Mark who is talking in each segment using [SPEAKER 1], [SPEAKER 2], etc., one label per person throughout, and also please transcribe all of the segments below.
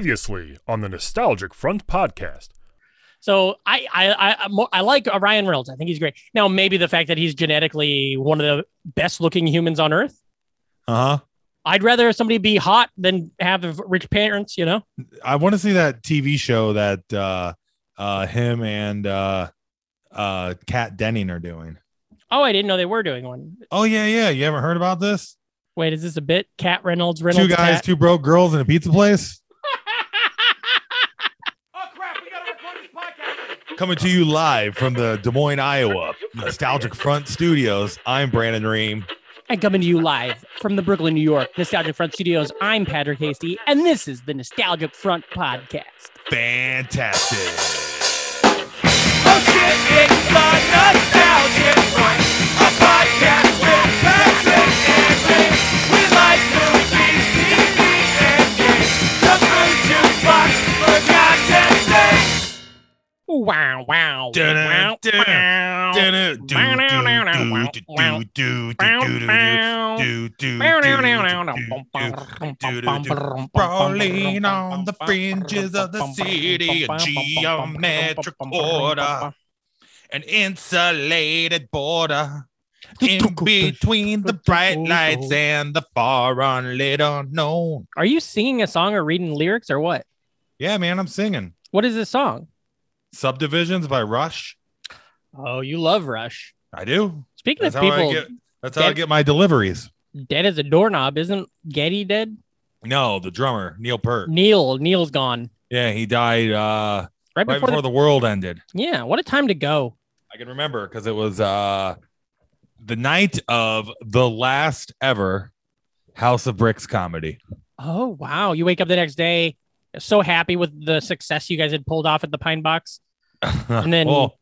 [SPEAKER 1] Previously on the Nostalgic Front podcast.
[SPEAKER 2] So I I I, I'm more- I like uh, Ryan Reynolds. I think he's great. Now maybe the fact that he's genetically one of the best looking humans on Earth.
[SPEAKER 3] Uh huh.
[SPEAKER 2] I'd rather somebody be hot than have rich parents. You know,
[SPEAKER 3] I want to see that TV show that uh, uh, him and uh, uh, Kat Denning are doing.
[SPEAKER 2] Oh, I didn't know they were doing one.
[SPEAKER 3] Oh yeah, yeah. You haven't heard about this?
[SPEAKER 2] Wait, is this a bit? Cat Reynolds, Reynolds.
[SPEAKER 3] two guys,
[SPEAKER 2] Cat.
[SPEAKER 3] two broke girls in a pizza place.
[SPEAKER 4] Oh crap, we gotta record this podcast.
[SPEAKER 3] Coming to you live from the Des Moines, Iowa Nostalgic Front Studios. I'm Brandon Ream.
[SPEAKER 2] And coming to you live from the Brooklyn, New York Nostalgic Front Studios. I'm Patrick Hasty, and this is the Nostalgic Front podcast.
[SPEAKER 3] Fantastic.
[SPEAKER 4] Oh shit, it's the nostalgic front. A podcast with Patrick and Rick. We like movies, TV, and games. Jump through jukebox, forgotten things.
[SPEAKER 2] Wow! Wow!
[SPEAKER 3] Dun-dun,
[SPEAKER 2] Wow!
[SPEAKER 3] dun,
[SPEAKER 2] Wow!
[SPEAKER 3] Do, do, do, do, do, do, do, do, do, do, do, do, do, do. Rolling on the fringes of the city, a geometric order. an insulated border in between the bright lights and the far unlit unknown.
[SPEAKER 2] Are you singing a song or reading lyrics or what?
[SPEAKER 3] Yeah, man, I'm singing
[SPEAKER 2] What is this song?
[SPEAKER 3] Subdivisions by Rush.
[SPEAKER 2] Oh, you love Rush.
[SPEAKER 3] I do.
[SPEAKER 2] Speaking
[SPEAKER 3] That's
[SPEAKER 2] of
[SPEAKER 3] how I
[SPEAKER 2] people
[SPEAKER 3] get. That's how I
[SPEAKER 2] Dead-
[SPEAKER 3] get my deliveries.
[SPEAKER 2] dead as a doorknob, isn't Getty dead?
[SPEAKER 3] No, the drummer Neil Peart.
[SPEAKER 2] Neil, Neil's gone.
[SPEAKER 3] Yeah, he died uh,
[SPEAKER 2] Right,
[SPEAKER 3] right
[SPEAKER 2] before,
[SPEAKER 3] before, the world ended.
[SPEAKER 2] the, Yeah, what a time to go.
[SPEAKER 3] I can remember because it was uh, the night of the last ever House of Bricks comedy.
[SPEAKER 2] Oh, wow. You wake up the next day so happy with the success you guys had pulled off at the Pine Box.
[SPEAKER 3] and
[SPEAKER 2] then-
[SPEAKER 3] well,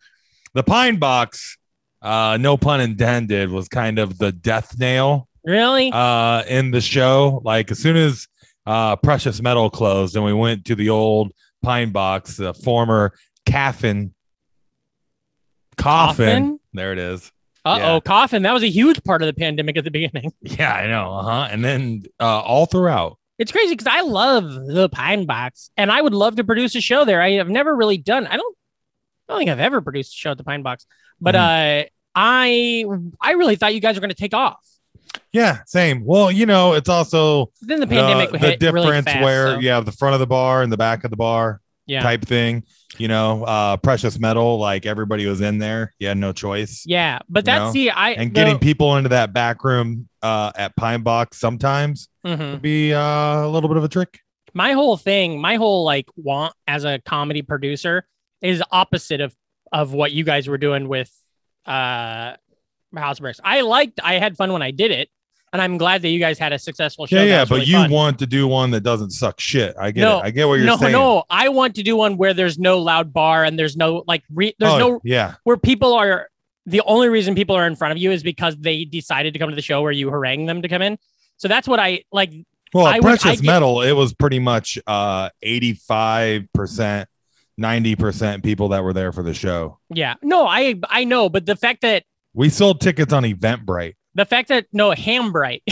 [SPEAKER 3] the pine box, uh, no pun intended, was kind of the death nail
[SPEAKER 2] Really?
[SPEAKER 3] uh, in the show. Like as soon as uh, Precious Metal closed and we went to the old pine box, the former caffin coffin. There it is.
[SPEAKER 2] Uh oh,
[SPEAKER 3] yeah.
[SPEAKER 2] coffin. That was a huge part of the pandemic at the beginning.
[SPEAKER 3] Yeah, I know. Uh huh. And then uh, all throughout.
[SPEAKER 2] It's crazy because I love the Pine Box and I would love to produce a show there. I have never really done. I don't. I don't think I've ever produced a show at the Pine Box, but
[SPEAKER 3] Mm-hmm.
[SPEAKER 2] uh, I I really thought you guys were going to take off.
[SPEAKER 3] Yeah, same. Well, you know, it's also
[SPEAKER 2] Then the
[SPEAKER 3] the,
[SPEAKER 2] pandemic
[SPEAKER 3] the
[SPEAKER 2] hit
[SPEAKER 3] difference
[SPEAKER 2] really fast,
[SPEAKER 3] where
[SPEAKER 2] so-
[SPEAKER 3] you have the front of the bar and the back of the bar.
[SPEAKER 2] yeah,
[SPEAKER 3] type thing. You know, uh, precious metal, like everybody was in there. You had no choice.
[SPEAKER 2] yeah. But
[SPEAKER 3] you know,
[SPEAKER 2] that's see, I
[SPEAKER 3] And
[SPEAKER 2] the-
[SPEAKER 3] getting people into that back room uh, at Pine Box sometimes
[SPEAKER 2] Mhm.
[SPEAKER 3] would be
[SPEAKER 2] Mm-hmm.
[SPEAKER 3] uh, a little bit of a trick.
[SPEAKER 2] my whole thing, my whole like want as a comedy producer is opposite of of what you guys were doing with uh House Bricks. I liked, I had fun when I did it, and I'm glad that you guys had a successful show.
[SPEAKER 3] yeah,
[SPEAKER 2] That
[SPEAKER 3] yeah.
[SPEAKER 2] was
[SPEAKER 3] But
[SPEAKER 2] really
[SPEAKER 3] you
[SPEAKER 2] fun.
[SPEAKER 3] want to do one that doesn't suck shit. I get
[SPEAKER 2] No,
[SPEAKER 3] it. I get what you're
[SPEAKER 2] no,
[SPEAKER 3] saying.
[SPEAKER 2] no. I want to do one where there's no loud bar and there's no like re- there's
[SPEAKER 3] Oh,
[SPEAKER 2] no
[SPEAKER 3] yeah.
[SPEAKER 2] where people are. The only reason people are in front of you is because they decided to come to the show where you harangue them to come in. So that's what I like.
[SPEAKER 3] Well,
[SPEAKER 2] I would-
[SPEAKER 3] precious
[SPEAKER 2] I get-
[SPEAKER 3] metal, it was pretty much uh, 85%, 90% people that were there for the show.
[SPEAKER 2] Yeah, no, I I know, but the fact that
[SPEAKER 3] We sold tickets on Eventbrite.
[SPEAKER 2] the fact that no Hambright,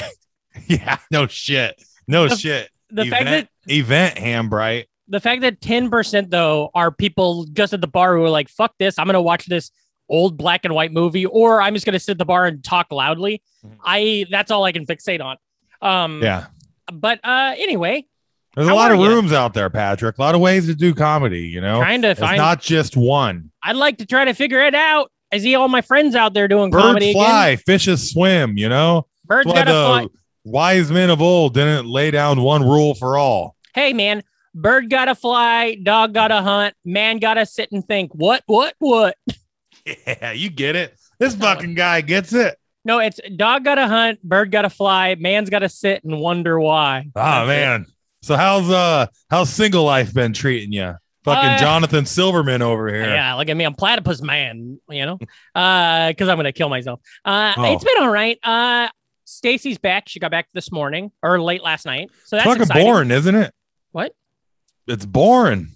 [SPEAKER 3] yeah. No shit. No
[SPEAKER 2] The-
[SPEAKER 3] shit.
[SPEAKER 2] the fact that
[SPEAKER 3] event, event Hambright.
[SPEAKER 2] the fact that ten percent though are people just at the bar who are like, "Fuck this! I'm gonna watch this old black and white movie," or I'm just gonna sit at the bar and talk loudly.
[SPEAKER 3] Mhm.
[SPEAKER 2] I that's all I can fixate on. Um,
[SPEAKER 3] Yeah.
[SPEAKER 2] But uh, anyway,
[SPEAKER 3] There's a
[SPEAKER 2] How
[SPEAKER 3] lot
[SPEAKER 2] are
[SPEAKER 3] of
[SPEAKER 2] ya?
[SPEAKER 3] rooms out there, Patrick. A lot of ways to do comedy, you know?
[SPEAKER 2] trying to
[SPEAKER 3] it's
[SPEAKER 2] find.
[SPEAKER 3] not just one.
[SPEAKER 2] I'd like to try to figure it out. I see all my friends out there doing
[SPEAKER 3] Birds
[SPEAKER 2] comedy.
[SPEAKER 3] fly,
[SPEAKER 2] Again.
[SPEAKER 3] fishes swim, you know?
[SPEAKER 2] Birds
[SPEAKER 3] That's why
[SPEAKER 2] gotta fly.
[SPEAKER 3] the wise men of old didn't lay down one rule for all.
[SPEAKER 2] Hey man, bird gotta fly. Dog gotta hunt. Man gotta sit and think. What? What? What?
[SPEAKER 3] Yeah, you get it. This
[SPEAKER 2] not
[SPEAKER 3] fucking guy gets it.
[SPEAKER 2] No, it's dog gotta hunt. Bird gotta fly. Man's gotta sit and wonder why. That's
[SPEAKER 3] Ah
[SPEAKER 2] it.
[SPEAKER 3] man. So how's uh how's single life been treating you? Fucking
[SPEAKER 2] Uh,
[SPEAKER 3] Jonathan Silverman over here.
[SPEAKER 2] Yeah, look at me. I'm platypus man, you know, because I'm going to kill myself. Uh,
[SPEAKER 3] Oh.
[SPEAKER 2] It's been all right. Uh, Stacy's back. She got back this morning or late last night. So that's
[SPEAKER 3] fucking
[SPEAKER 2] exciting.
[SPEAKER 3] boring, isn't it?
[SPEAKER 2] What?
[SPEAKER 3] It's boring.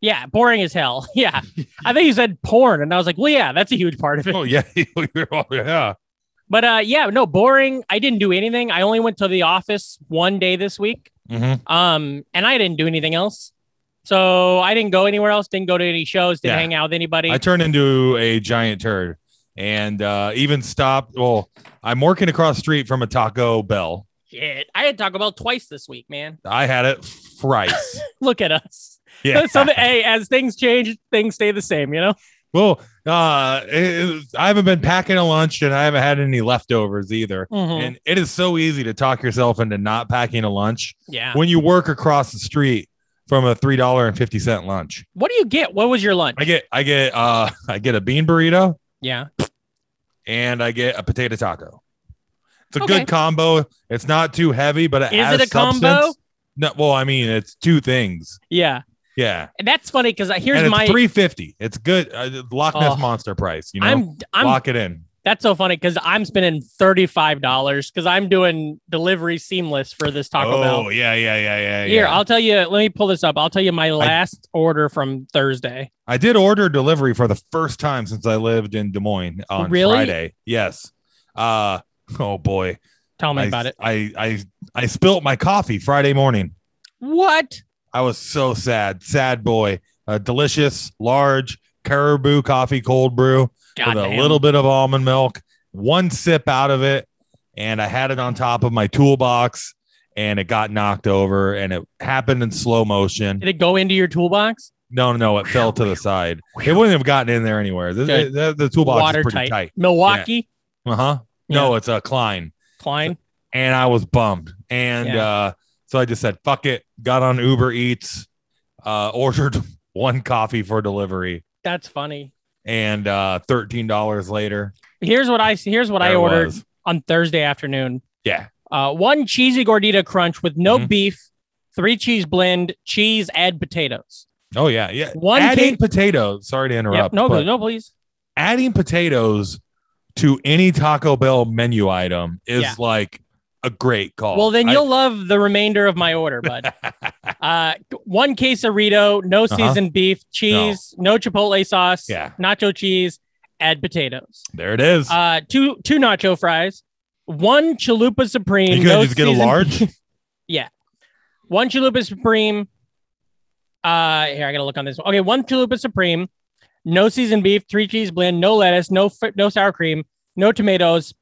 [SPEAKER 2] Yeah, boring as hell. Yeah. I think you said porn. And I was like, well, yeah, that's a huge part of it.
[SPEAKER 3] Oh yeah. Oh, yeah.
[SPEAKER 2] But uh, yeah, no, boring. I didn't do anything. I only went to the office one day this week.
[SPEAKER 3] Mhm.
[SPEAKER 2] Um, and I didn't do anything else. So I didn't go anywhere else, didn't go to any shows, didn't
[SPEAKER 3] Yeah.
[SPEAKER 2] hang out with anybody.
[SPEAKER 3] I turned into a giant turd and uh, even stopped. Well, I'm working across the street from a Taco Bell.
[SPEAKER 2] Shit. I had Taco Bell twice this week, man.
[SPEAKER 3] I had it thrice.
[SPEAKER 2] Look at us.
[SPEAKER 3] yeah.
[SPEAKER 2] so the, hey, as things change, things stay the same, you know?
[SPEAKER 3] well, uh, it- it- I haven't been packing a lunch and I haven't had any leftovers either.
[SPEAKER 2] Mhm.
[SPEAKER 3] And it is so easy to talk yourself into not packing a lunch
[SPEAKER 2] yeah.
[SPEAKER 3] when you work across the street from a three dollar and fifty cent lunch.
[SPEAKER 2] What do you get? What was your lunch?
[SPEAKER 3] I get I get uh I get a bean burrito
[SPEAKER 2] yeah.
[SPEAKER 3] and I get a potato taco. It's a
[SPEAKER 2] Okay.
[SPEAKER 3] good combo. It's not too heavy, but it
[SPEAKER 2] Is it
[SPEAKER 3] has
[SPEAKER 2] a
[SPEAKER 3] substance.
[SPEAKER 2] combo?
[SPEAKER 3] No, well, I mean it's two things.
[SPEAKER 2] Yeah.
[SPEAKER 3] Yeah,
[SPEAKER 2] And that's funny because here's
[SPEAKER 3] and it's
[SPEAKER 2] my
[SPEAKER 3] three fifty. It's good. Uh, Loch Ness
[SPEAKER 2] Oh.
[SPEAKER 3] monster price. You know,
[SPEAKER 2] I'm I'm
[SPEAKER 3] lock it in.
[SPEAKER 2] that's so funny because I'm spending thirty five dollars because I'm doing delivery seamless for this Taco
[SPEAKER 3] oh
[SPEAKER 2] Bell.
[SPEAKER 3] yeah, yeah, yeah, yeah.
[SPEAKER 2] Here,
[SPEAKER 3] yeah.
[SPEAKER 2] I'll tell you. Let me pull this up. I'll tell you my last order from Thursday.
[SPEAKER 3] I did order delivery for the first time since I lived in Des Moines on
[SPEAKER 2] Really?
[SPEAKER 3] Friday. Yes. Uh oh boy.
[SPEAKER 2] Tell me
[SPEAKER 3] I,
[SPEAKER 2] about it.
[SPEAKER 3] I I I spilt my coffee Friday morning.
[SPEAKER 2] What?
[SPEAKER 3] I was so sad, sad boy. A delicious, large caribou coffee cold brew
[SPEAKER 2] God
[SPEAKER 3] with
[SPEAKER 2] damn.
[SPEAKER 3] a little bit of almond milk, one sip out of it, and I had it on top of my toolbox, and it got knocked over, and it happened in slow motion.
[SPEAKER 2] Did it go into your toolbox?
[SPEAKER 3] No, no, no, it fell to the side. It wouldn't have gotten in there anywhere. The,
[SPEAKER 2] Good.
[SPEAKER 3] the, the toolbox is pretty
[SPEAKER 2] Watertight.
[SPEAKER 3] tight.
[SPEAKER 2] Milwaukee,
[SPEAKER 3] Uh huh. No, it's a Klein,
[SPEAKER 2] Klein.
[SPEAKER 3] and I was bummed, and
[SPEAKER 2] Yeah.
[SPEAKER 3] uh, so I just said, "Fuck it." Got on Uber Eats, uh, ordered one coffee for delivery,
[SPEAKER 2] That's funny.
[SPEAKER 3] and uh, thirteen dollars later,
[SPEAKER 2] Here's what I here's what I
[SPEAKER 3] there it
[SPEAKER 2] ordered
[SPEAKER 3] was.
[SPEAKER 2] on Thursday afternoon.
[SPEAKER 3] Yeah.
[SPEAKER 2] Uh, one cheesy gordita crunch with no
[SPEAKER 3] Mhm.
[SPEAKER 2] beef, three cheese blend, cheese, add potatoes.
[SPEAKER 3] Oh yeah, yeah.
[SPEAKER 2] One
[SPEAKER 3] adding
[SPEAKER 2] cake-
[SPEAKER 3] potatoes. Sorry to
[SPEAKER 2] Yep.
[SPEAKER 3] interrupt.
[SPEAKER 2] No,
[SPEAKER 3] but
[SPEAKER 2] no, please.
[SPEAKER 3] adding potatoes to any Taco Bell menu item is
[SPEAKER 2] Yeah.
[SPEAKER 3] like a great call.
[SPEAKER 2] Well, then
[SPEAKER 3] I-
[SPEAKER 2] you'll love the remainder of my order, bud. uh, one quesarito, no
[SPEAKER 3] Uh-huh.
[SPEAKER 2] seasoned beef, cheese, no. chipotle sauce,
[SPEAKER 3] Yeah.
[SPEAKER 2] nacho cheese, add potatoes.
[SPEAKER 3] there it is.
[SPEAKER 2] Uh, two two nacho fries, one chalupa supreme.
[SPEAKER 3] you could
[SPEAKER 2] no
[SPEAKER 3] just get a
[SPEAKER 2] seasoned-
[SPEAKER 3] large.
[SPEAKER 2] One chalupa supreme. Uh, here I gotta look on this one. Okay, one chalupa supreme, no seasoned beef, three cheese blend, no lettuce, no fr- no sour cream, no tomatoes,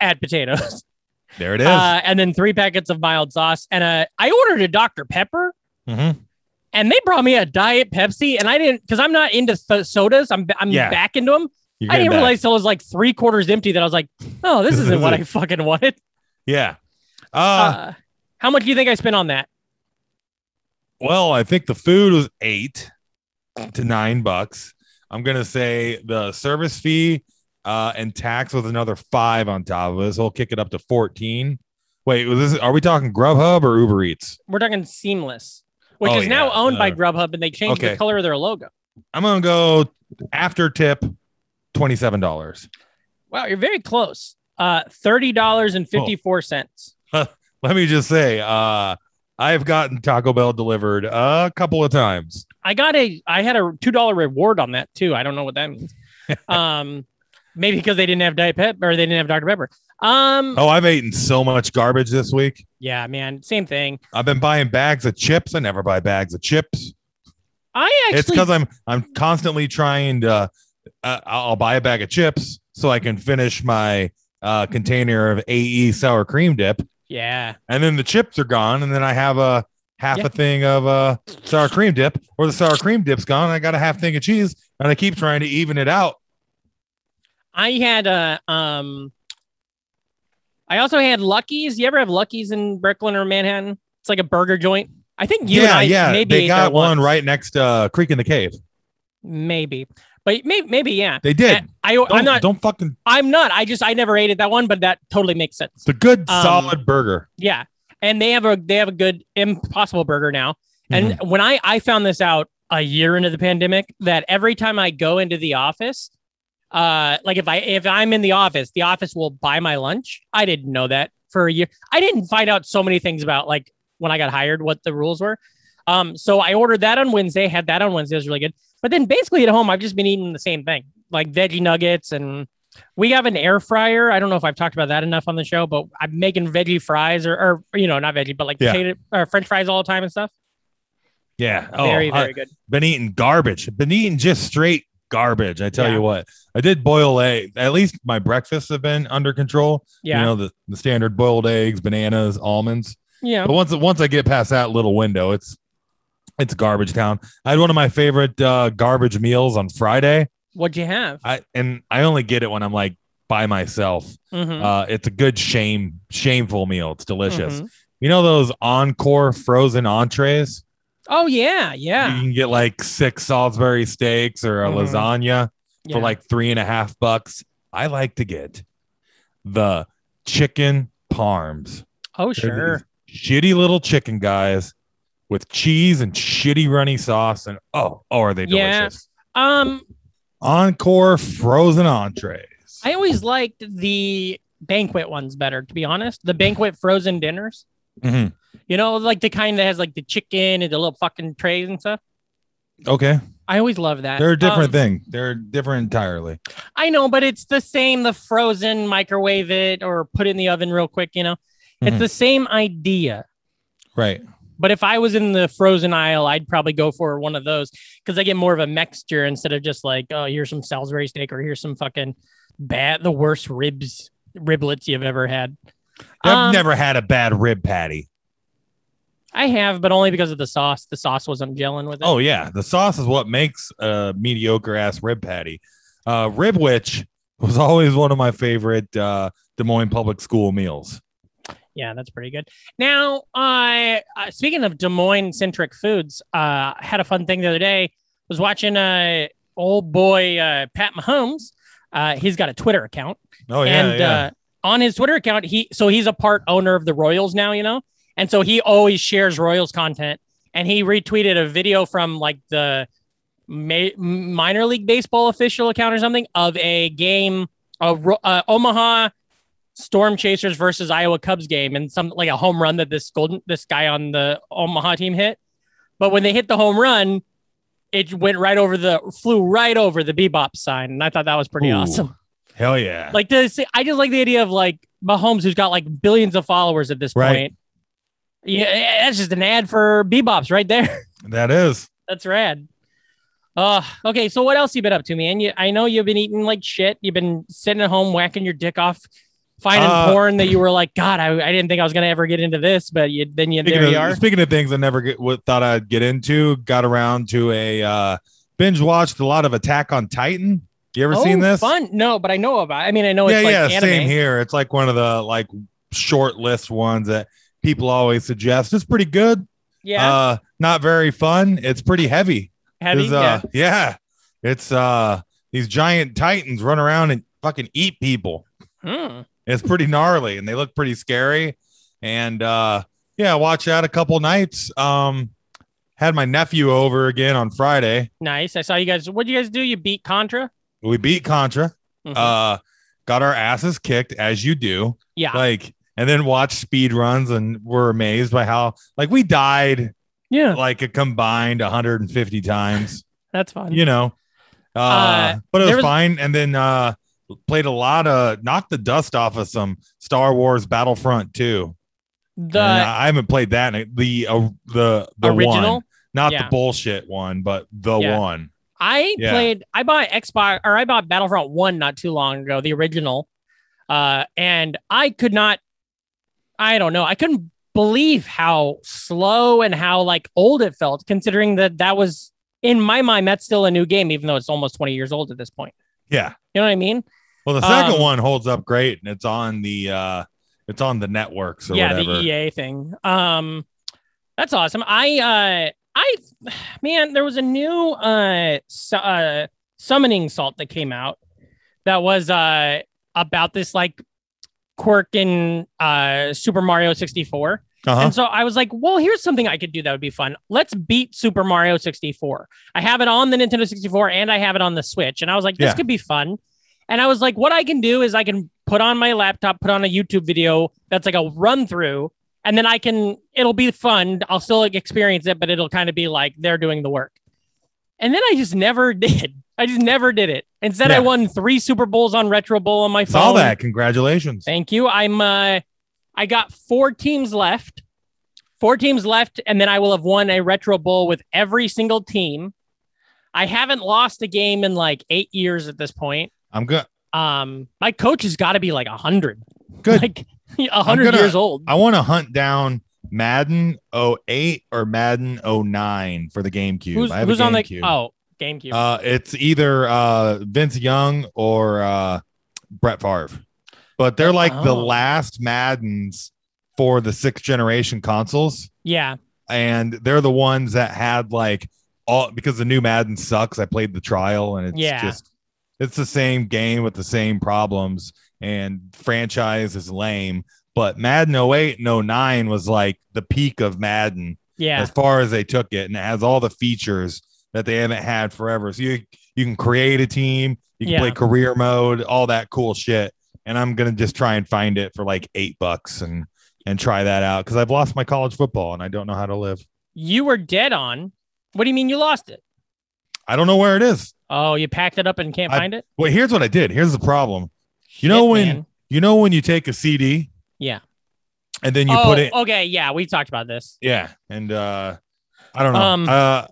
[SPEAKER 2] add potatoes.
[SPEAKER 3] There it is.
[SPEAKER 2] Uh, and then three packets of mild sauce. And uh, I ordered a Dr. Pepper
[SPEAKER 3] Mhm.
[SPEAKER 2] and they brought me a Diet Pepsi. And I didn't, because I'm not into so- sodas, I'm, I'm
[SPEAKER 3] Yeah.
[SPEAKER 2] back into them.
[SPEAKER 3] You're
[SPEAKER 2] I
[SPEAKER 3] getting
[SPEAKER 2] didn't
[SPEAKER 3] back.
[SPEAKER 2] realize till it was like three quarters empty that I was like, oh, this isn't what I fucking wanted.
[SPEAKER 3] Yeah. Uh,
[SPEAKER 2] Uh, how much do you think I spent on that?
[SPEAKER 3] well, I think the food was eight to nine bucks. I'm gonna say the service fee uh, and tax was another five on top of it, so we'll kick it up to fourteen. Wait, was this, are we talking Grubhub or Uber Eats?
[SPEAKER 2] We're talking Seamless, which
[SPEAKER 3] Oh,
[SPEAKER 2] is now
[SPEAKER 3] yeah.
[SPEAKER 2] owned by
[SPEAKER 3] Uh,
[SPEAKER 2] Grubhub and they changed the
[SPEAKER 3] okay.
[SPEAKER 2] color of their logo.
[SPEAKER 3] I'm gonna go after tip, twenty seven dollars.
[SPEAKER 2] Wow, you're very close. Uh,
[SPEAKER 3] Oh.
[SPEAKER 2] $30.54.
[SPEAKER 3] Let me just say, uh, I've gotten Taco Bell delivered a couple of times.
[SPEAKER 2] I got a I had a two dollar reward on that too. I don't know what that means. um, maybe because they didn't have Diet Pep or they didn't have Dr Pepper. Um,
[SPEAKER 3] Oh, I've eaten so much garbage this week.
[SPEAKER 2] yeah, man, same thing.
[SPEAKER 3] I've been buying bags of chips. I never buy bags of chips.
[SPEAKER 2] I
[SPEAKER 3] it's
[SPEAKER 2] actually
[SPEAKER 3] because I'm I'm constantly trying to. Uh, I- I'll buy a bag of chips so I can finish my uh, container of AE sour cream dip,
[SPEAKER 2] yeah,
[SPEAKER 3] and then the chips are gone, and then I have a half
[SPEAKER 2] Yeah.
[SPEAKER 3] a thing of uh, sour cream dip, or the sour cream dip's gone. And I got a half thing of cheese, and I keep trying to even it out.
[SPEAKER 2] I had a um. I also had Lucky's. You ever have Lucky's in Brooklyn or Manhattan? It's like a burger joint. I think you and
[SPEAKER 3] yeah,
[SPEAKER 2] I
[SPEAKER 3] yeah,
[SPEAKER 2] maybe
[SPEAKER 3] they
[SPEAKER 2] ate
[SPEAKER 3] got
[SPEAKER 2] there
[SPEAKER 3] one
[SPEAKER 2] once.
[SPEAKER 3] right next to uh, Creek in the Cave.
[SPEAKER 2] Maybe, but maybe maybe yeah.
[SPEAKER 3] They did.
[SPEAKER 2] I,
[SPEAKER 3] don't,
[SPEAKER 2] I'm not.
[SPEAKER 3] don't fucking
[SPEAKER 2] I'm not. I just I never ate at that one, but that totally makes sense.
[SPEAKER 3] it's a good
[SPEAKER 2] Um,
[SPEAKER 3] solid burger.
[SPEAKER 2] Yeah. And they have a they have a good impossible burger now. And when I I found this out a year into the pandemic that every time I go into the office, uh like if I if I'm in the office, the office will buy my lunch. I didn't know that for a year. I didn't find out so many things about like when I got hired what the rules were. Um so I ordered that on Wednesday, had that on Wednesday, it was really good. But then basically at home I've just been eating the same thing, like veggie nuggets and we have an air fryer. I don't know if I've talked about that enough on the show, but I'm making veggie fries or, or you know, not veggie, but like
[SPEAKER 3] Yeah.
[SPEAKER 2] potato or French fries all the time and stuff.
[SPEAKER 3] Yeah. Oh,
[SPEAKER 2] very,
[SPEAKER 3] I-
[SPEAKER 2] very good.
[SPEAKER 3] been eating garbage. Been eating just straight garbage. I tell
[SPEAKER 2] Yeah.
[SPEAKER 3] you what, I did boil egg. At least my breakfasts have been under control.
[SPEAKER 2] Yeah.
[SPEAKER 3] You know the, the standard boiled eggs, bananas, almonds.
[SPEAKER 2] yeah.
[SPEAKER 3] But once once I get past that little window, it's it's garbage town. I had one of my favorite uh, garbage meals on Friday.
[SPEAKER 2] What'd you have?
[SPEAKER 3] I and I only get it when I'm like by myself.
[SPEAKER 2] Mhm.
[SPEAKER 3] Uh, it's a good shame shameful meal. It's delicious.
[SPEAKER 2] Mhm.
[SPEAKER 3] You know those encore frozen entrees?
[SPEAKER 2] Oh, yeah. Yeah.
[SPEAKER 3] You can get like six Salisbury steaks or a
[SPEAKER 2] Mhm.
[SPEAKER 3] lasagna
[SPEAKER 2] Yeah.
[SPEAKER 3] for like three and a half bucks. I like to get the chicken parms.
[SPEAKER 2] oh,
[SPEAKER 3] They're these
[SPEAKER 2] sure.
[SPEAKER 3] Shitty little chicken guys with cheese and shitty runny sauce. And oh, oh, are they
[SPEAKER 2] Yeah.
[SPEAKER 3] delicious?
[SPEAKER 2] Um,
[SPEAKER 3] Encore frozen entrees.
[SPEAKER 2] I always liked the banquet ones better, to be honest. The banquet frozen dinners.
[SPEAKER 3] Mhm.
[SPEAKER 2] You know, like the kind that has like the chicken and the little fucking trays and stuff.
[SPEAKER 3] Okay.
[SPEAKER 2] I always love that.
[SPEAKER 3] They're a different
[SPEAKER 2] Um,
[SPEAKER 3] thing. They're different entirely.
[SPEAKER 2] I know, but it's the same. The frozen, microwave it, or put it in the oven real quick. You know, it's
[SPEAKER 3] Mhm.
[SPEAKER 2] the same idea.
[SPEAKER 3] Right.
[SPEAKER 2] But if I was in the frozen aisle, I'd probably go for one of those because I get more of a mixture instead of just like, oh, here's some Salisbury steak or here's some fucking bad, the worst ribs, riblets you've ever had.
[SPEAKER 3] I've
[SPEAKER 2] Um,
[SPEAKER 3] never had a bad rib patty.
[SPEAKER 2] I have, but only because of the sauce. The sauce wasn't gelling with it.
[SPEAKER 3] Oh yeah, the sauce is what makes a mediocre ass rib patty. Uh, rib witch was always one of my favorite uh, Des Moines public school meals.
[SPEAKER 2] yeah, that's pretty good. Now, I uh, speaking of Des Moines centric foods, uh, had a fun thing the other day. Was watching uh, old boy uh, Pat Mahomes. Uh, he's got a Twitter account,
[SPEAKER 3] Oh yeah,
[SPEAKER 2] and
[SPEAKER 3] yeah.
[SPEAKER 2] Uh, on his Twitter account, he so he's a part owner of the Royals now, you know, and so he always shares Royals content. And he retweeted a video from like the ma- minor league baseball official account or something of a game, a Ro- uh, Omaha Storm Chasers versus Iowa Cubs game, and some like a home run that this golden this guy on the Omaha team hit. But when they hit the home run, it went right over the flew right over the Bebop sign, and I thought that was pretty
[SPEAKER 3] Ooh.
[SPEAKER 2] awesome.
[SPEAKER 3] Hell yeah.
[SPEAKER 2] Like this, I just like the idea of like Mahomes, who's got like billions of followers at this
[SPEAKER 3] Right.
[SPEAKER 2] point. Yeah, that's just an ad for Bebops right there.
[SPEAKER 3] that is.
[SPEAKER 2] that's rad. Uh, okay, so what else you been up to, man? You, I know you've been eating like shit. You've been sitting at home whacking your dick off, finding
[SPEAKER 3] Uh,
[SPEAKER 2] porn that you were like, God, I, I didn't think I was gonna ever get into this, but you, then you there
[SPEAKER 3] Speaking
[SPEAKER 2] you
[SPEAKER 3] of,
[SPEAKER 2] are.
[SPEAKER 3] speaking of things I never get, what, thought I'd get into, got around to a uh, binge watched a lot of Attack on Titan. You ever
[SPEAKER 2] oh,
[SPEAKER 3] seen this?
[SPEAKER 2] Fun? No, but I know about. I mean, I know
[SPEAKER 3] yeah,
[SPEAKER 2] it's like
[SPEAKER 3] yeah,
[SPEAKER 2] anime.
[SPEAKER 3] same here. It's like one of the like short list ones that people always suggest. It's pretty good.
[SPEAKER 2] Yeah,
[SPEAKER 3] Uh, not very fun. It's pretty heavy.
[SPEAKER 2] heavy.
[SPEAKER 3] There's, uh, yeah. It's uh these giant titans run around and fucking eat people.
[SPEAKER 2] yeah. Hmm.
[SPEAKER 3] It's pretty gnarly and they look pretty scary. And uh yeah, watch that a couple nights. Um had my nephew over again on Friday.
[SPEAKER 2] Nice. I saw you guys. What would you guys do? You beat Contra.
[SPEAKER 3] We beat Contra.
[SPEAKER 2] Mhm.
[SPEAKER 3] Uh got our asses kicked as you do.
[SPEAKER 2] yeah.
[SPEAKER 3] Like and then watch speed runs and were amazed by how like we died
[SPEAKER 2] yeah.
[SPEAKER 3] like a combined 150 times.
[SPEAKER 2] That's fun.
[SPEAKER 3] you know. Uh,
[SPEAKER 2] Uh,
[SPEAKER 3] but it was,
[SPEAKER 2] there was-
[SPEAKER 3] fine. And then uh played a lot of knocked the dust off of some Star Wars Battlefront 2.
[SPEAKER 2] the
[SPEAKER 3] And I haven't played that in the uh, the the
[SPEAKER 2] original.
[SPEAKER 3] one. Not
[SPEAKER 2] Yeah.
[SPEAKER 3] the bullshit one, but the
[SPEAKER 2] Yeah.
[SPEAKER 3] one.
[SPEAKER 2] I
[SPEAKER 3] Yeah.
[SPEAKER 2] played. I bought Xbox or I bought Battlefront One not too long ago, the original, uh, and I could not. I don't know. I couldn't believe how slow and how like old it felt, considering that that was in my mind that's still a new game, even though it's almost twenty years old at this point.
[SPEAKER 3] Yeah.
[SPEAKER 2] You know what I mean?
[SPEAKER 3] Well, the second
[SPEAKER 2] Um,
[SPEAKER 3] one holds up great and it's on the uh it's on the networks or
[SPEAKER 2] yeah,
[SPEAKER 3] whatever.
[SPEAKER 2] the E EA thing. Um, that's awesome. I, uh, I, man, there was a new uh, su- uh summoning salt that came out that was uh about this like quirk in uh Super Mario 64.
[SPEAKER 3] Uh-huh.
[SPEAKER 2] And so I was like, well, here's something I could do that would be fun. Let's beat Super Mario 64. I have it on the Nintendo 64 and I have it on the Switch. And I was like, this
[SPEAKER 3] Yeah.
[SPEAKER 2] could be fun. And I was like, what I can do is I can put on my laptop, put on a YouTube video that's like a run through, and then I can, it'll be fun. I'll still like, experience it, but it'll kind of be like they're doing the work. And then I just never did. I just never did it. Instead, I
[SPEAKER 3] Yeah.
[SPEAKER 2] won three Super Bowls on Retro Bowl on my phone.
[SPEAKER 3] Saw that. Congratulations.
[SPEAKER 2] Thank you. I'm uh I got four teams left. Four teams left, and then I will have won a retro bowl with every single team. I haven't lost a game in like eight years at this point.
[SPEAKER 3] I'm good.
[SPEAKER 2] Um, my coach has got to be like a hundred.
[SPEAKER 3] Good.
[SPEAKER 2] Like a hundred
[SPEAKER 3] gonna-
[SPEAKER 2] years old.
[SPEAKER 3] I want to hunt down Madden 08 or Madden 09 for the GameCube.
[SPEAKER 2] Who's,
[SPEAKER 3] I have
[SPEAKER 2] who's
[SPEAKER 3] a
[SPEAKER 2] on the
[SPEAKER 3] GameCube.
[SPEAKER 2] oh GameCube?
[SPEAKER 3] Uh, it's either uh, Vince Young or uh, Brett Favre, but they're like the
[SPEAKER 2] Oh.
[SPEAKER 3] last Maddens for the sixth generation consoles,
[SPEAKER 2] yeah.
[SPEAKER 3] and they're the ones that had like all because the new Madden sucks. I played the trial, and it's
[SPEAKER 2] Yeah.
[SPEAKER 3] just it's the same game with the same problems, and franchise is lame. But Madden 08 and 09 was like the peak of Madden
[SPEAKER 2] Yeah.
[SPEAKER 3] as far as they took it, and it has all the features that they haven't had forever. So you you can create a team, you can
[SPEAKER 2] Yeah.
[SPEAKER 3] play career mode, all that cool shit. And I'm gonna just try and find it for like eight bucks and and try that out because I've lost my college football and I don't know how to live.
[SPEAKER 2] You were dead on. What do you mean you lost it?
[SPEAKER 3] I don't know where it is.
[SPEAKER 2] Oh, you packed it up and can't
[SPEAKER 3] I-
[SPEAKER 2] find it?
[SPEAKER 3] Well, here's what I did. Here's the problem. You know when
[SPEAKER 2] man.
[SPEAKER 3] you know when you take a CD,
[SPEAKER 2] Yeah.
[SPEAKER 3] and then you
[SPEAKER 2] oh,
[SPEAKER 3] put it,
[SPEAKER 2] okay, yeah, we talked about this.
[SPEAKER 3] yeah, and uh, I don't know.
[SPEAKER 2] Um,
[SPEAKER 3] uh,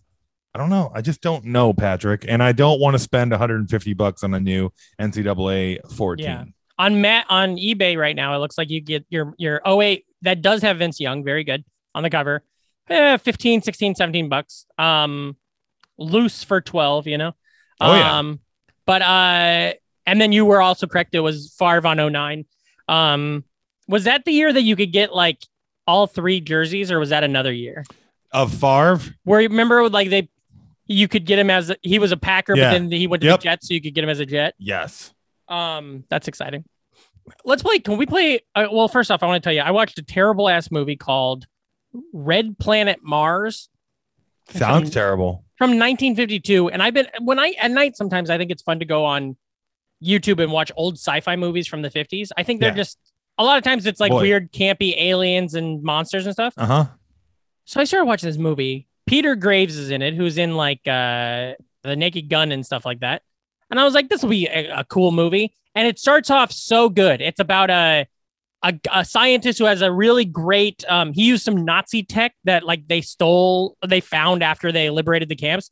[SPEAKER 3] I don't know. I just don't know, Patrick, and I don't want to spend 150 bucks on a new NCAA 14.
[SPEAKER 2] Yeah. on Matt on eBay right now, it looks like you get your your oh wait, that does have Vince Young, very good on the cover. Eh, 15, 16, 17 bucks. Um loose for 12, you know.
[SPEAKER 3] Oh, yeah.
[SPEAKER 2] Um but uh and then you were also correct it was Favre on 09. Um was that the year that you could get like all three jerseys or was that another year?
[SPEAKER 3] Of Favre,
[SPEAKER 2] Where you remember like they you could get him as a, he was a Packer
[SPEAKER 3] Yeah.
[SPEAKER 2] but then he went to
[SPEAKER 3] Yep.
[SPEAKER 2] the Jets so you could get him as a Jet.
[SPEAKER 3] yes.
[SPEAKER 2] Um, that's exciting. Let's play. Can we play? Uh, well, first off, I want to tell you, I watched a terrible ass movie called Red Planet Mars
[SPEAKER 3] Sounds
[SPEAKER 2] Some-
[SPEAKER 3] terrible.
[SPEAKER 2] from 1952. And I've been when I at night sometimes I think it's fun to go on YouTube and watch old sci-fi movies from the 50s. I think they're
[SPEAKER 3] Yeah.
[SPEAKER 2] just a lot of times it's like
[SPEAKER 3] Boy.
[SPEAKER 2] weird, campy aliens and monsters and stuff.
[SPEAKER 3] Uh huh.
[SPEAKER 2] So I started watching this movie. Peter Graves is in it, who's in like uh the Naked Gun and stuff like that. And I was like, this will be a, a cool movie. And it starts off so good. It's about a, a a scientist who has a really great. Um, he used some Nazi tech that like they stole, they found after they liberated the camps.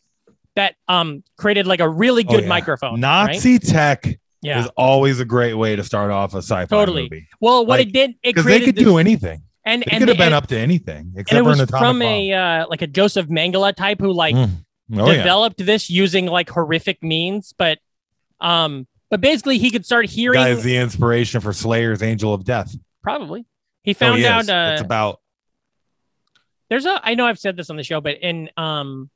[SPEAKER 2] That um created like a really
[SPEAKER 3] Oh,
[SPEAKER 2] good
[SPEAKER 3] yeah.
[SPEAKER 2] microphone. right?
[SPEAKER 3] Nazi tech
[SPEAKER 2] Yeah.
[SPEAKER 3] is always a great way to start off a sci-fi
[SPEAKER 2] Totally.
[SPEAKER 3] movie
[SPEAKER 2] Well, what
[SPEAKER 3] like,
[SPEAKER 2] it did, it
[SPEAKER 3] because they
[SPEAKER 2] created
[SPEAKER 3] could
[SPEAKER 2] this-
[SPEAKER 3] do anything.
[SPEAKER 2] and
[SPEAKER 3] They
[SPEAKER 2] and
[SPEAKER 3] could have
[SPEAKER 2] the-
[SPEAKER 3] been
[SPEAKER 2] and-
[SPEAKER 3] up to anything except
[SPEAKER 2] and it
[SPEAKER 3] for
[SPEAKER 2] was
[SPEAKER 3] an atomic
[SPEAKER 2] from
[SPEAKER 3] bomb.
[SPEAKER 2] a uh, like a Joseph Mengele type who like
[SPEAKER 3] Mm. Oh, yeah.
[SPEAKER 2] developed this using like horrific means, but um, but basically he could start hearing.
[SPEAKER 3] Guy is the inspiration for Slayer's Angel of Death.
[SPEAKER 2] probably he
[SPEAKER 3] Oh,
[SPEAKER 2] found
[SPEAKER 3] he
[SPEAKER 2] out
[SPEAKER 3] is.
[SPEAKER 2] uh,
[SPEAKER 3] it's about
[SPEAKER 2] there's a. I know I've said this on the show, but in um,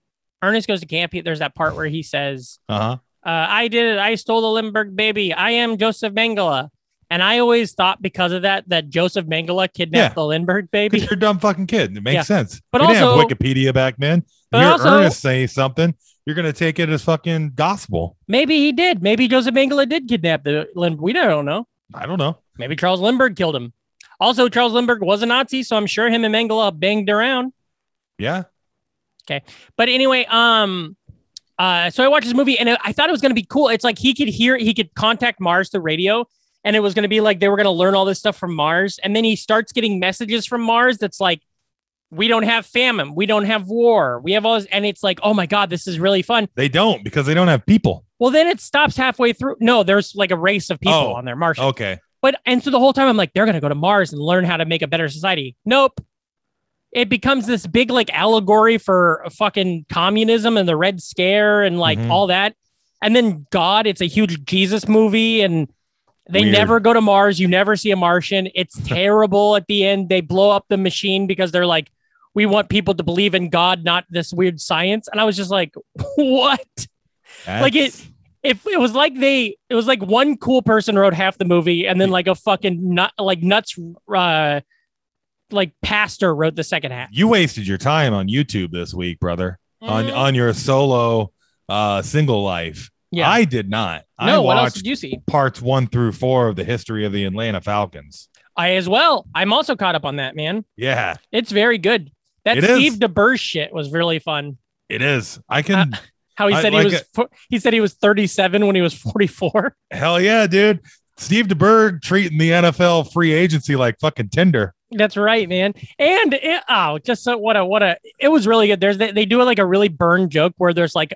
[SPEAKER 2] Ernest goes to camp. he- There's that part where he says,
[SPEAKER 3] uh huh.
[SPEAKER 2] uh, "I did it. I stole the Limburg baby. I am Joseph Mengele." And I always thought because of that that Joseph Mengele kidnapped
[SPEAKER 3] Yeah.
[SPEAKER 2] the Lindbergh
[SPEAKER 3] Because
[SPEAKER 2] baby.
[SPEAKER 3] you're a dumb fucking kid. It makes
[SPEAKER 2] Yeah.
[SPEAKER 3] sense.
[SPEAKER 2] But
[SPEAKER 3] we didn't
[SPEAKER 2] also-
[SPEAKER 3] have Wikipedia back then.
[SPEAKER 2] but
[SPEAKER 3] But You're
[SPEAKER 2] also-
[SPEAKER 3] Ernest saying something. You're gonna take it as fucking gospel.
[SPEAKER 2] Maybe he did. Maybe Joseph Mengele did kidnap the Lindbergh. We don't know.
[SPEAKER 3] I don't know.
[SPEAKER 2] Maybe Charles Lindbergh killed him. Also, Charles Lindbergh was a Nazi, so I'm sure him and Mengele banged around.
[SPEAKER 3] Yeah.
[SPEAKER 2] But anyway, um, uh, so I watched this movie and it- I thought it was going to be cool. It's like he could hear, he could contact Mars through radio, and it was going to be like they were going to learn all this stuff from Mars. And then he starts getting messages from Mars that's like, we don't have famine, we don't have war, we have all this. And it's like, oh my God, this is really fun.
[SPEAKER 3] They don't because they don't have people.
[SPEAKER 2] Well, then it stops halfway through. No, there's like a race of people
[SPEAKER 3] Oh.
[SPEAKER 2] on there, Martians.
[SPEAKER 3] Okay.
[SPEAKER 2] But and so the whole time I'm like, they're gonna go to Mars and learn how to make a better society. Nope. It becomes this big like allegory for fucking communism and the Red Scare and like
[SPEAKER 3] Mhm.
[SPEAKER 2] all that. And then God, it's a huge Jesus movie, and they
[SPEAKER 3] Weird.
[SPEAKER 2] never go to Mars. You never see a Martian. It's terrible at the end. They blow up the machine because they're like, we want people to believe in God, not this weird science. And I was just like, what? Like it-
[SPEAKER 3] That's-
[SPEAKER 2] if it was like they it was like one cool person wrote half the movie and then like a fucking nut like nuts uh like pastor wrote the second half
[SPEAKER 3] You wasted your time on YouTube this week, brother. On
[SPEAKER 2] Mm-hmm.
[SPEAKER 3] on your solo uh single life.
[SPEAKER 2] yeah
[SPEAKER 3] I did not. I
[SPEAKER 2] no what else
[SPEAKER 3] watched
[SPEAKER 2] did you see
[SPEAKER 3] parts one through four of the history of the Atlanta Falcons.
[SPEAKER 2] i as well i'm also caught up on that man
[SPEAKER 3] Yeah,
[SPEAKER 2] it's very good that
[SPEAKER 3] It is.
[SPEAKER 2] steve deburr shit was really fun
[SPEAKER 3] it is. I can
[SPEAKER 2] How he
[SPEAKER 3] I
[SPEAKER 2] said
[SPEAKER 3] like
[SPEAKER 2] he was
[SPEAKER 3] it.
[SPEAKER 2] fo- he said he was 37 when he was 44.
[SPEAKER 3] Hell yeah, dude. Steve DeBerg treating the NFL free agency like fucking Tinder.
[SPEAKER 2] That's right, man. And it, oh, just so what a what a it was really good. There's they, they do like a really burn joke where there's like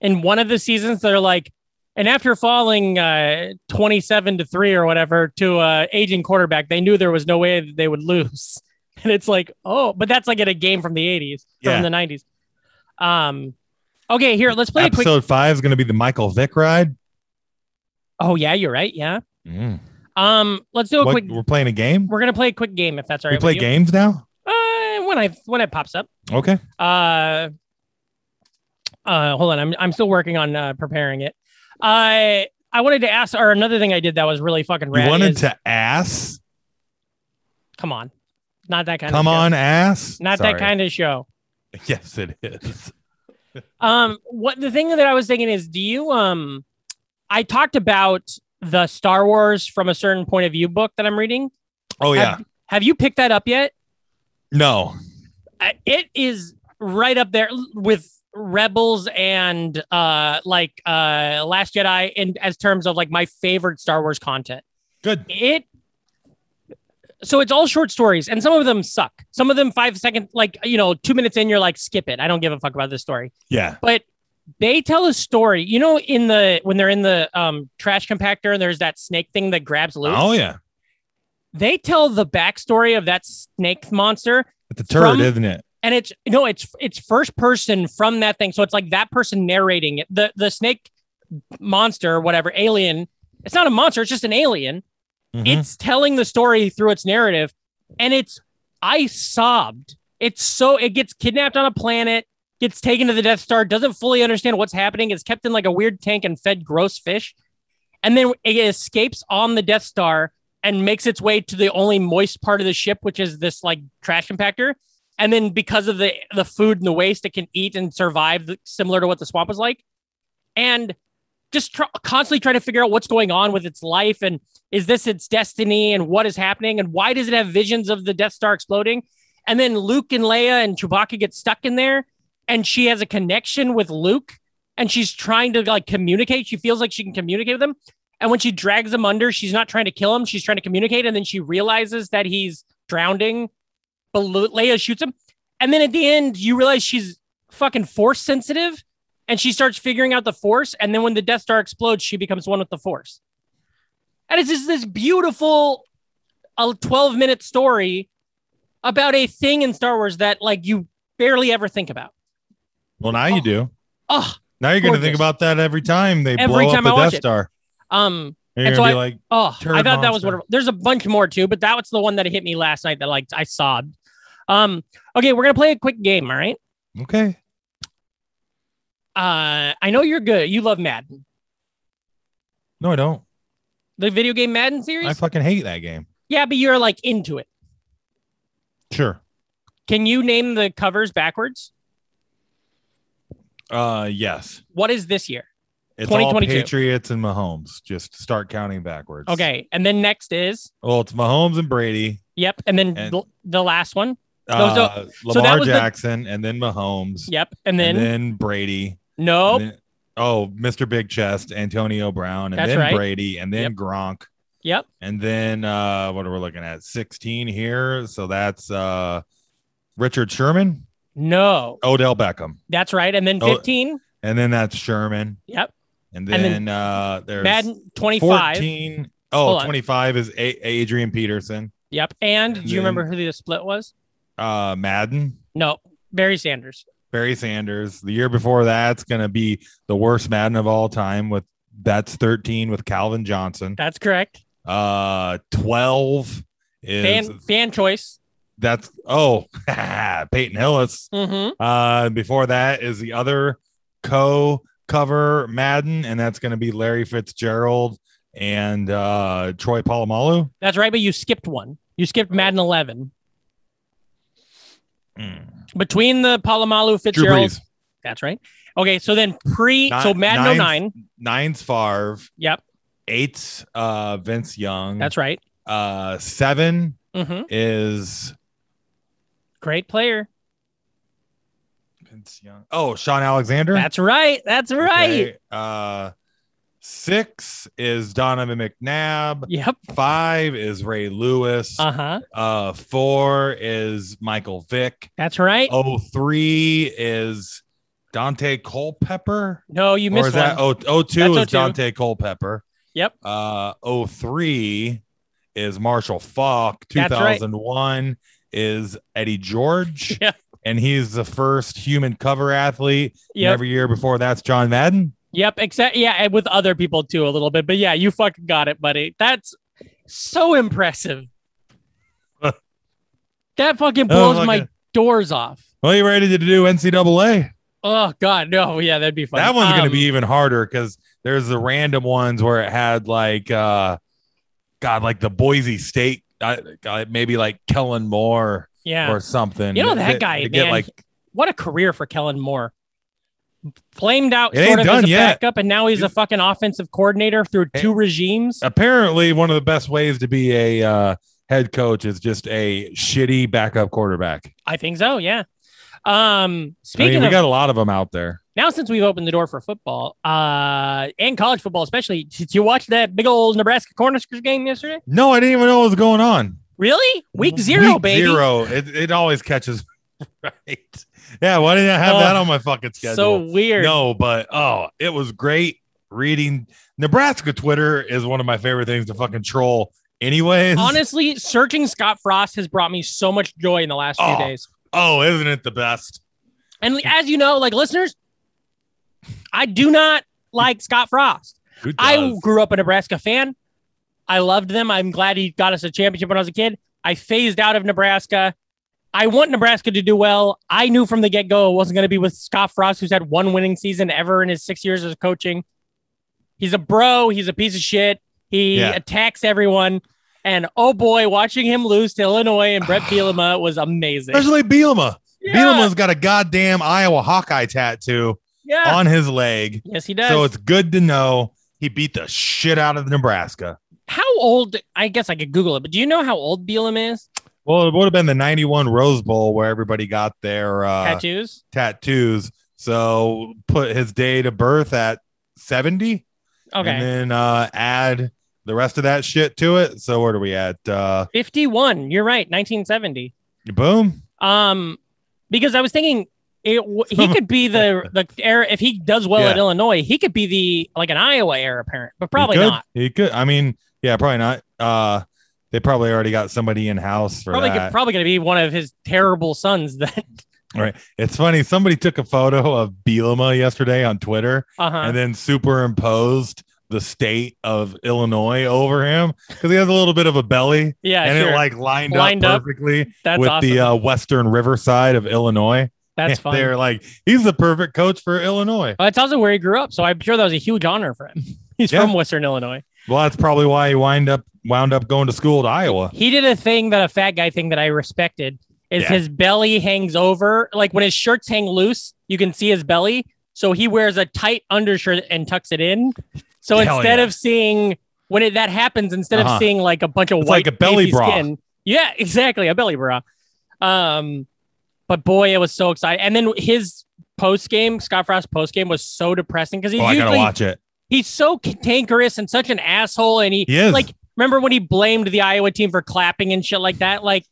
[SPEAKER 2] in one of the seasons they're like and after falling uh 27 to 3 or whatever to uh aging quarterback, they knew there was no way that they would lose. And it's like, "Oh, but that's like at a game from the 80s
[SPEAKER 3] Yeah.
[SPEAKER 2] from the 90s." Um okay, here, let's play a quick
[SPEAKER 3] Episode five is going to be the Michael Vick ride.
[SPEAKER 2] Oh, yeah, you're right. Yeah.
[SPEAKER 3] Mm.
[SPEAKER 2] Um let's do a
[SPEAKER 3] What,
[SPEAKER 2] quick
[SPEAKER 3] we're playing a game.
[SPEAKER 2] we're going to play a quick game if that's all right.
[SPEAKER 3] we play
[SPEAKER 2] with you.
[SPEAKER 3] games now.
[SPEAKER 2] Uh, when I when it pops up.
[SPEAKER 3] Okay.
[SPEAKER 2] uh, uh, hold on. I'm I'm still working on uh, preparing it. I I wanted to ask, or another thing I did that was really fucking
[SPEAKER 3] You
[SPEAKER 2] rad.
[SPEAKER 3] wanted
[SPEAKER 2] is-
[SPEAKER 3] to ass?
[SPEAKER 2] come on, not that kind.
[SPEAKER 3] Come
[SPEAKER 2] of show.
[SPEAKER 3] on, ass.
[SPEAKER 2] not that kind of show.
[SPEAKER 3] of. Yes, it is.
[SPEAKER 2] Um, what the thing that I was thinking is, do you um, I talked about the Star Wars from a certain point of view book that I'm reading.
[SPEAKER 3] Oh yeah.
[SPEAKER 2] Have you picked that up yet?
[SPEAKER 3] No.
[SPEAKER 2] Uh, it is right up there with rebels and uh like uh last jedi in as terms of like my favorite star wars content
[SPEAKER 3] Good.
[SPEAKER 2] it so it's all short stories and some of them suck some of them five second like you know two minutes in you're like skip it i don't give a fuck about this story
[SPEAKER 3] Yeah.
[SPEAKER 2] but they tell a story you know in the when they're in the um trash compactor and there's that snake thing that grabs loose
[SPEAKER 3] Oh yeah.
[SPEAKER 2] they tell the backstory of that snake monster
[SPEAKER 3] It's a turd,
[SPEAKER 2] From-
[SPEAKER 3] isn't it?
[SPEAKER 2] and it's no it's it's first person from that thing so it's like that person narrating it the the snake monster whatever alien it's not a monster it's just an alien
[SPEAKER 3] Mhm.
[SPEAKER 2] it's telling the story through its narrative and it's i sobbed it's so it gets kidnapped on a planet gets taken to the death star doesn't fully understand what's happening is kept in like a weird tank and fed gross fish and then it escapes on the death star and makes its way to the only moist part of the ship which is this like trash compactor and then because of the the food and the waste it can eat and survive similar to what the swamp was like and just tr- constantly trying to figure out what's going on with its life and is this its destiny and what is happening and why does it have visions of the Death Star exploding? And then Luke and Leia and Chewbacca get stuck in there and she has a connection with Luke and she's trying to like communicate. She feels like she can communicate with him. And when she drags him under, she's not trying to kill him, she's trying to communicate. And then she realizes that he's drowning, but Lu- Leia shoots him. And then at the end, you realize she's fucking force sensitive and she starts figuring out the force. And then when the Death Star explodes, she becomes one with the force. And it's just this beautiful uh, 12 minute story about a thing in Star Wars that like you barely ever think about.
[SPEAKER 3] well, now you do.
[SPEAKER 2] Oh,
[SPEAKER 3] Now you're going to think
[SPEAKER 2] gorgeous.
[SPEAKER 3] about that every time they
[SPEAKER 2] Every
[SPEAKER 3] blow
[SPEAKER 2] time I
[SPEAKER 3] up the
[SPEAKER 2] watch
[SPEAKER 3] Death
[SPEAKER 2] it.
[SPEAKER 3] Star.
[SPEAKER 2] um, And
[SPEAKER 3] And you're
[SPEAKER 2] so
[SPEAKER 3] going to
[SPEAKER 2] I-
[SPEAKER 3] be like,
[SPEAKER 2] oh,
[SPEAKER 3] Turd
[SPEAKER 2] I thought that was
[SPEAKER 3] monster.
[SPEAKER 2] wonderful. There's a bunch more too, but that was the one that hit me last night that like I sobbed. Um, okay, we're gonna play a quick game. All right.
[SPEAKER 3] okay.
[SPEAKER 2] Uh, I know you're good. You love Madden,
[SPEAKER 3] No, I don't.
[SPEAKER 2] the video game Madden series.
[SPEAKER 3] I fucking hate that game.
[SPEAKER 2] yeah, but you're like into it.
[SPEAKER 3] Sure.
[SPEAKER 2] Can you name the covers backwards?
[SPEAKER 3] Uh, yes.
[SPEAKER 2] What is this year?
[SPEAKER 3] It's all
[SPEAKER 2] 2022.
[SPEAKER 3] Patriots and Mahomes. Just start counting backwards.
[SPEAKER 2] Okay, and then next is
[SPEAKER 3] Well, it's Mahomes and Brady.
[SPEAKER 2] yep, and then
[SPEAKER 3] And-
[SPEAKER 2] the, the last one.
[SPEAKER 3] Uh,
[SPEAKER 2] so- so that
[SPEAKER 3] Lamar
[SPEAKER 2] was the-
[SPEAKER 3] Jackson and then Mahomes.
[SPEAKER 2] Yep, and then,
[SPEAKER 3] And then Brady.
[SPEAKER 2] no,
[SPEAKER 3] and then- oh, Mr. Big Chest, Antonio Brown, and
[SPEAKER 2] That's
[SPEAKER 3] then
[SPEAKER 2] right.
[SPEAKER 3] Brady, and then
[SPEAKER 2] Yep.
[SPEAKER 3] Gronk.
[SPEAKER 2] Yep.
[SPEAKER 3] And then uh what are we looking at? 16 here. So that's uh Richard Sherman,
[SPEAKER 2] no,
[SPEAKER 3] Odell Beckham.
[SPEAKER 2] that's right, and then
[SPEAKER 3] Oh,
[SPEAKER 2] fifteen.
[SPEAKER 3] And then that's Sherman.
[SPEAKER 2] Yep.
[SPEAKER 3] And then,
[SPEAKER 2] And then
[SPEAKER 3] uh there's
[SPEAKER 2] Madden twenty-five.
[SPEAKER 3] 14.
[SPEAKER 2] Hold
[SPEAKER 3] Oh,
[SPEAKER 2] on.
[SPEAKER 3] 25 is a- Adrian Peterson.
[SPEAKER 2] Yep, and,
[SPEAKER 3] And
[SPEAKER 2] do you remember
[SPEAKER 3] then-
[SPEAKER 2] who the split was?
[SPEAKER 3] Uh Madden.
[SPEAKER 2] No, Barry Sanders.
[SPEAKER 3] Barry Sanders. The year before that's going to be the worst Madden of all time with that's 13 with Calvin Johnson.
[SPEAKER 2] That's correct.
[SPEAKER 3] Uh 12 is
[SPEAKER 2] Fan fan choice.
[SPEAKER 3] that's oh Peyton Hillis.
[SPEAKER 2] hmm
[SPEAKER 3] Uh before that is the other co cover Madden and that's going to be Larry Fitzgerald and uh Troy Polamalu.
[SPEAKER 2] That's right, but you skipped one. You skipped
[SPEAKER 3] Oh.
[SPEAKER 2] Madden eleven
[SPEAKER 3] Mm.
[SPEAKER 2] between the Palomalu
[SPEAKER 3] Drew
[SPEAKER 2] Fitzgerald.
[SPEAKER 3] Brees.
[SPEAKER 2] That's right. Okay, so then pre
[SPEAKER 3] Ni-
[SPEAKER 2] so Madden
[SPEAKER 3] ninth-
[SPEAKER 2] 09.
[SPEAKER 3] Nine's Favre,
[SPEAKER 2] Yep,
[SPEAKER 3] eight's uh Vince Young.
[SPEAKER 2] that's right.
[SPEAKER 3] uh 7
[SPEAKER 2] hmm
[SPEAKER 3] is
[SPEAKER 2] Great player.
[SPEAKER 3] Vince Young. Oh, Sean Alexander.
[SPEAKER 2] That's right. That's right.
[SPEAKER 3] Okay. Uh, six is Donovan McNabb.
[SPEAKER 2] Yep.
[SPEAKER 3] Five is Ray Lewis.
[SPEAKER 2] Uh huh.
[SPEAKER 3] Uh, four is Michael Vick.
[SPEAKER 2] That's right.
[SPEAKER 3] Oh, three is Dante Culpepper.
[SPEAKER 2] no, you
[SPEAKER 3] or
[SPEAKER 2] missed
[SPEAKER 3] is that
[SPEAKER 2] one.
[SPEAKER 3] oh, oh two
[SPEAKER 2] That's
[SPEAKER 3] is
[SPEAKER 2] oh two.
[SPEAKER 3] Dante Culpepper.
[SPEAKER 2] Yep.
[SPEAKER 3] Uh, oh three is Marshall Falk. Two
[SPEAKER 2] That's right.
[SPEAKER 3] thousand one is Eddie George.
[SPEAKER 2] Yeah.
[SPEAKER 3] And he's the first human cover athlete. And
[SPEAKER 2] Yep.
[SPEAKER 3] Every year before that's John Madden.
[SPEAKER 2] Yep, except yeah, and with other people too a little bit. But yeah, you fucking got it, buddy. That's so impressive. that fucking
[SPEAKER 3] Oh,
[SPEAKER 2] blows
[SPEAKER 3] fuck
[SPEAKER 2] my
[SPEAKER 3] it.
[SPEAKER 2] doors off.
[SPEAKER 3] Well, you ready to do NCAA?
[SPEAKER 2] Oh god, no, yeah, that'd be fun.
[SPEAKER 3] That one's gonna
[SPEAKER 2] Um,
[SPEAKER 3] be even harder because there's the random ones where it had like, uh, God, like the Boise State, uh, uh, maybe like Kellen Moore
[SPEAKER 2] yeah.
[SPEAKER 3] or something.
[SPEAKER 2] You know that
[SPEAKER 3] To-
[SPEAKER 2] guy,
[SPEAKER 3] to get
[SPEAKER 2] man.
[SPEAKER 3] like
[SPEAKER 2] what a career for Kellen Moore. Flamed out
[SPEAKER 3] It ain't
[SPEAKER 2] sort of as
[SPEAKER 3] done
[SPEAKER 2] a
[SPEAKER 3] yet.
[SPEAKER 2] backup, and now he's a fucking offensive coordinator through
[SPEAKER 3] Hey. Oh.
[SPEAKER 2] two regimes.
[SPEAKER 3] apparently one of the best ways to be a uh, head coach is just a shitty backup quarterback.
[SPEAKER 2] I think so, yeah. Um,
[SPEAKER 3] I
[SPEAKER 2] speaking
[SPEAKER 3] mean, we
[SPEAKER 2] of
[SPEAKER 3] got a lot of them out there.
[SPEAKER 2] now since we've opened the door for football uh and college football especially did you watch that big old nebraska cornhuskers game yesterday
[SPEAKER 3] No, I didn't even know what was going on.
[SPEAKER 2] really week zero
[SPEAKER 3] Week
[SPEAKER 2] baby
[SPEAKER 3] Zero. It, it always catches. right. Yeah. Why didn't I have
[SPEAKER 2] Oh,
[SPEAKER 3] that on my fucking schedule?
[SPEAKER 2] so weird
[SPEAKER 3] No, but oh, it was great reading. Nebraska Twitter is one of my favorite things to fucking troll. Anyways,
[SPEAKER 2] honestly searching scott frost has brought me so much joy in the last
[SPEAKER 3] Oh.
[SPEAKER 2] few days
[SPEAKER 3] oh, isn't it the best?
[SPEAKER 2] and as you know like listeners i do not like scott frost
[SPEAKER 3] Who
[SPEAKER 2] i
[SPEAKER 3] does?
[SPEAKER 2] grew up a nebraska fan i loved them i'm glad he got us a championship when i was a kid i phased out of nebraska I want Nebraska to do well. I knew from the get go it wasn't going to be with Scott Frost, who's had one winning season ever in his six years of coaching. He's a bro. He's a piece of shit. He
[SPEAKER 3] Yeah.
[SPEAKER 2] attacks everyone. And oh boy, watching him lose to Illinois and Brett Bielema was amazing.
[SPEAKER 3] especially Bielema.
[SPEAKER 2] Yeah.
[SPEAKER 3] Bielema's got a goddamn Iowa Hawkeye tattoo
[SPEAKER 2] yeah.
[SPEAKER 3] on his leg,
[SPEAKER 2] Yes, he does.
[SPEAKER 3] so it's good to know he beat the shit out of Nebraska.
[SPEAKER 2] how old? I guess I could Google it, but do you know how old Bielema is?
[SPEAKER 3] Well, it would have been the '91 Rose Bowl where everybody got their uh,
[SPEAKER 2] Tattoos?
[SPEAKER 3] tattoos. So put his date of birth at 70.
[SPEAKER 2] Okay.
[SPEAKER 3] And then uh, add the rest of that shit to it. So where do we at? Uh,
[SPEAKER 2] 51. You're right. 1970.
[SPEAKER 3] boom.
[SPEAKER 2] Um, because I was thinking it w- he could be the the heir if he does well at
[SPEAKER 3] Yeah.
[SPEAKER 2] Illinois, he could be the like an Iowa heir apparent, but probably
[SPEAKER 3] he could,
[SPEAKER 2] not.
[SPEAKER 3] He could. I mean, yeah, probably not. Uh, they probably already got somebody in house for
[SPEAKER 2] Probably
[SPEAKER 3] that.
[SPEAKER 2] could, probably going to be one of his terrible sons. That
[SPEAKER 3] it's funny. Somebody took a photo of Bielema yesterday on Twitter
[SPEAKER 2] uh huh.
[SPEAKER 3] and then superimposed the state of Illinois over him because he has a little bit of a belly
[SPEAKER 2] Yeah,
[SPEAKER 3] and
[SPEAKER 2] sure.
[SPEAKER 3] it like lined,
[SPEAKER 2] Lined
[SPEAKER 3] up
[SPEAKER 2] up.
[SPEAKER 3] perfectly
[SPEAKER 2] that's
[SPEAKER 3] with
[SPEAKER 2] awesome.
[SPEAKER 3] the uh, western riverside of Illinois.
[SPEAKER 2] that's
[SPEAKER 3] And
[SPEAKER 2] fun.
[SPEAKER 3] They're like, he's the perfect coach for Illinois.
[SPEAKER 2] Well, that's also where he grew up, so I'm sure that was a huge honor for him. He's
[SPEAKER 3] Yeah.
[SPEAKER 2] from Western Illinois.
[SPEAKER 3] Well, that's probably why he wind up wound up going to school to Iowa.
[SPEAKER 2] He did a thing that a fat guy thing that I respected is
[SPEAKER 3] Yeah.
[SPEAKER 2] his belly hangs over, like when his shirts hang loose, you can see his belly. So he wears a tight undershirt and tucks it in. So
[SPEAKER 3] Hell
[SPEAKER 2] instead
[SPEAKER 3] yeah.
[SPEAKER 2] of seeing when it, that happens, instead
[SPEAKER 3] Uh-huh.
[SPEAKER 2] of seeing like a bunch of
[SPEAKER 3] It's
[SPEAKER 2] white
[SPEAKER 3] like a belly
[SPEAKER 2] pasty
[SPEAKER 3] bra.
[SPEAKER 2] skin, yeah, exactly, a belly bra. Um, but boy, it was so exciting. And then his post game, Scott Frost post game was so depressing because he's
[SPEAKER 3] Oh, I gotta
[SPEAKER 2] usually
[SPEAKER 3] watch it.
[SPEAKER 2] he's so cantankerous and such an asshole, and he
[SPEAKER 3] He is
[SPEAKER 2] like remember when he blamed the Iowa team for clapping and shit like that? Like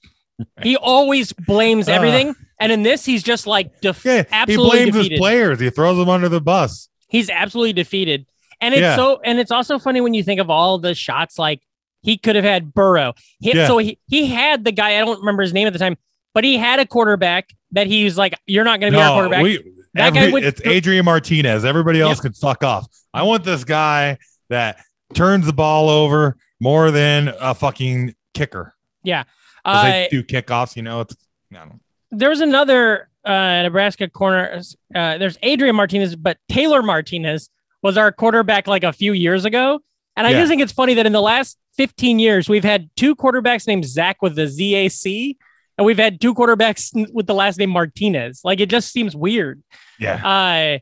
[SPEAKER 2] he always blames
[SPEAKER 3] Uh.
[SPEAKER 2] everything. And in this, he's just like def-
[SPEAKER 3] yeah, he
[SPEAKER 2] absolutely
[SPEAKER 3] blames
[SPEAKER 2] defeated.
[SPEAKER 3] his players. He throws them under the bus.
[SPEAKER 2] he's absolutely defeated. And it's
[SPEAKER 3] Yeah.
[SPEAKER 2] so and it's also funny when you think of all the shots like he could have had Burrow. He,
[SPEAKER 3] Yeah.
[SPEAKER 2] So he, he had the guy, I don't remember his name at the time, but he had a quarterback that he was like, You're not gonna be our quarterback.
[SPEAKER 3] we,
[SPEAKER 2] That
[SPEAKER 3] every-
[SPEAKER 2] guy would-
[SPEAKER 3] it's Adrian Martinez. Everybody else can fuck off. I want this guy that turns the ball over more than a fucking kicker. 'Cause
[SPEAKER 2] Uh,
[SPEAKER 3] they do kickoffs, you know. It's I don't know.
[SPEAKER 2] there was another uh, Nebraska corner. Uh, there's Adrian Martinez, but Taylor Martinez was our quarterback like a few years ago. And I
[SPEAKER 3] Yeah.
[SPEAKER 2] just think it's funny that in the last 15 years, we've had two quarterbacks named Zach with the ZAC, and we've had two quarterbacks n- with the last name Martinez. Like it just seems weird.
[SPEAKER 3] Yeah,
[SPEAKER 2] Uh,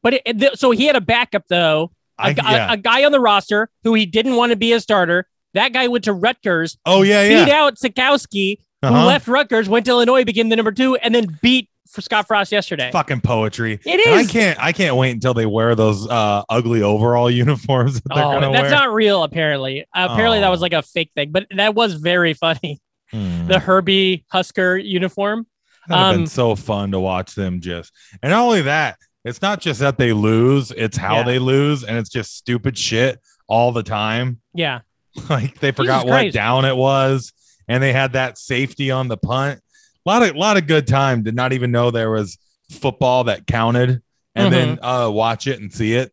[SPEAKER 2] but it, it- so he had a backup though, a
[SPEAKER 3] I,
[SPEAKER 2] gu- a-
[SPEAKER 3] yeah.
[SPEAKER 2] a guy on the roster who he didn't want to be a starter. That guy went to Rutgers,
[SPEAKER 3] Oh yeah,
[SPEAKER 2] beat
[SPEAKER 3] yeah.
[SPEAKER 2] out Sikowski, who
[SPEAKER 3] Uh-huh.
[SPEAKER 2] left Rutgers, went to Illinois, became the number two, and then beat for Scott Frost yesterday.
[SPEAKER 3] Fucking poetry.
[SPEAKER 2] It
[SPEAKER 3] And I
[SPEAKER 2] is.
[SPEAKER 3] can't. I can't wait until they wear those uh, ugly overall uniforms that they're
[SPEAKER 2] Oh,
[SPEAKER 3] gonna
[SPEAKER 2] that's
[SPEAKER 3] wear.
[SPEAKER 2] not real. Apparently, apparently that
[SPEAKER 3] Oh.
[SPEAKER 2] was like a fake thing, but that was very funny.
[SPEAKER 3] Hmm.
[SPEAKER 2] The Herbie Husker uniform.
[SPEAKER 3] That'd have
[SPEAKER 2] Um,
[SPEAKER 3] been so fun to watch them just. And not only that, it's not just that they lose, it's how
[SPEAKER 2] Yeah.
[SPEAKER 3] they lose, and it's just stupid shit all the time.
[SPEAKER 2] Yeah,
[SPEAKER 3] Like they forgot what
[SPEAKER 2] Christ.
[SPEAKER 3] down it was, and they had that safety on the punt. A lot of lot of good time. Did not even know there was football that counted, and then
[SPEAKER 2] Mm-hmm.
[SPEAKER 3] uh, watch it and see it.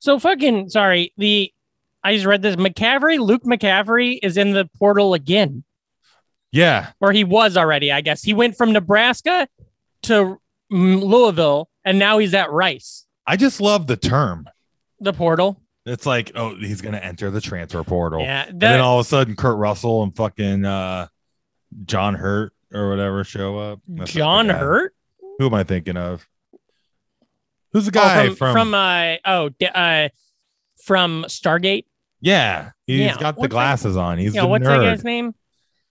[SPEAKER 2] So fucking sorry. The I just read this. McCaffrey, Luke McCaffrey, is in the portal again,
[SPEAKER 3] Yeah,
[SPEAKER 2] or he was already. I guess he went from Nebraska to mm, Louisville, and now he's at Rice.
[SPEAKER 3] I just love the term.
[SPEAKER 2] The portal.
[SPEAKER 3] It's like, oh, he's gonna enter the transfer portal.
[SPEAKER 2] Yeah, that,
[SPEAKER 3] and then all of a sudden Kurt Russell and fucking uh John Hurt or whatever show up. That's not the
[SPEAKER 2] John
[SPEAKER 3] guy.
[SPEAKER 2] Hurt.
[SPEAKER 3] Who am I thinking of? Who's the
[SPEAKER 2] Oh,
[SPEAKER 3] guy
[SPEAKER 2] from
[SPEAKER 3] from,
[SPEAKER 2] from uh oh d- uh from Stargate.
[SPEAKER 3] Yeah, he's
[SPEAKER 2] Yeah,
[SPEAKER 3] got
[SPEAKER 2] what's
[SPEAKER 3] the
[SPEAKER 2] that-
[SPEAKER 3] glasses on. He's
[SPEAKER 2] Yeah,
[SPEAKER 3] the
[SPEAKER 2] what's that
[SPEAKER 3] nerd.
[SPEAKER 2] guy's name?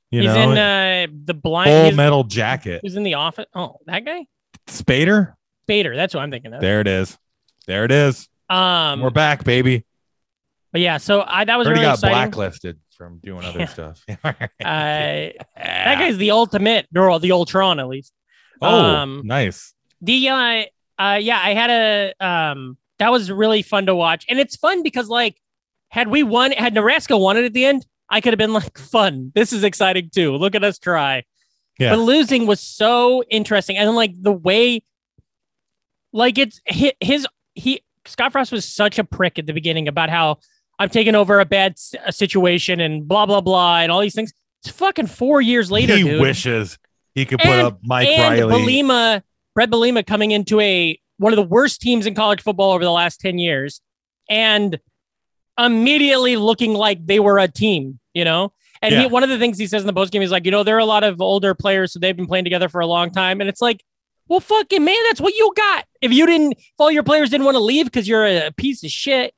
[SPEAKER 3] you
[SPEAKER 2] he's
[SPEAKER 3] know,
[SPEAKER 2] in uh the
[SPEAKER 3] full
[SPEAKER 2] blind. He's,
[SPEAKER 3] metal jacket.
[SPEAKER 2] who's in the office? Oh, that guy.
[SPEAKER 3] Spader.
[SPEAKER 2] Bader. That's what I'm thinking of.
[SPEAKER 3] There it is. There it is.
[SPEAKER 2] Um,
[SPEAKER 3] We're back, baby.
[SPEAKER 2] but yeah. So I that was
[SPEAKER 3] Already
[SPEAKER 2] really
[SPEAKER 3] got
[SPEAKER 2] exciting.
[SPEAKER 3] blacklisted from doing other
[SPEAKER 2] Yeah.
[SPEAKER 3] stuff.
[SPEAKER 2] Uh, That guy's the ultimate, or the Ultron at least.
[SPEAKER 3] oh,
[SPEAKER 2] um,
[SPEAKER 3] nice.
[SPEAKER 2] The uh, uh, yeah, I had a um, that was really fun to watch, and it's fun because like, had we won, had Nebraska won it at the end, I could have been like, fun. This is exciting too. Look at us try.
[SPEAKER 3] Yeah.
[SPEAKER 2] But losing was so interesting, and like the way, like it's his, his he Scott Frost was such a prick at the beginning about how I'm taking over a bad s- a situation and blah blah blah and all these things. It's fucking four years later.
[SPEAKER 3] he
[SPEAKER 2] dude
[SPEAKER 3] wishes he could put
[SPEAKER 2] And-
[SPEAKER 3] up Mike
[SPEAKER 2] and
[SPEAKER 3] Riley.
[SPEAKER 2] Belima, Brett Belima coming into a one of the worst teams in college football over the last 10 years and immediately looking like they were a team, you know? And he,
[SPEAKER 3] Yeah.
[SPEAKER 2] one of the things he says in the postgame is like, you know, there are a lot of older players, so they've been playing together for a long time. And it's like, well, fucking man, that's what you got. If you didn't, if all your players didn't want to leave because you're a piece of shit.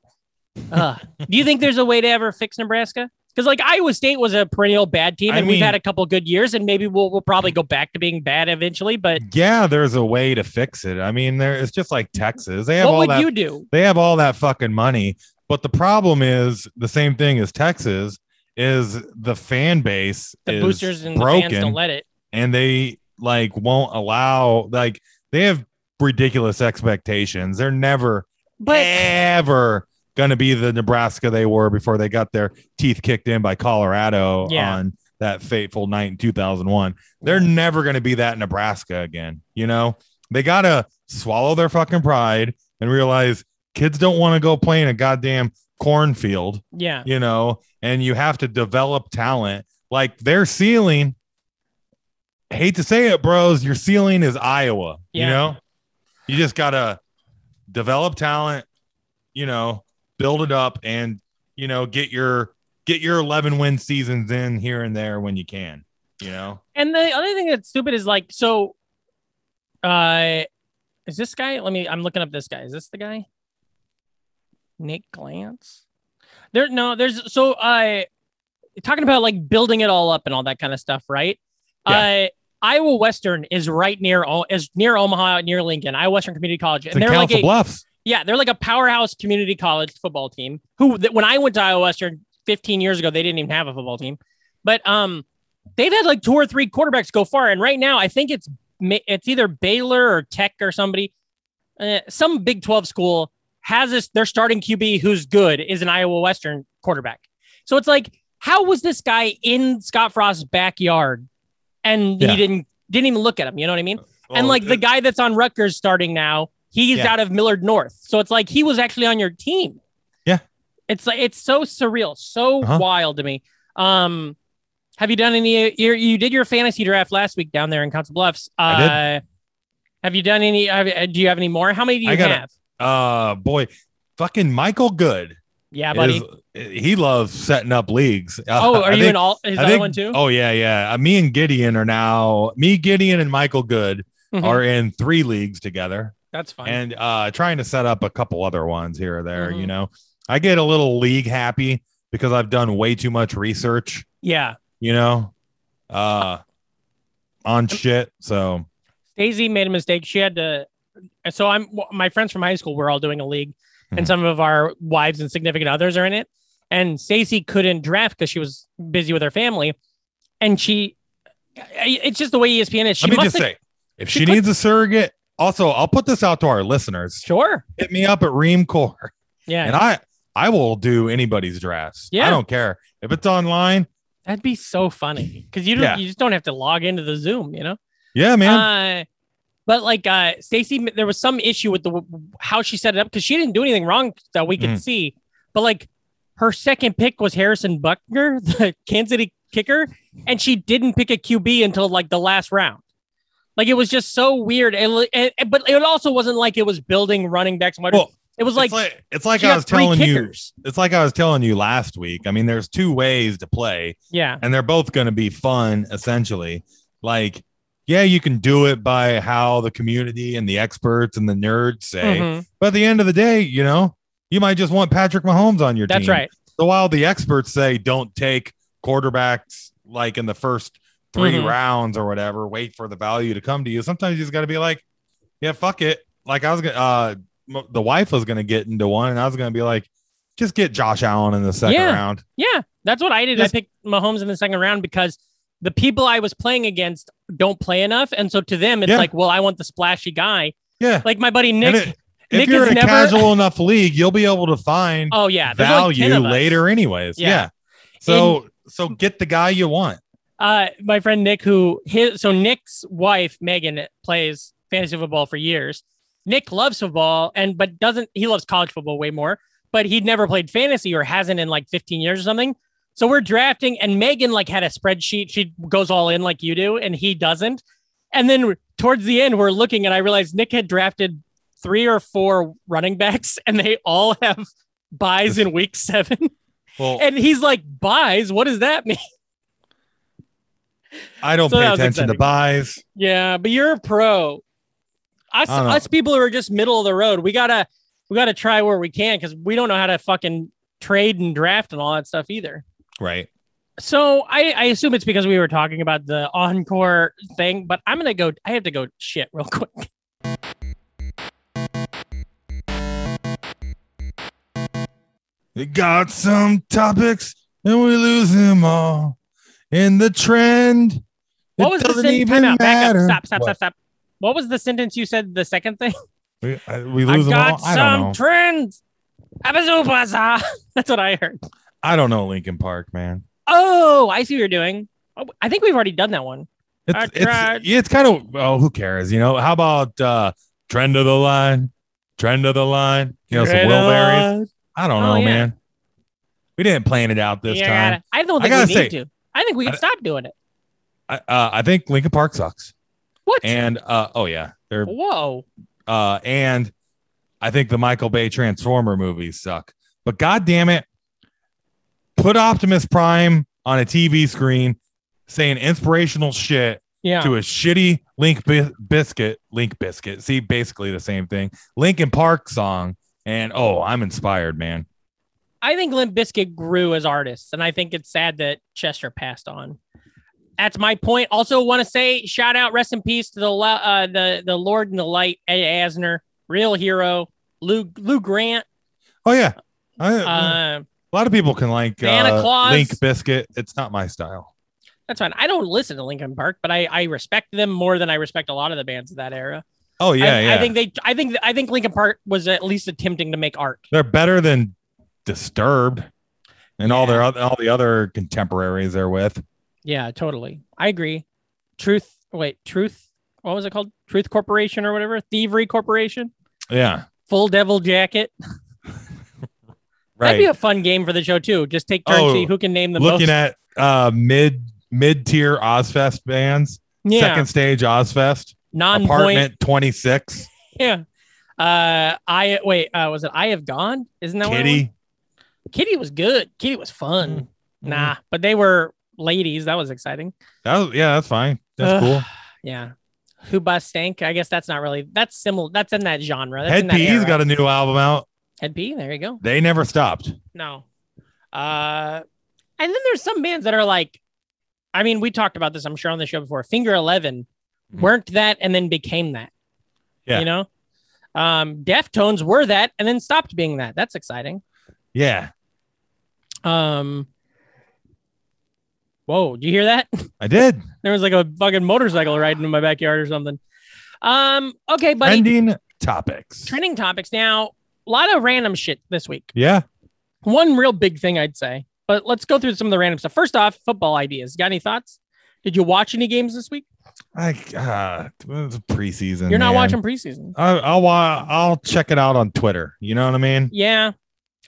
[SPEAKER 2] Uh, do you think there's a way to ever fix Nebraska? Because like Iowa State was a perennial bad team,
[SPEAKER 3] I
[SPEAKER 2] and we've
[SPEAKER 3] mean-
[SPEAKER 2] had a couple good years, and maybe we'll we'll probably go back to being bad eventually. But
[SPEAKER 3] yeah, there's a way to fix it. I mean, there it's just like Texas. They have
[SPEAKER 2] what
[SPEAKER 3] all
[SPEAKER 2] would
[SPEAKER 3] that
[SPEAKER 2] you do?
[SPEAKER 3] they have all that fucking money. But the problem is the same thing as Texas is the fan base
[SPEAKER 2] The
[SPEAKER 3] is
[SPEAKER 2] boosters and the
[SPEAKER 3] broken
[SPEAKER 2] fans don't let it.
[SPEAKER 3] and they like won't allow like they have ridiculous expectations. They're never
[SPEAKER 2] But
[SPEAKER 3] ever gonna be the Nebraska they were before they got their teeth kicked in by Colorado
[SPEAKER 2] Yeah.
[SPEAKER 3] on that fateful night in 2001. They're never gonna be that Nebraska again. You know, they gotta swallow their fucking pride and realize kids don't want to go play in a goddamn cornfield
[SPEAKER 2] yeah,
[SPEAKER 3] you know, and you have to develop talent. Like their ceiling, hate to say it, bros, your ceiling is Iowa. You
[SPEAKER 2] Yeah.
[SPEAKER 3] know, you just gotta develop talent, you know, build it up, and you know, get your get your eleven win seasons in here and there when you can. You know,
[SPEAKER 2] and the other thing that's stupid is like so. Uh, is this guy? Let me. I'm looking up this guy. Is this the guy? Nick Glance. There, no, there's so uh, talking about like building it all up and all that kind of stuff, right? Uh, Iowa Western is right near O- is near Omaha, near Lincoln. Iowa Western Community College,
[SPEAKER 3] it's
[SPEAKER 2] and
[SPEAKER 3] in
[SPEAKER 2] they're
[SPEAKER 3] Council
[SPEAKER 2] like a,
[SPEAKER 3] Bluffs.
[SPEAKER 2] Yeah, they're like a powerhouse community college football team. Who that when I went to Iowa Western 15 years ago, they didn't even have a football team. But um, they've had like two or three quarterbacks go far, and right now I think it's Ma- it's either Baylor or Tech or somebody, uh, some Big 12 school has this. Their starting QB who's good is an Iowa Western quarterback. So it's like, how was this guy in Scott Frost's backyard, and
[SPEAKER 3] Yeah.
[SPEAKER 2] he didn't didn't even look at him? You know what I mean? and
[SPEAKER 3] Well,
[SPEAKER 2] like the guy that's on Rutgers starting now, he's
[SPEAKER 3] Oh, Yeah.
[SPEAKER 2] out of Millard North. So it's like he was actually on your team.
[SPEAKER 3] Yeah.
[SPEAKER 2] It's like it's so surreal, so
[SPEAKER 3] Uh-huh.
[SPEAKER 2] wild to me. Um have you done any you you did your fantasy draft last week down there in Council Bluffs? Uh
[SPEAKER 3] I did.
[SPEAKER 2] have you done any have, uh, do you have any more? How many do you
[SPEAKER 3] I got a-
[SPEAKER 2] have?
[SPEAKER 3] uh, boy, fucking Michael Good.
[SPEAKER 2] yeah, buddy.
[SPEAKER 3] is- he loves setting up leagues. Uh,
[SPEAKER 2] oh,
[SPEAKER 3] I
[SPEAKER 2] are you
[SPEAKER 3] think-
[SPEAKER 2] in all is
[SPEAKER 3] I
[SPEAKER 2] that
[SPEAKER 3] think-
[SPEAKER 2] one too?
[SPEAKER 3] Oh yeah, yeah. Uh, me and Gideon are now me, Gideon, and Michael Good
[SPEAKER 2] Mhm.
[SPEAKER 3] are in three leagues together,
[SPEAKER 2] That's fine.
[SPEAKER 3] and uh, trying to set up a couple other ones here or there. You
[SPEAKER 2] Mhm.
[SPEAKER 3] know, I get a little league happy because I've done way too much research.
[SPEAKER 2] yeah.
[SPEAKER 3] You know, uh, on shit. So
[SPEAKER 2] Daisy made a mistake. She had to. So I'm my friends from high school. We're all doing a league,
[SPEAKER 3] Hmm.
[SPEAKER 2] and some of our wives and significant others are in it. And Stacy couldn't draft because she was busy with her family, and she. It's just the way E ESPN is. She
[SPEAKER 3] Let me
[SPEAKER 2] must
[SPEAKER 3] just
[SPEAKER 2] have-
[SPEAKER 3] say, if
[SPEAKER 2] she
[SPEAKER 3] she
[SPEAKER 2] could-
[SPEAKER 3] needs a surrogate, also I'll put this out to our listeners.
[SPEAKER 2] sure.
[SPEAKER 3] Hit me up at Ream Core,
[SPEAKER 2] Yeah,
[SPEAKER 3] and I I will do anybody's drafts.
[SPEAKER 2] Yeah.
[SPEAKER 3] I don't care if it's online.
[SPEAKER 2] that'd be so funny because you don't.
[SPEAKER 3] Yeah.
[SPEAKER 2] You just don't have to log into the Zoom. You know.
[SPEAKER 3] Yeah, man.
[SPEAKER 2] Uh, but like uh Stacy, there was some issue with the w- how she set it up because she didn't do anything wrong that we could
[SPEAKER 3] Mm.
[SPEAKER 2] see. But like her second pick was Harrison Buckner, the Kansas City kicker, and she didn't pick a QB until like the last round. Like it was just so weird. It, li- and- and- but it also wasn't like it was building running backs. and wide
[SPEAKER 3] Well,
[SPEAKER 2] receivers. it was like,
[SPEAKER 3] it's like it's like
[SPEAKER 2] she
[SPEAKER 3] I
[SPEAKER 2] got
[SPEAKER 3] was
[SPEAKER 2] three
[SPEAKER 3] telling you.
[SPEAKER 2] kickers.
[SPEAKER 3] It's like I was telling you last week. I mean, there's two ways to play.
[SPEAKER 2] Yeah,
[SPEAKER 3] and they're both going to be fun essentially like yeah you can do it by how the community and the experts and the nerds say
[SPEAKER 2] Mhm.
[SPEAKER 3] but at the end of the day you know you might just want patrick mahomes on your
[SPEAKER 2] that's
[SPEAKER 3] team
[SPEAKER 2] right.
[SPEAKER 3] so while the experts say don't take quarterbacks like in the first 3
[SPEAKER 2] Mhm.
[SPEAKER 3] rounds or whatever wait for the value to come to you sometimes you just got to be like yeah fuck it like i was gonna uh m- the wife was gonna get into one and i was gonna be like just get josh allen in the second
[SPEAKER 2] Yeah.
[SPEAKER 3] round
[SPEAKER 2] Yeah, that's what I did.
[SPEAKER 3] Just-
[SPEAKER 2] I picked Mahomes in the second round because the people I was playing against don't play enough, and so to them it's
[SPEAKER 3] Yeah.
[SPEAKER 2] like, well, I want the splashy guy.
[SPEAKER 3] yeah
[SPEAKER 2] Like my buddy
[SPEAKER 3] And
[SPEAKER 2] Nick.
[SPEAKER 3] it- if
[SPEAKER 2] Nick
[SPEAKER 3] you're
[SPEAKER 2] is
[SPEAKER 3] in a
[SPEAKER 2] never-
[SPEAKER 3] casual enough league, you'll be able to find
[SPEAKER 2] oh yeah, there's only 10
[SPEAKER 3] value
[SPEAKER 2] of us.
[SPEAKER 3] later, anyways.
[SPEAKER 2] Yeah.
[SPEAKER 3] Yeah. So so get the guy you want.
[SPEAKER 2] Uh, my friend Nick, who his so Nick's wife Megan plays fantasy football for years. Nick loves football, and but doesn't he loves college football way more? But he'd never played fantasy or hasn't in like 15 years or something. So we're drafting, and Megan like had a spreadsheet. She goes all in like you do, and he doesn't. And then towards the end, we're looking, and I realized Nick had drafted three or four running backs, and they all have buys in week seven.
[SPEAKER 3] Well,
[SPEAKER 2] And he's like, buys? What does that mean?
[SPEAKER 3] I don't
[SPEAKER 2] so
[SPEAKER 3] pay
[SPEAKER 2] that was
[SPEAKER 3] attention to
[SPEAKER 2] exciting.
[SPEAKER 3] buys.
[SPEAKER 2] Yeah, but you're a pro. Us,
[SPEAKER 3] I don't know.
[SPEAKER 2] us people who are just middle of the road, we gotta we gotta try where we can because we don't know how to fucking trade and draft and all that stuff either.
[SPEAKER 3] Right.
[SPEAKER 2] So I, I assume it's because we were talking about the encore thing, but I'm gonna go. I have to go shit real quick.
[SPEAKER 3] We got some topics and we lose them all in the trend.
[SPEAKER 2] What
[SPEAKER 3] it
[SPEAKER 2] was the
[SPEAKER 3] doesn't
[SPEAKER 2] sentence?
[SPEAKER 3] even
[SPEAKER 2] Time out. Back
[SPEAKER 3] matter.
[SPEAKER 2] up. Stop. Stop.
[SPEAKER 3] What?
[SPEAKER 2] Stop. Stop. What was the sentence you said? The second thing.
[SPEAKER 3] We, I, we
[SPEAKER 2] I
[SPEAKER 3] lose them all.
[SPEAKER 2] got
[SPEAKER 3] I don't
[SPEAKER 2] some
[SPEAKER 3] know.
[SPEAKER 2] trends. Abazubaza. That's what I heard.
[SPEAKER 3] I don't know Lincoln Park, man.
[SPEAKER 2] Oh, I see what you're doing. Oh, I think we've already done that one.
[SPEAKER 3] It's
[SPEAKER 2] I
[SPEAKER 3] it's,
[SPEAKER 2] tried.
[SPEAKER 3] yeah, it's kind of oh, who cares? You know, how about uh trend of the line? Trend of the line. You know, some Wilburys. I don't
[SPEAKER 2] Oh,
[SPEAKER 3] know,
[SPEAKER 2] yeah.
[SPEAKER 3] man. We didn't plan it out this
[SPEAKER 2] Yeah, I
[SPEAKER 3] time.
[SPEAKER 2] gotta- I don't
[SPEAKER 3] I
[SPEAKER 2] think
[SPEAKER 3] gotta
[SPEAKER 2] we
[SPEAKER 3] say-
[SPEAKER 2] need to. I think we can
[SPEAKER 3] I-
[SPEAKER 2] stop doing it.
[SPEAKER 3] I, uh, I think Lincoln Park sucks,
[SPEAKER 2] What?
[SPEAKER 3] and uh, oh yeah, they're
[SPEAKER 2] Whoa.
[SPEAKER 3] uh, and I think the Michael Bay Transformer movies suck. But god damn it, put Optimus Prime on a TV screen saying inspirational shit
[SPEAKER 2] Yeah.
[SPEAKER 3] to a shitty Link Bi- Biscuit, Link Biscuit. See, basically the same thing. Lincoln Park song, and oh, I'm inspired, man.
[SPEAKER 2] I think Limp Bizkit grew as artists, and I think it's sad that Chester passed on. That's my point. Also, want to say shout out, rest in peace to the lo- uh, the the Lord and the Light, Ed Asner, real hero, Lou Lou Grant,
[SPEAKER 3] Oh yeah. I-
[SPEAKER 2] uh,
[SPEAKER 3] A lot of people can like
[SPEAKER 2] Santa
[SPEAKER 3] uh,
[SPEAKER 2] Claus.
[SPEAKER 3] Link Biscuit. It's not my style.
[SPEAKER 2] That's fine. I don't listen to Linkin Park, but I, I respect them more than I respect a lot of the bands of that era.
[SPEAKER 3] Oh yeah,
[SPEAKER 2] I,
[SPEAKER 3] yeah.
[SPEAKER 2] I think they I think I think Linkin Park was at least attempting to make art.
[SPEAKER 3] they're better than Disturbed and all their oth- all the other contemporaries they're with.
[SPEAKER 2] Yeah, totally. I agree. Truth wait, Truth what was it called? Truth Corporation or whatever? Thievery Corporation?
[SPEAKER 3] Yeah,
[SPEAKER 2] Full Devil Jacket. That'd
[SPEAKER 3] right.
[SPEAKER 2] be a fun game for the show too. Just take turns
[SPEAKER 3] Oh,
[SPEAKER 2] see who can name the
[SPEAKER 3] Looking
[SPEAKER 2] most.
[SPEAKER 3] at uh, mid mid tier Ozfest bands,
[SPEAKER 2] yeah,
[SPEAKER 3] second stage Ozfest,
[SPEAKER 2] non point.
[SPEAKER 3] apartment twenty six,
[SPEAKER 2] Yeah. Uh I wait, uh was it I have gone? Isn't that what it was?
[SPEAKER 3] Kitty.
[SPEAKER 2] Kitty was good. Kitty was fun.
[SPEAKER 3] Mm-hmm.
[SPEAKER 2] Nah, but they were ladies. That was exciting.
[SPEAKER 3] That was, yeah, that's fine. That's
[SPEAKER 2] Ugh,
[SPEAKER 3] cool.
[SPEAKER 2] Yeah. Huba Stank. I guess that's not really that's similar. That's in that genre. That's in
[SPEAKER 3] Head
[SPEAKER 2] that
[SPEAKER 3] P's
[SPEAKER 2] era.
[SPEAKER 3] got a new album out.
[SPEAKER 2] Head P. There you go.
[SPEAKER 3] They never stopped.
[SPEAKER 2] No. Uh, and then there's some bands that are like, I mean, we talked about this, I'm sure, on the show before. Finger Eleven weren't that and then became that.
[SPEAKER 3] Yeah.
[SPEAKER 2] You know? Um, Deftones were that and then stopped being that. That's exciting.
[SPEAKER 3] Yeah,
[SPEAKER 2] Um Whoa, do you hear that?
[SPEAKER 3] I did.
[SPEAKER 2] There was like a fucking motorcycle riding in my backyard or something. Um, okay, buddy.
[SPEAKER 3] Trending topics.
[SPEAKER 2] Trending topics. Now, a lot of random shit this week.
[SPEAKER 3] yeah.
[SPEAKER 2] One real big thing I'd say, but let's go through some of the random stuff. First off, football ideas. Got any thoughts? Did you watch any games this week?
[SPEAKER 3] I uh, it was preseason.
[SPEAKER 2] You're not
[SPEAKER 3] man.
[SPEAKER 2] watching preseason.
[SPEAKER 3] I, I'll wa- I'll check it out on Twitter. You know what I mean?
[SPEAKER 2] Yeah.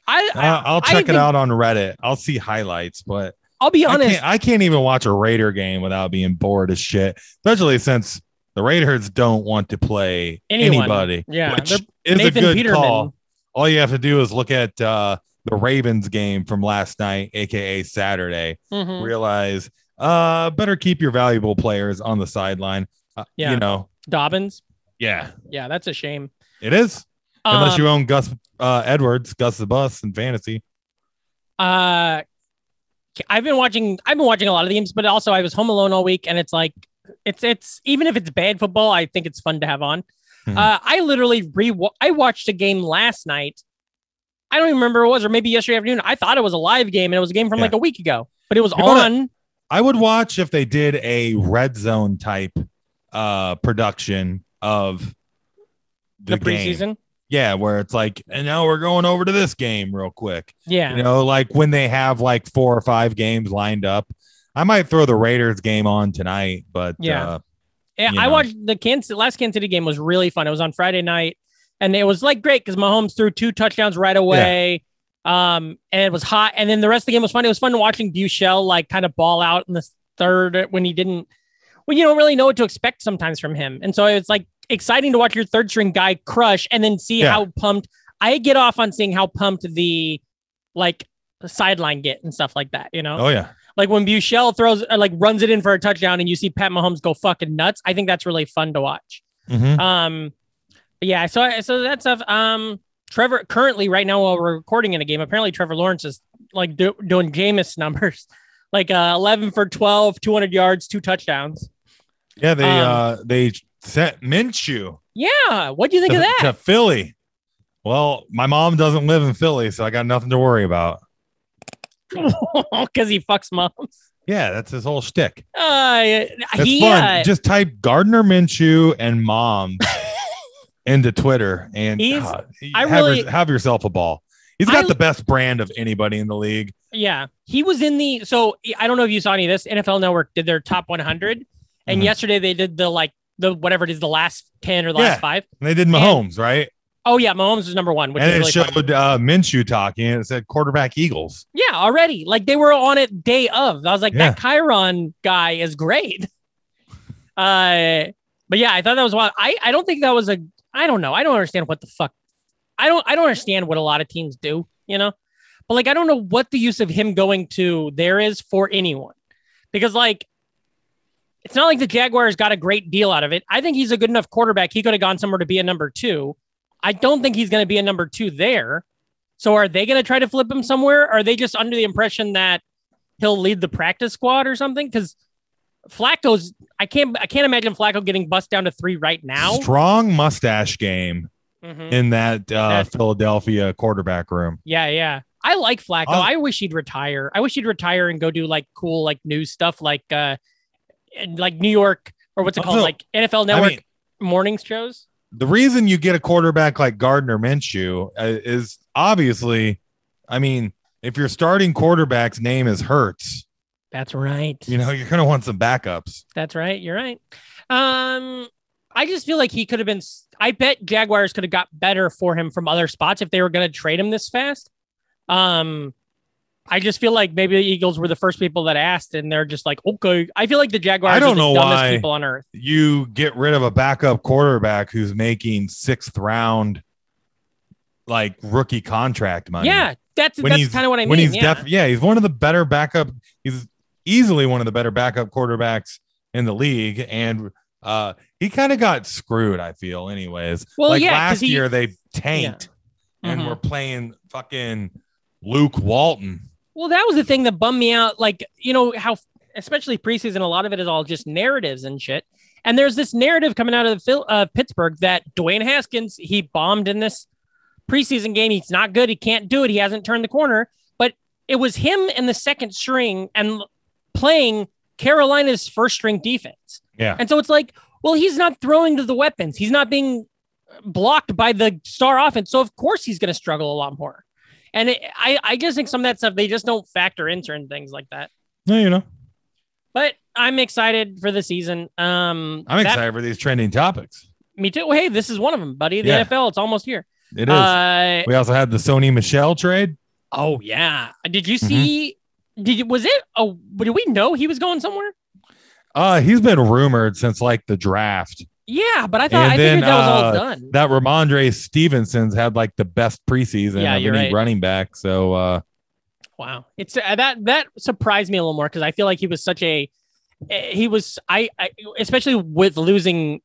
[SPEAKER 2] I, I
[SPEAKER 3] I, I'll
[SPEAKER 2] I
[SPEAKER 3] check it
[SPEAKER 2] think-
[SPEAKER 3] out on Reddit. I'll see highlights, but
[SPEAKER 2] I'll be
[SPEAKER 3] I
[SPEAKER 2] honest.
[SPEAKER 3] can't, I can't even watch a Raider game without being bored as shit. Especially since the Raiders don't want to play
[SPEAKER 2] Anyone.
[SPEAKER 3] anybody.
[SPEAKER 2] Yeah,
[SPEAKER 3] which
[SPEAKER 2] they're-
[SPEAKER 3] is a
[SPEAKER 2] Nathan
[SPEAKER 3] good
[SPEAKER 2] Peterman.
[SPEAKER 3] call. All you have to do is look at uh, the Ravens game from last night, aka Saturday,
[SPEAKER 2] Mhm.
[SPEAKER 3] realize uh better keep your valuable players on the sideline uh,
[SPEAKER 2] Yeah.
[SPEAKER 3] you know
[SPEAKER 2] Dobbins.
[SPEAKER 3] yeah
[SPEAKER 2] Yeah, that's a shame.
[SPEAKER 3] it is unless
[SPEAKER 2] Um,
[SPEAKER 3] you own gus uh edwards gus the bus in fantasy
[SPEAKER 2] uh I've been watching I've been watching a lot of the games, but also I was home alone all week and it's like it's it's even if it's bad football, I think it's fun to have on.
[SPEAKER 3] Mhm.
[SPEAKER 2] Uh I literally re I watched a game last night. I don't even remember what it was, or maybe yesterday afternoon. I thought it was a live game and it was a game from
[SPEAKER 3] Yeah.
[SPEAKER 2] like a week ago, but it was
[SPEAKER 3] You know what?
[SPEAKER 2] on.
[SPEAKER 3] i would watch if they did a red zone type uh production of
[SPEAKER 2] The,
[SPEAKER 3] game.
[SPEAKER 2] preseason.
[SPEAKER 3] yeah where it's like and now we're going over to this game real quick
[SPEAKER 2] Yeah.
[SPEAKER 3] you know like when they have like four or five games lined up i might throw the raiders game on tonight but
[SPEAKER 2] Yeah.
[SPEAKER 3] uh,
[SPEAKER 2] Yeah,
[SPEAKER 3] you
[SPEAKER 2] I
[SPEAKER 3] know.
[SPEAKER 2] watched the Kansas last Kansas City game was really fun. It was on Friday night, and it was like great because Mahomes threw two touchdowns right away. Um, and it was hot. And then the rest of the game was fun. It was fun watching Buchel like kind of ball out in the third when he didn't. When you don't really know what to expect sometimes from him, and so it's like exciting to watch your third string guy crush, and then see
[SPEAKER 3] Yeah.
[SPEAKER 2] how pumped. I get off on seeing how pumped the like sideline get and stuff like that. You know.
[SPEAKER 3] oh yeah
[SPEAKER 2] Like when Buchel throws, uh, like runs it in for a touchdown, and you see Pat Mahomes go fucking nuts. I think that's really fun to watch.
[SPEAKER 3] Mhm.
[SPEAKER 2] Um, but yeah. So I- so that stuff. Um, Trevor currently right now while we're recording in a game, apparently Trevor Lawrence is like do, doing Jameis numbers, like uh, eleven for 12, 200 yards, two touchdowns.
[SPEAKER 3] Yeah, they
[SPEAKER 2] Um,
[SPEAKER 3] uh they sent Minshew
[SPEAKER 2] Yeah. What do you think
[SPEAKER 3] to,
[SPEAKER 2] of that?
[SPEAKER 3] to Philly. Well, my mom doesn't live in Philly, so I got nothing to worry about.
[SPEAKER 2] Because he fucks moms.
[SPEAKER 3] Yeah, that's his whole shtick.
[SPEAKER 2] Uh,
[SPEAKER 3] That's
[SPEAKER 2] he.
[SPEAKER 3] fun.
[SPEAKER 2] Uh,
[SPEAKER 3] Just type Gardner Minshew and mom into Twitter and
[SPEAKER 2] He's-
[SPEAKER 3] God,
[SPEAKER 2] I
[SPEAKER 3] have,
[SPEAKER 2] really-
[SPEAKER 3] your- have yourself a ball. He's got
[SPEAKER 2] I-
[SPEAKER 3] the best brand of anybody in the league.
[SPEAKER 2] Yeah, he was in the. So I don't know if you saw any of this. NFL Network did their top 100, and
[SPEAKER 3] Mhm.
[SPEAKER 2] yesterday they did the like the whatever it is, the last 10 or the last
[SPEAKER 3] Yeah.
[SPEAKER 2] five.
[SPEAKER 3] And they did Mahomes, right?
[SPEAKER 2] Oh yeah, Mahomes was number one, which
[SPEAKER 3] And it
[SPEAKER 2] is really fun.
[SPEAKER 3] showed uh, Minshew talking, and it said quarterback Eagles.
[SPEAKER 2] Yeah, already like they were on it day of. I was like, that Chiron guy is great. Uh, but yeah, I thought that was wild. I I don't think that was a. I don't know. I don't understand what the fuck. I don't I don't understand what a lot of teams do. You know, but like I don't know what the use of him going to there is for anyone, because like. It's not like the Jaguars got a great deal out of it. I think he's a good enough quarterback. He could have gone somewhere to be a number two. I don't think he's going to be a number two there. So are they going to try to flip him somewhere? Are they just under the impression that he'll lead the practice squad or something? Because Flacco's, I can't, I can't imagine Flacco getting bust down to three right now.
[SPEAKER 3] Strong mustache game
[SPEAKER 2] Mhm.
[SPEAKER 3] in that uh,
[SPEAKER 2] That-
[SPEAKER 3] Philadelphia quarterback room.
[SPEAKER 2] Yeah, yeah. I like Flacco.
[SPEAKER 3] I'll-
[SPEAKER 2] I wish he'd retire. I wish he'd retire and go do like cool, like new stuff, like uh, and, like New York or what's it called,
[SPEAKER 3] Also,
[SPEAKER 2] like NFL
[SPEAKER 3] Oh, I
[SPEAKER 2] Network
[SPEAKER 3] mean,
[SPEAKER 2] morning shows.
[SPEAKER 3] the reason you get a quarterback like Gardner Minshew uh, is obviously, I mean, if your starting quarterback's name is Hurts,
[SPEAKER 2] That's right.
[SPEAKER 3] you know you're gonna want some backups.
[SPEAKER 2] That's right. You're right. Um, I just feel like he could have been. s- I bet Jaguars could have got better for him from other spots if they were going to trade him this fast. Um, I just feel like maybe the Eagles were the first people that asked, and they're just like, okay. I feel like the Jaguars
[SPEAKER 3] I don't
[SPEAKER 2] are the
[SPEAKER 3] know
[SPEAKER 2] dumbest
[SPEAKER 3] why.
[SPEAKER 2] people on earth.
[SPEAKER 3] You get rid of a backup quarterback who's making sixth round, like rookie contract money.
[SPEAKER 2] Yeah, that's
[SPEAKER 3] When
[SPEAKER 2] that's
[SPEAKER 3] he's-
[SPEAKER 2] kind of what I mean.
[SPEAKER 3] when he's
[SPEAKER 2] yeah.
[SPEAKER 3] def- yeah, he's one of the better backup. He's easily one of the better backup quarterbacks in the league, and uh, he kind of got screwed. I feel, anyways.
[SPEAKER 2] well,
[SPEAKER 3] like
[SPEAKER 2] yeah, 'cause
[SPEAKER 3] last
[SPEAKER 2] he-
[SPEAKER 3] year they tanked and
[SPEAKER 2] Mhm.
[SPEAKER 3] we're playing fucking Luke Walton.
[SPEAKER 2] Well, that was the thing that bummed me out. Like, you know, how, especially preseason, a lot of it is all just narratives and shit. And there's this narrative coming out of the Phil, uh, Pittsburgh that Dwayne Haskins he bombed in this preseason game. He's not good. He can't do it. He hasn't turned the corner. But it was him and the second string and playing Carolina's first string defense.
[SPEAKER 3] Yeah.
[SPEAKER 2] And so it's like, well, he's not throwing to the weapons. He's not being blocked by the star offense. So of course he's going to struggle a lot more. And it, I, I just think some of that stuff they just don't factor in certain things like that.
[SPEAKER 3] No, you know.
[SPEAKER 2] But I'm excited for the season. Um,
[SPEAKER 3] I'm
[SPEAKER 2] that-
[SPEAKER 3] excited for these trending topics.
[SPEAKER 2] Me too. Well, hey, this is one of them, buddy. The
[SPEAKER 3] Yeah.
[SPEAKER 2] NFL, it's almost here.
[SPEAKER 3] It is.
[SPEAKER 2] Uh,
[SPEAKER 3] we also had the Sony Michelle trade.
[SPEAKER 2] oh yeah. Did you see? Did you, was it? Oh, did we know he was going somewhere?
[SPEAKER 3] Uh, he's been rumored since like the draft.
[SPEAKER 2] Yeah, but I thought
[SPEAKER 3] And
[SPEAKER 2] I
[SPEAKER 3] then,
[SPEAKER 2] figured that was all
[SPEAKER 3] uh,
[SPEAKER 2] done.
[SPEAKER 3] That Ramondre Stevenson's had like the best preseason
[SPEAKER 2] Yeah,
[SPEAKER 3] of any
[SPEAKER 2] you're right.
[SPEAKER 3] running back. So uh
[SPEAKER 2] Wow, it's uh, that that surprised me a little more because I feel like he was such a eh, he was I, I especially with losing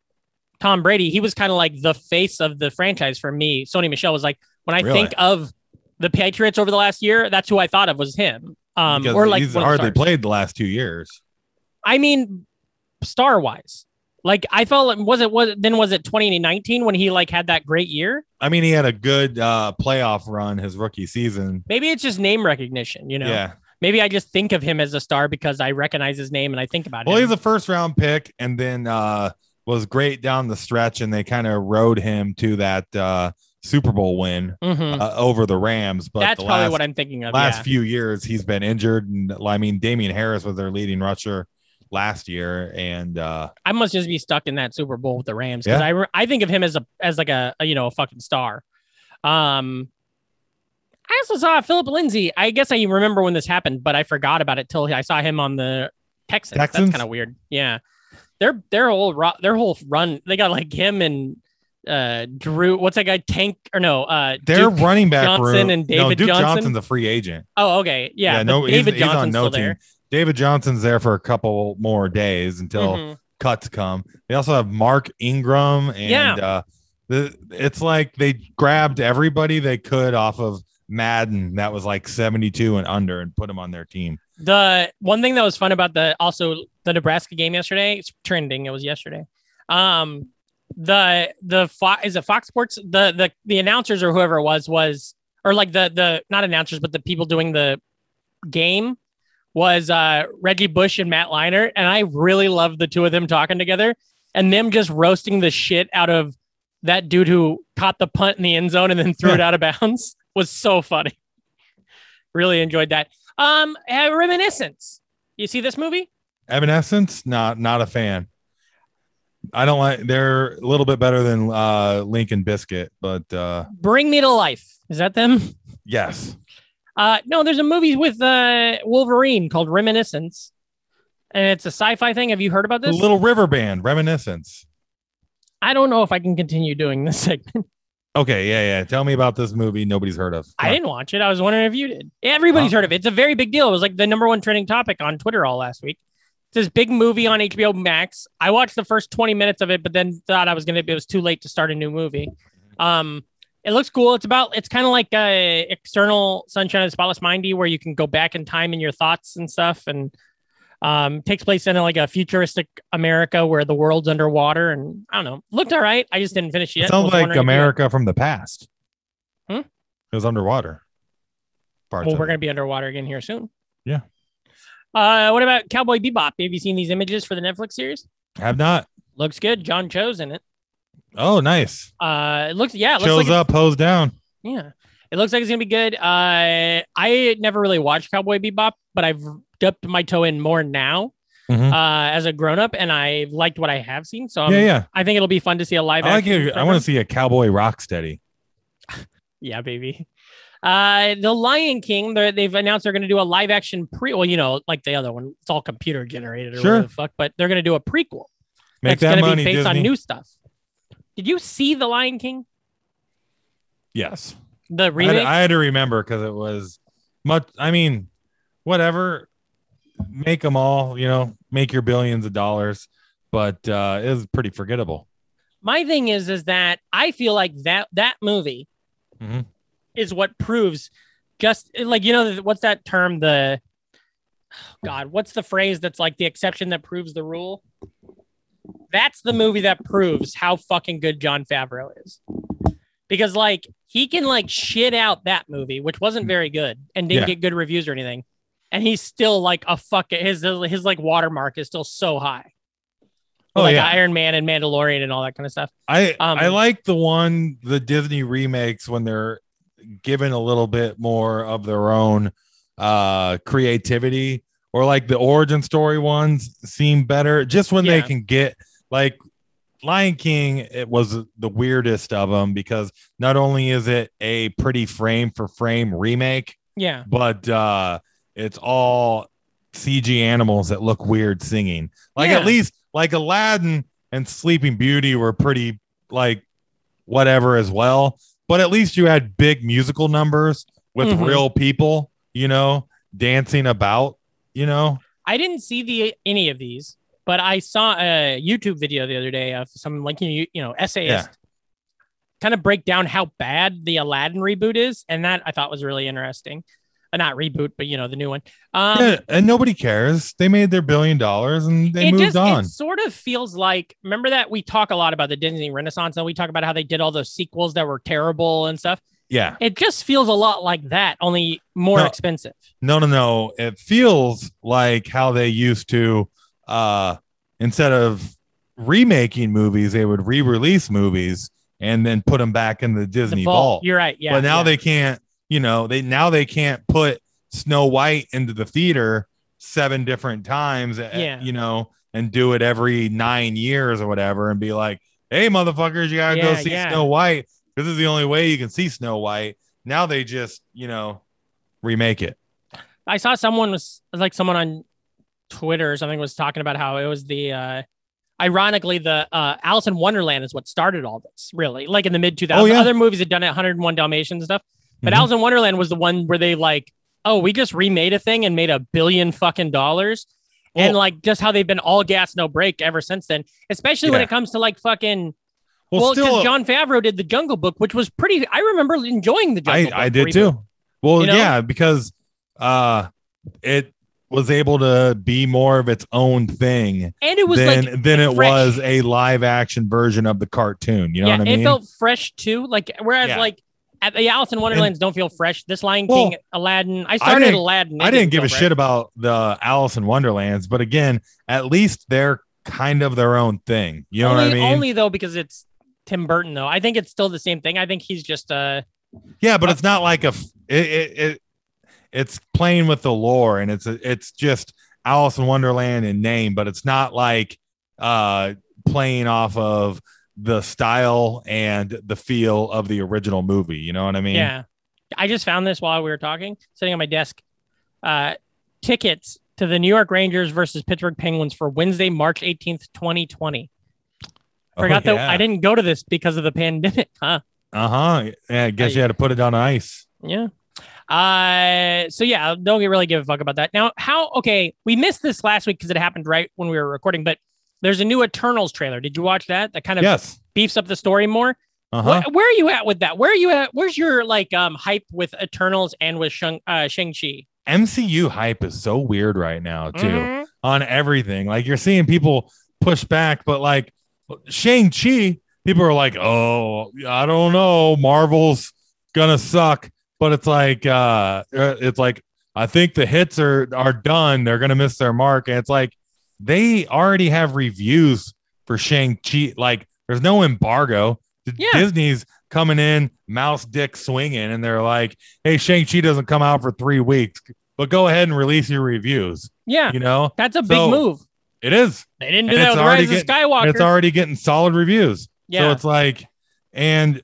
[SPEAKER 2] Tom Brady, he was kind of like the face of the franchise for me. Sony Michelle was like when I
[SPEAKER 3] Really?
[SPEAKER 2] think of the Patriots over the last year, that's who I thought of was him. Um,
[SPEAKER 3] because
[SPEAKER 2] or like
[SPEAKER 3] he's
[SPEAKER 2] one of the
[SPEAKER 3] hardly
[SPEAKER 2] stars.
[SPEAKER 3] played the last two years.
[SPEAKER 2] I mean, star wise, like I felt like was it was it- then was it 2019 when he like had that great year?
[SPEAKER 3] I mean, he had a good uh playoff run his rookie season.
[SPEAKER 2] Maybe it's just name recognition, you know.
[SPEAKER 3] Yeah.
[SPEAKER 2] Maybe I just think of him as a star because I recognize his name and I think about
[SPEAKER 3] Well,
[SPEAKER 2] him.
[SPEAKER 3] he's a first round pick and then uh was great down the stretch and they kind of rode him to that uh Super Bowl win
[SPEAKER 2] Mhm.
[SPEAKER 3] uh, over the Rams, but
[SPEAKER 2] That's
[SPEAKER 3] the
[SPEAKER 2] probably
[SPEAKER 3] last
[SPEAKER 2] what I'm thinking of.
[SPEAKER 3] last
[SPEAKER 2] yeah.
[SPEAKER 3] few years he's been injured and I mean Damian Harris was their leading rusher last year and uh
[SPEAKER 2] I must just be stuck in that Super Bowl with the Rams because
[SPEAKER 3] Yeah.
[SPEAKER 2] I re- I think of him as a as like a, a, you know a fucking star. Um, I also saw Philip Lindsay. I guess I remember when this happened, but I forgot about it till I saw him on the Texans.
[SPEAKER 3] Texans?
[SPEAKER 2] That's kind of weird. Yeah, their their whole ro- their whole run they got like him and uh Drew. What's that guy Tank or no? Uh,
[SPEAKER 3] their
[SPEAKER 2] Duke-
[SPEAKER 3] running back
[SPEAKER 2] Johnson
[SPEAKER 3] room.
[SPEAKER 2] and
[SPEAKER 3] no,
[SPEAKER 2] David
[SPEAKER 3] Duke
[SPEAKER 2] Johnson?
[SPEAKER 3] Johnson's a free agent.
[SPEAKER 2] oh, okay, yeah. but
[SPEAKER 3] no, he's-
[SPEAKER 2] David
[SPEAKER 3] he's on
[SPEAKER 2] Johnson's
[SPEAKER 3] no
[SPEAKER 2] still
[SPEAKER 3] team.
[SPEAKER 2] there.
[SPEAKER 3] David Johnson's there for a couple more days until
[SPEAKER 2] Mhm.
[SPEAKER 3] cuts come. They also have Mark Ingram and
[SPEAKER 2] Yeah.
[SPEAKER 3] uh the, it's like they grabbed everybody they could off of Madden that was like 72 and under and put them on their team.
[SPEAKER 2] The one thing that was fun about the also the Nebraska game yesterday, it's trending. It was yesterday. Um, the the Fo- is it Fox Sports? The the the announcers or whoever it was was or like the the not announcers but the people doing the game was uh Reggie Bush and Matt Leinart, and I really loved the two of them talking together and them just roasting the shit out of that dude who caught the punt in the end zone and then threw it out of bounds was so funny. really enjoyed that. Um, uh, Reminiscence. You see this movie?
[SPEAKER 3] Evanescence, not not a fan. I don't like they're a little bit better than uh Lincoln Biscuit, but uh
[SPEAKER 2] Bring Me to Life. Is that them?
[SPEAKER 3] yes.
[SPEAKER 2] Uh, no, there's a movie with uh Wolverine called Reminiscence, and it's a sci-fi thing. Have you heard about
[SPEAKER 3] The
[SPEAKER 2] this?
[SPEAKER 3] Little River Band, Reminiscence.
[SPEAKER 2] I don't know if I can continue doing this segment.
[SPEAKER 3] Okay, yeah, yeah. Tell me about this movie nobody's heard of.
[SPEAKER 2] I didn't watch it. I was wondering if you did. Everybody's
[SPEAKER 3] Huh.
[SPEAKER 2] heard of it. It's a very big deal. It was like the number one trending topic on Twitter all last week. It's this big movie on HBO Max. I watched the first 20 minutes of it, but then thought I was gonna it was too late to start a new movie. Um it looks cool. It's about it's kind of like uh external sunshine of the spotless mindy where you can go back in time in your thoughts and stuff and um takes place in like a futuristic America where the world's underwater and I don't know. Looked all right. I just didn't finish it.
[SPEAKER 3] It
[SPEAKER 2] yet.
[SPEAKER 3] sounds
[SPEAKER 2] Was
[SPEAKER 3] like
[SPEAKER 2] wondering if you had-
[SPEAKER 3] America from the past.
[SPEAKER 2] Hmm?
[SPEAKER 3] It was underwater. Parts
[SPEAKER 2] Well,
[SPEAKER 3] of
[SPEAKER 2] we're
[SPEAKER 3] it.
[SPEAKER 2] going to be underwater again here soon.
[SPEAKER 3] Yeah.
[SPEAKER 2] Uh, what about Cowboy Bebop? Have you seen these images for the Netflix series?
[SPEAKER 3] have not.
[SPEAKER 2] Looks good. John Cho's in it.
[SPEAKER 3] Oh, nice.
[SPEAKER 2] Uh, it looks yeah, it looks
[SPEAKER 3] Shows
[SPEAKER 2] like it-
[SPEAKER 3] up, hose down.
[SPEAKER 2] yeah, it looks like it's gonna be good. Uh, I never really watched Cowboy Bebop, but I've dipped my toe in more now
[SPEAKER 3] Mhm.
[SPEAKER 2] uh, as a grown up, and I liked what I have seen. So I'm,
[SPEAKER 3] yeah, yeah.
[SPEAKER 2] I think it'll be fun to see a live.
[SPEAKER 3] I like
[SPEAKER 2] action
[SPEAKER 3] it. I
[SPEAKER 2] version.
[SPEAKER 3] want to see a cowboy rock steady.
[SPEAKER 2] Yeah, baby. Uh, the Lion King. they're- They've announced they're going to do a live action pre. Well, you know, like the other one, it's all computer generated or
[SPEAKER 3] Sure.
[SPEAKER 2] whatever the fuck. But they're going to do a prequel.
[SPEAKER 3] Make
[SPEAKER 2] that's
[SPEAKER 3] that
[SPEAKER 2] gonna
[SPEAKER 3] money,
[SPEAKER 2] be based on
[SPEAKER 3] Disney.
[SPEAKER 2] new stuff. Did you see The Lion King?
[SPEAKER 3] yes.
[SPEAKER 2] The
[SPEAKER 3] I had,
[SPEAKER 2] remake?
[SPEAKER 3] I had to remember because it was much. I mean, whatever. Make them all. You know, make your billions of dollars. But uh, it was pretty forgettable.
[SPEAKER 2] My thing is, is that I feel like that that movie
[SPEAKER 3] Mhm.
[SPEAKER 2] is what proves just like you know what's that term the. God, what's the phrase that's like the exception that proves the rule? that's the movie that proves how fucking good John Favreau is. Because like he can like shit out that movie, which wasn't very good and didn't
[SPEAKER 3] Yeah.
[SPEAKER 2] get good reviews or anything, and he's still like a fuck. His his like watermark is still so high.
[SPEAKER 3] Oh,
[SPEAKER 2] like
[SPEAKER 3] yeah.
[SPEAKER 2] Iron Man and Mandalorian and all that kind of stuff.
[SPEAKER 3] I
[SPEAKER 2] Um,
[SPEAKER 3] I like the one the Disney remakes when they're given a little bit more of their own uh creativity or like the origin story ones seem better just when they
[SPEAKER 2] Yeah.
[SPEAKER 3] can get like Lion King it was the weirdest of them because not only is it a pretty frame for frame remake
[SPEAKER 2] Yeah,
[SPEAKER 3] but uh it's all CG animals that look weird singing. Like
[SPEAKER 2] Yeah.
[SPEAKER 3] at least like Aladdin and Sleeping Beauty were pretty like whatever as well. But at least you had big musical numbers with
[SPEAKER 2] Mhm.
[SPEAKER 3] real people, you know, dancing about, you know.
[SPEAKER 2] I didn't see the any of these, but I saw a YouTube video the other day of some like you you know essayist kind of break down how bad the Aladdin reboot is, and that I thought was really interesting. Uh, not reboot, but you know the new one. Um,
[SPEAKER 3] yeah, and nobody cares. They made their billion dollars and they
[SPEAKER 2] it
[SPEAKER 3] moved
[SPEAKER 2] just
[SPEAKER 3] on.
[SPEAKER 2] it sort of feels like remember that we talk a lot about the Disney Renaissance and we talk about how they did all those sequels that were terrible and stuff.
[SPEAKER 3] Yeah.
[SPEAKER 2] It just feels a lot like that, only more
[SPEAKER 3] No.
[SPEAKER 2] expensive.
[SPEAKER 3] No, no, no. It feels like how they used to uh instead of remaking movies, they would re-release movies and then put them back in the
[SPEAKER 2] The
[SPEAKER 3] Disney
[SPEAKER 2] vault.
[SPEAKER 3] vault.
[SPEAKER 2] You're right. Yeah.
[SPEAKER 3] but now
[SPEAKER 2] yeah.
[SPEAKER 3] they can't, you know, they now they can't put Snow White into the theater seven different times, eh,
[SPEAKER 2] Yeah.
[SPEAKER 3] you know, and do it every 9 years or whatever and be like, "Hey motherfuckers, you got to go
[SPEAKER 2] Yeah,
[SPEAKER 3] see
[SPEAKER 2] yeah.
[SPEAKER 3] Snow White. This is the only way you can see Snow White." Now they just, you know, remake it.
[SPEAKER 2] I saw someone was like someone on Twitter or something was talking about how it was the uh ironically the uh Alice in Wonderland is what started all this, really. Like in the mid 2000s.
[SPEAKER 3] Oh, yeah.
[SPEAKER 2] Other movies had done it 101 Dalmatians and stuff. But
[SPEAKER 3] Mhm.
[SPEAKER 2] Alice in Wonderland was the one where they like, oh, we just remade a thing and made a billion fucking dollars. and
[SPEAKER 3] Well-
[SPEAKER 2] like just how they've been all gas, no break ever since then, especially when
[SPEAKER 3] Yeah.
[SPEAKER 2] it comes to like fucking well, because
[SPEAKER 3] still-
[SPEAKER 2] John Favreau did the Jungle Book, which was pretty. I remember enjoying the Jungle
[SPEAKER 3] I,
[SPEAKER 2] Book.
[SPEAKER 3] I did
[SPEAKER 2] reboot.
[SPEAKER 3] too. Well,
[SPEAKER 2] You know?
[SPEAKER 3] yeah, because uh, it was able to be more of its own thing
[SPEAKER 2] and it was
[SPEAKER 3] than
[SPEAKER 2] like
[SPEAKER 3] than it
[SPEAKER 2] fresh.
[SPEAKER 3] was a live action version of the cartoon. You know
[SPEAKER 2] yeah,
[SPEAKER 3] what I mean?
[SPEAKER 2] it felt fresh too. Like whereas
[SPEAKER 3] Yeah.
[SPEAKER 2] like at the Alice in Wonderlands don't feel fresh. This Lion
[SPEAKER 3] Well,
[SPEAKER 2] King, Aladdin. I started
[SPEAKER 3] didn't-
[SPEAKER 2] Aladdin.
[SPEAKER 3] I
[SPEAKER 2] It
[SPEAKER 3] didn't give a
[SPEAKER 2] feel
[SPEAKER 3] shit
[SPEAKER 2] fresh.
[SPEAKER 3] about the Alice in Wonderlands, but again, at least they're kind of their own thing. You know
[SPEAKER 2] only,
[SPEAKER 3] what I mean?
[SPEAKER 2] only though because it's Tim Burton though. I think it's still the same thing. I think he's just uh
[SPEAKER 3] yeah, but it's not like a f- it, it, it it's playing with the lore and it's it's just Alice in Wonderland in name, but it's not like uh playing off of the style and the feel of the original movie. You know what I mean?
[SPEAKER 2] yeah. I just found this while we were talking, sitting on my desk. Uh, tickets to the New York Rangers versus Pittsburgh Penguins for Wednesday, March eighteenth, twenty twenty.
[SPEAKER 3] Oh,
[SPEAKER 2] Forgot that
[SPEAKER 3] yeah.
[SPEAKER 2] I didn't go to this because of the pandemic. Huh.
[SPEAKER 3] Uh-huh. Yeah, I guess you had to put it on ice.
[SPEAKER 2] Yeah. Uh, so yeah, don't really give a fuck about that. Now, how? Okay, we missed this last week because it happened right when we were recording. But there's a new Eternals trailer. Did you watch that? That kind of
[SPEAKER 3] Yes.
[SPEAKER 2] beefs up the story more.
[SPEAKER 3] Uh-huh.
[SPEAKER 2] Where, where are you at with that? Where are you at? Where's your like um hype with Eternals and with Shang uh, Shang Chi?
[SPEAKER 3] MCU hype is so weird right now, too.
[SPEAKER 2] Mm-hmm.
[SPEAKER 3] on everything. Like you're seeing people push back, but like Shang Chi, people are like, "Oh, I don't know, Marvel's gonna suck." But it's like, uh, uh, it's like I think the hits are are done. They're gonna miss their mark, and it's like they already have reviews for Shang Chi. Like there's no embargo. D-
[SPEAKER 2] Yeah.
[SPEAKER 3] Disney's coming in, mouse dick swinging, and they're like, "Hey, Shang Chi doesn't come out for three weeks, but go ahead and release your reviews."
[SPEAKER 2] Yeah,
[SPEAKER 3] You know,
[SPEAKER 2] that's a big
[SPEAKER 3] So-
[SPEAKER 2] move.
[SPEAKER 3] it is.
[SPEAKER 2] They didn't do
[SPEAKER 3] and
[SPEAKER 2] that
[SPEAKER 3] it's
[SPEAKER 2] with Rise
[SPEAKER 3] already
[SPEAKER 2] of Skywalker.
[SPEAKER 3] And it's already getting solid reviews. So
[SPEAKER 2] yeah,
[SPEAKER 3] it's like, and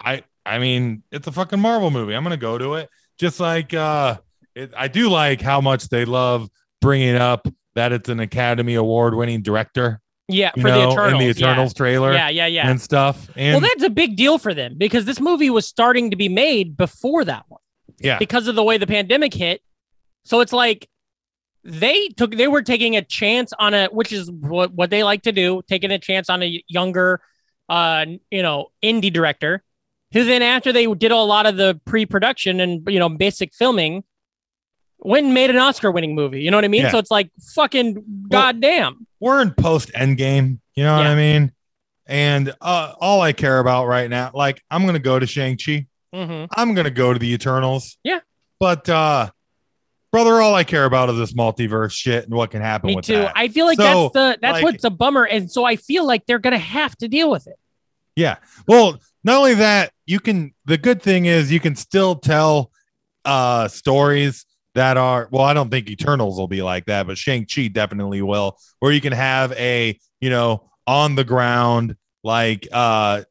[SPEAKER 3] I I mean, it's a fucking Marvel movie. I'm gonna go to it. Just like uh it, I do like how much they love bringing up that it's an Academy Award winning director,
[SPEAKER 2] yeah,
[SPEAKER 3] you
[SPEAKER 2] for
[SPEAKER 3] know,
[SPEAKER 2] the Eternals.
[SPEAKER 3] in the
[SPEAKER 2] yeah.
[SPEAKER 3] Eternals trailer
[SPEAKER 2] Yeah, yeah, yeah.
[SPEAKER 3] and stuff. And
[SPEAKER 2] well, that's a big deal for them because this movie was starting to be made before that one.
[SPEAKER 3] Yeah.
[SPEAKER 2] Because of the way the pandemic hit. So it's like they took they were taking a chance on a which is what, what they like to do, taking a chance on a younger uh you know, indie director who then after they did a lot of the pre-production and you know, basic filming went and made an Oscar winning movie. You know what I mean?
[SPEAKER 3] Yeah.
[SPEAKER 2] So it's like fucking goddamn.
[SPEAKER 3] we're in post Endgame. You know what
[SPEAKER 2] Yeah.
[SPEAKER 3] I mean? And uh, all I care about right now, like I'm gonna go to Shang Chi.
[SPEAKER 2] Mm-hmm.
[SPEAKER 3] I'm gonna go to the Eternals.
[SPEAKER 2] Yeah.
[SPEAKER 3] But uh, brother, all I care about is this multiverse shit and what can happen
[SPEAKER 2] Me
[SPEAKER 3] with
[SPEAKER 2] too.
[SPEAKER 3] that.
[SPEAKER 2] I feel like
[SPEAKER 3] So,
[SPEAKER 2] that's the that's
[SPEAKER 3] like-
[SPEAKER 2] what's a bummer, and so I feel like they're gonna have to deal with it.
[SPEAKER 3] Yeah. Well, not only that, you can the good thing is you can still tell uh stories that are well, I don't think Eternals will be like that, but Shang-Chi definitely will, where you can have a, you know, on the ground like uh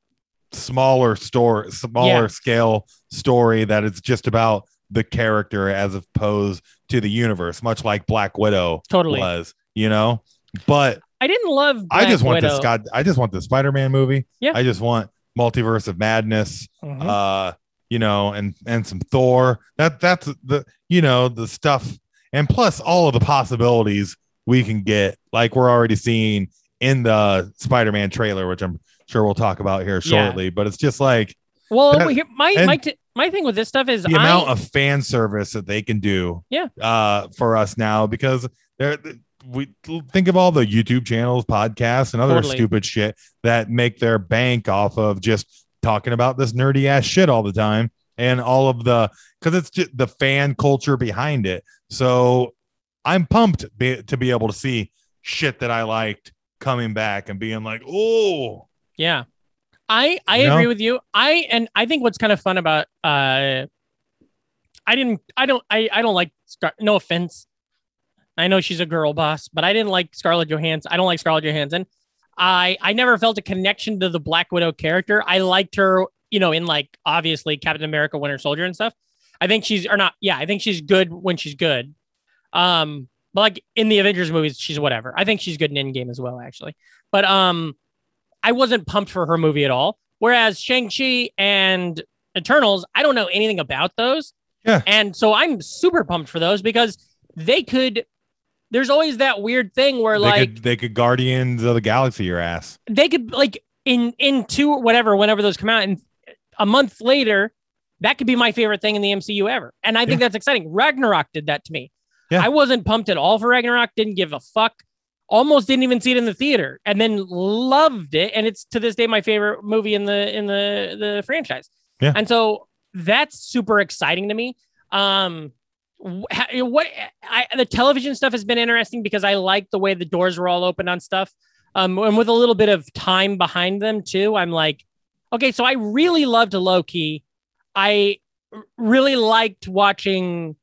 [SPEAKER 3] smaller store smaller
[SPEAKER 2] Yeah.
[SPEAKER 3] scale story that it's just about the character as opposed to the universe, much like Black Widow
[SPEAKER 2] Totally.
[SPEAKER 3] was, you know? But
[SPEAKER 2] I didn't love.
[SPEAKER 3] I just
[SPEAKER 2] Black
[SPEAKER 3] want the
[SPEAKER 2] Widow.
[SPEAKER 3] Scott. I just want the Spider-Man movie.
[SPEAKER 2] Yeah.
[SPEAKER 3] I just want Multiverse of Madness.
[SPEAKER 2] Mhm.
[SPEAKER 3] Uh, you know, and and some Thor. That that's the you know the stuff, and plus all of the possibilities we can get. Like we're already seeing in the Spider-Man trailer, which I'm sure we'll talk about here
[SPEAKER 2] Yeah.
[SPEAKER 3] shortly. But it's just like
[SPEAKER 2] well,
[SPEAKER 3] that-
[SPEAKER 2] here- my
[SPEAKER 3] and-
[SPEAKER 2] my t- my thing with this stuff is
[SPEAKER 3] the
[SPEAKER 2] I,
[SPEAKER 3] amount of fan service that they can do
[SPEAKER 2] Yeah.
[SPEAKER 3] uh, for us now because they're we think of all the YouTube channels, podcasts, and other
[SPEAKER 2] Totally.
[SPEAKER 3] stupid shit that make their bank off of just talking about this nerdy ass shit all the time and all of the because it's just the fan culture behind it. So I'm pumped be, to be able to see shit that I liked coming back and being like, oh,
[SPEAKER 2] Yeah. I I
[SPEAKER 3] You know?
[SPEAKER 2] agree with you. I and I think what's kind of fun about uh I didn't I don't I I don't like Scar- no offense. I know she's a girl boss, but I didn't like Scarlett Johansson. I don't like Scarlett Johansson. I I never felt a connection to the Black Widow character. I liked her, you know, in like obviously Captain America Winter Soldier and stuff. I think she's or not. Yeah, I think she's good when she's good. Um but like in the Avengers movies, she's whatever. I think she's good in Endgame as well actually. But um I wasn't pumped for her movie at all. Whereas Shang-Chi and Eternals, I don't know anything about those.
[SPEAKER 3] Yeah.
[SPEAKER 2] And so I'm super pumped for those because they could there's always that weird thing where
[SPEAKER 3] they
[SPEAKER 2] like
[SPEAKER 3] could they could Guardians of the Galaxy your ass.
[SPEAKER 2] they could like in in two or whatever whenever those come out and a month later that could be my favorite thing in the MCU ever and I think that's exciting Ragnarok did that to me
[SPEAKER 3] Yeah.
[SPEAKER 2] I wasn't pumped at all for Ragnarok didn't give a fuck almost didn't even see it in the theater and then loved it and it's to this day my favorite movie in the in the the franchise
[SPEAKER 3] Yeah.
[SPEAKER 2] and so that's super exciting to me um wh- how- what I, the television stuff has been interesting because I like the way the doors were all open on stuff um, and with a little bit of time behind them too, I'm like, okay, so I really loved Loki. I r- really liked watching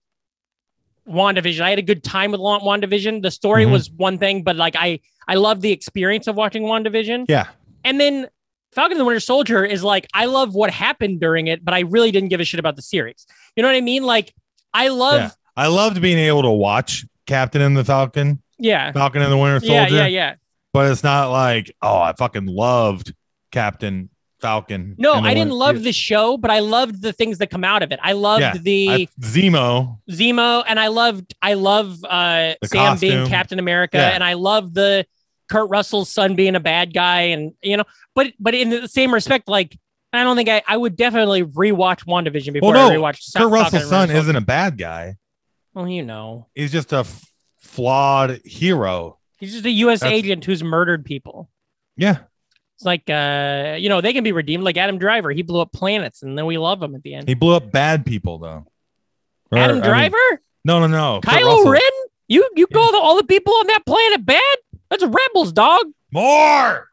[SPEAKER 2] WandaVision. I had a good time with Wa- WandaVision. The story
[SPEAKER 3] Mhm.
[SPEAKER 2] was one thing, but like I, I loved the experience of watching WandaVision.
[SPEAKER 3] Yeah.
[SPEAKER 2] And then Falcon and the Winter Soldier is like, I love what happened during it, but I really didn't give a shit about the series. You know what I mean? Like, I love,
[SPEAKER 3] I loved being able to watch Captain and the Falcon,
[SPEAKER 2] yeah,
[SPEAKER 3] Falcon and the Winter Soldier,
[SPEAKER 2] yeah, yeah, yeah.
[SPEAKER 3] but it's not like, oh, I fucking loved Captain Falcon.
[SPEAKER 2] No,
[SPEAKER 3] and the
[SPEAKER 2] I didn't
[SPEAKER 3] Win-
[SPEAKER 2] love the show, but I loved the things that come out of it. I loved
[SPEAKER 3] Yeah,
[SPEAKER 2] the
[SPEAKER 3] I- Zemo.
[SPEAKER 2] Zemo, and I loved I love uh,
[SPEAKER 3] The
[SPEAKER 2] Sam being
[SPEAKER 3] costume.
[SPEAKER 2] Captain America,
[SPEAKER 3] Yeah.
[SPEAKER 2] and I love the Kurt Russell's son being a bad guy, and you know, but but in the same respect, like I don't think I, I would definitely rewatch WandaVision before
[SPEAKER 3] Well,
[SPEAKER 2] I
[SPEAKER 3] no,
[SPEAKER 2] rewatch
[SPEAKER 3] Kurt Russell's son isn't a bad guy.
[SPEAKER 2] Well, you know,
[SPEAKER 3] He's just a f- flawed hero.
[SPEAKER 2] he's just a U.S.
[SPEAKER 3] That's-
[SPEAKER 2] agent who's murdered people.
[SPEAKER 3] Yeah.
[SPEAKER 2] It's like uh, you know, they can be redeemed. Like Adam Driver, he blew up planets, and then we love him at the end.
[SPEAKER 3] He blew up bad people, though. Or, I
[SPEAKER 2] Adam
[SPEAKER 3] mean-
[SPEAKER 2] Driver,
[SPEAKER 3] no, no, no. Kurt
[SPEAKER 2] Kylo
[SPEAKER 3] Russell.
[SPEAKER 2] Ren, you you call the, all the people on that planet bad? That's rebels, dog.
[SPEAKER 3] More.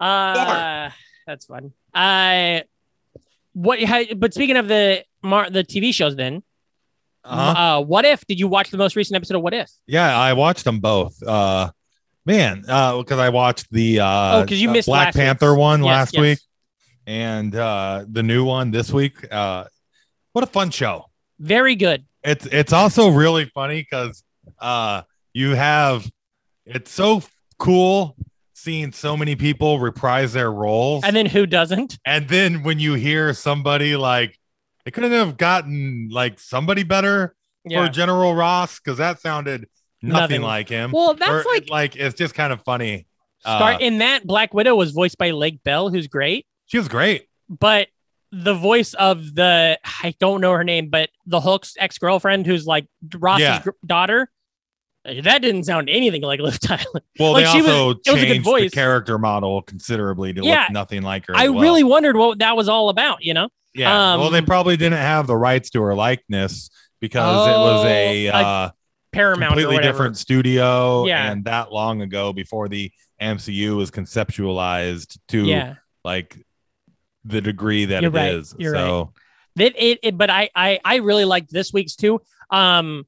[SPEAKER 2] Uh, that's fun. Uh, what? How, but speaking of the Mar- the TV shows, then,
[SPEAKER 3] Uh-huh.
[SPEAKER 2] uh, what if? Did you watch the most recent episode of What If?
[SPEAKER 3] Yeah, I watched them both. Uh, man, because I watched the uh,
[SPEAKER 2] Oh, 'cause you
[SPEAKER 3] uh,
[SPEAKER 2] missed
[SPEAKER 3] Black
[SPEAKER 2] last week's.
[SPEAKER 3] Panther one
[SPEAKER 2] Yes,
[SPEAKER 3] last
[SPEAKER 2] yes.
[SPEAKER 3] week. and uh, the new one this week. Uh, what a fun show!
[SPEAKER 2] Very good.
[SPEAKER 3] It's it's also really funny because uh, you have it's so cool seeing so many people reprise their roles,
[SPEAKER 2] And then who doesn't?
[SPEAKER 3] and then when you hear somebody like they couldn't have gotten like somebody better
[SPEAKER 2] Yeah.
[SPEAKER 3] for General Ross because that sounded nothing,
[SPEAKER 2] Nothing.
[SPEAKER 3] like him.
[SPEAKER 2] Well, that's
[SPEAKER 3] Or,
[SPEAKER 2] like
[SPEAKER 3] like it's just kind of funny. uh,
[SPEAKER 2] start in that Black Widow was voiced by Lake Bell, who's great,
[SPEAKER 3] She was great.
[SPEAKER 2] but the voice of the I don't know her name, but the Hulk's ex girlfriend, who's like Ross's
[SPEAKER 3] Yeah.
[SPEAKER 2] gr- daughter, eh, That didn't sound anything like Liv Tyler.
[SPEAKER 3] Well,
[SPEAKER 2] Like,
[SPEAKER 3] they
[SPEAKER 2] she was-
[SPEAKER 3] also
[SPEAKER 2] it was a good
[SPEAKER 3] changed the
[SPEAKER 2] voice.
[SPEAKER 3] character model considerably to
[SPEAKER 2] Yeah.
[SPEAKER 3] look nothing like her.
[SPEAKER 2] I
[SPEAKER 3] as well.
[SPEAKER 2] really wondered what that was all about, you know?
[SPEAKER 3] yeah. well, they
[SPEAKER 2] um,
[SPEAKER 3] probably didn't have the rights to her likeness because it was a,
[SPEAKER 2] Oh, a
[SPEAKER 3] uh,
[SPEAKER 2] Paramount or
[SPEAKER 3] completely
[SPEAKER 2] whatever.
[SPEAKER 3] different studio
[SPEAKER 2] Yeah.
[SPEAKER 3] and that long ago before the MCU was conceptualized to
[SPEAKER 2] Yeah.
[SPEAKER 3] like the degree that
[SPEAKER 2] You're
[SPEAKER 3] it
[SPEAKER 2] right.
[SPEAKER 3] is.
[SPEAKER 2] You're
[SPEAKER 3] so
[SPEAKER 2] That it, it but I, I I really liked this week's too. Um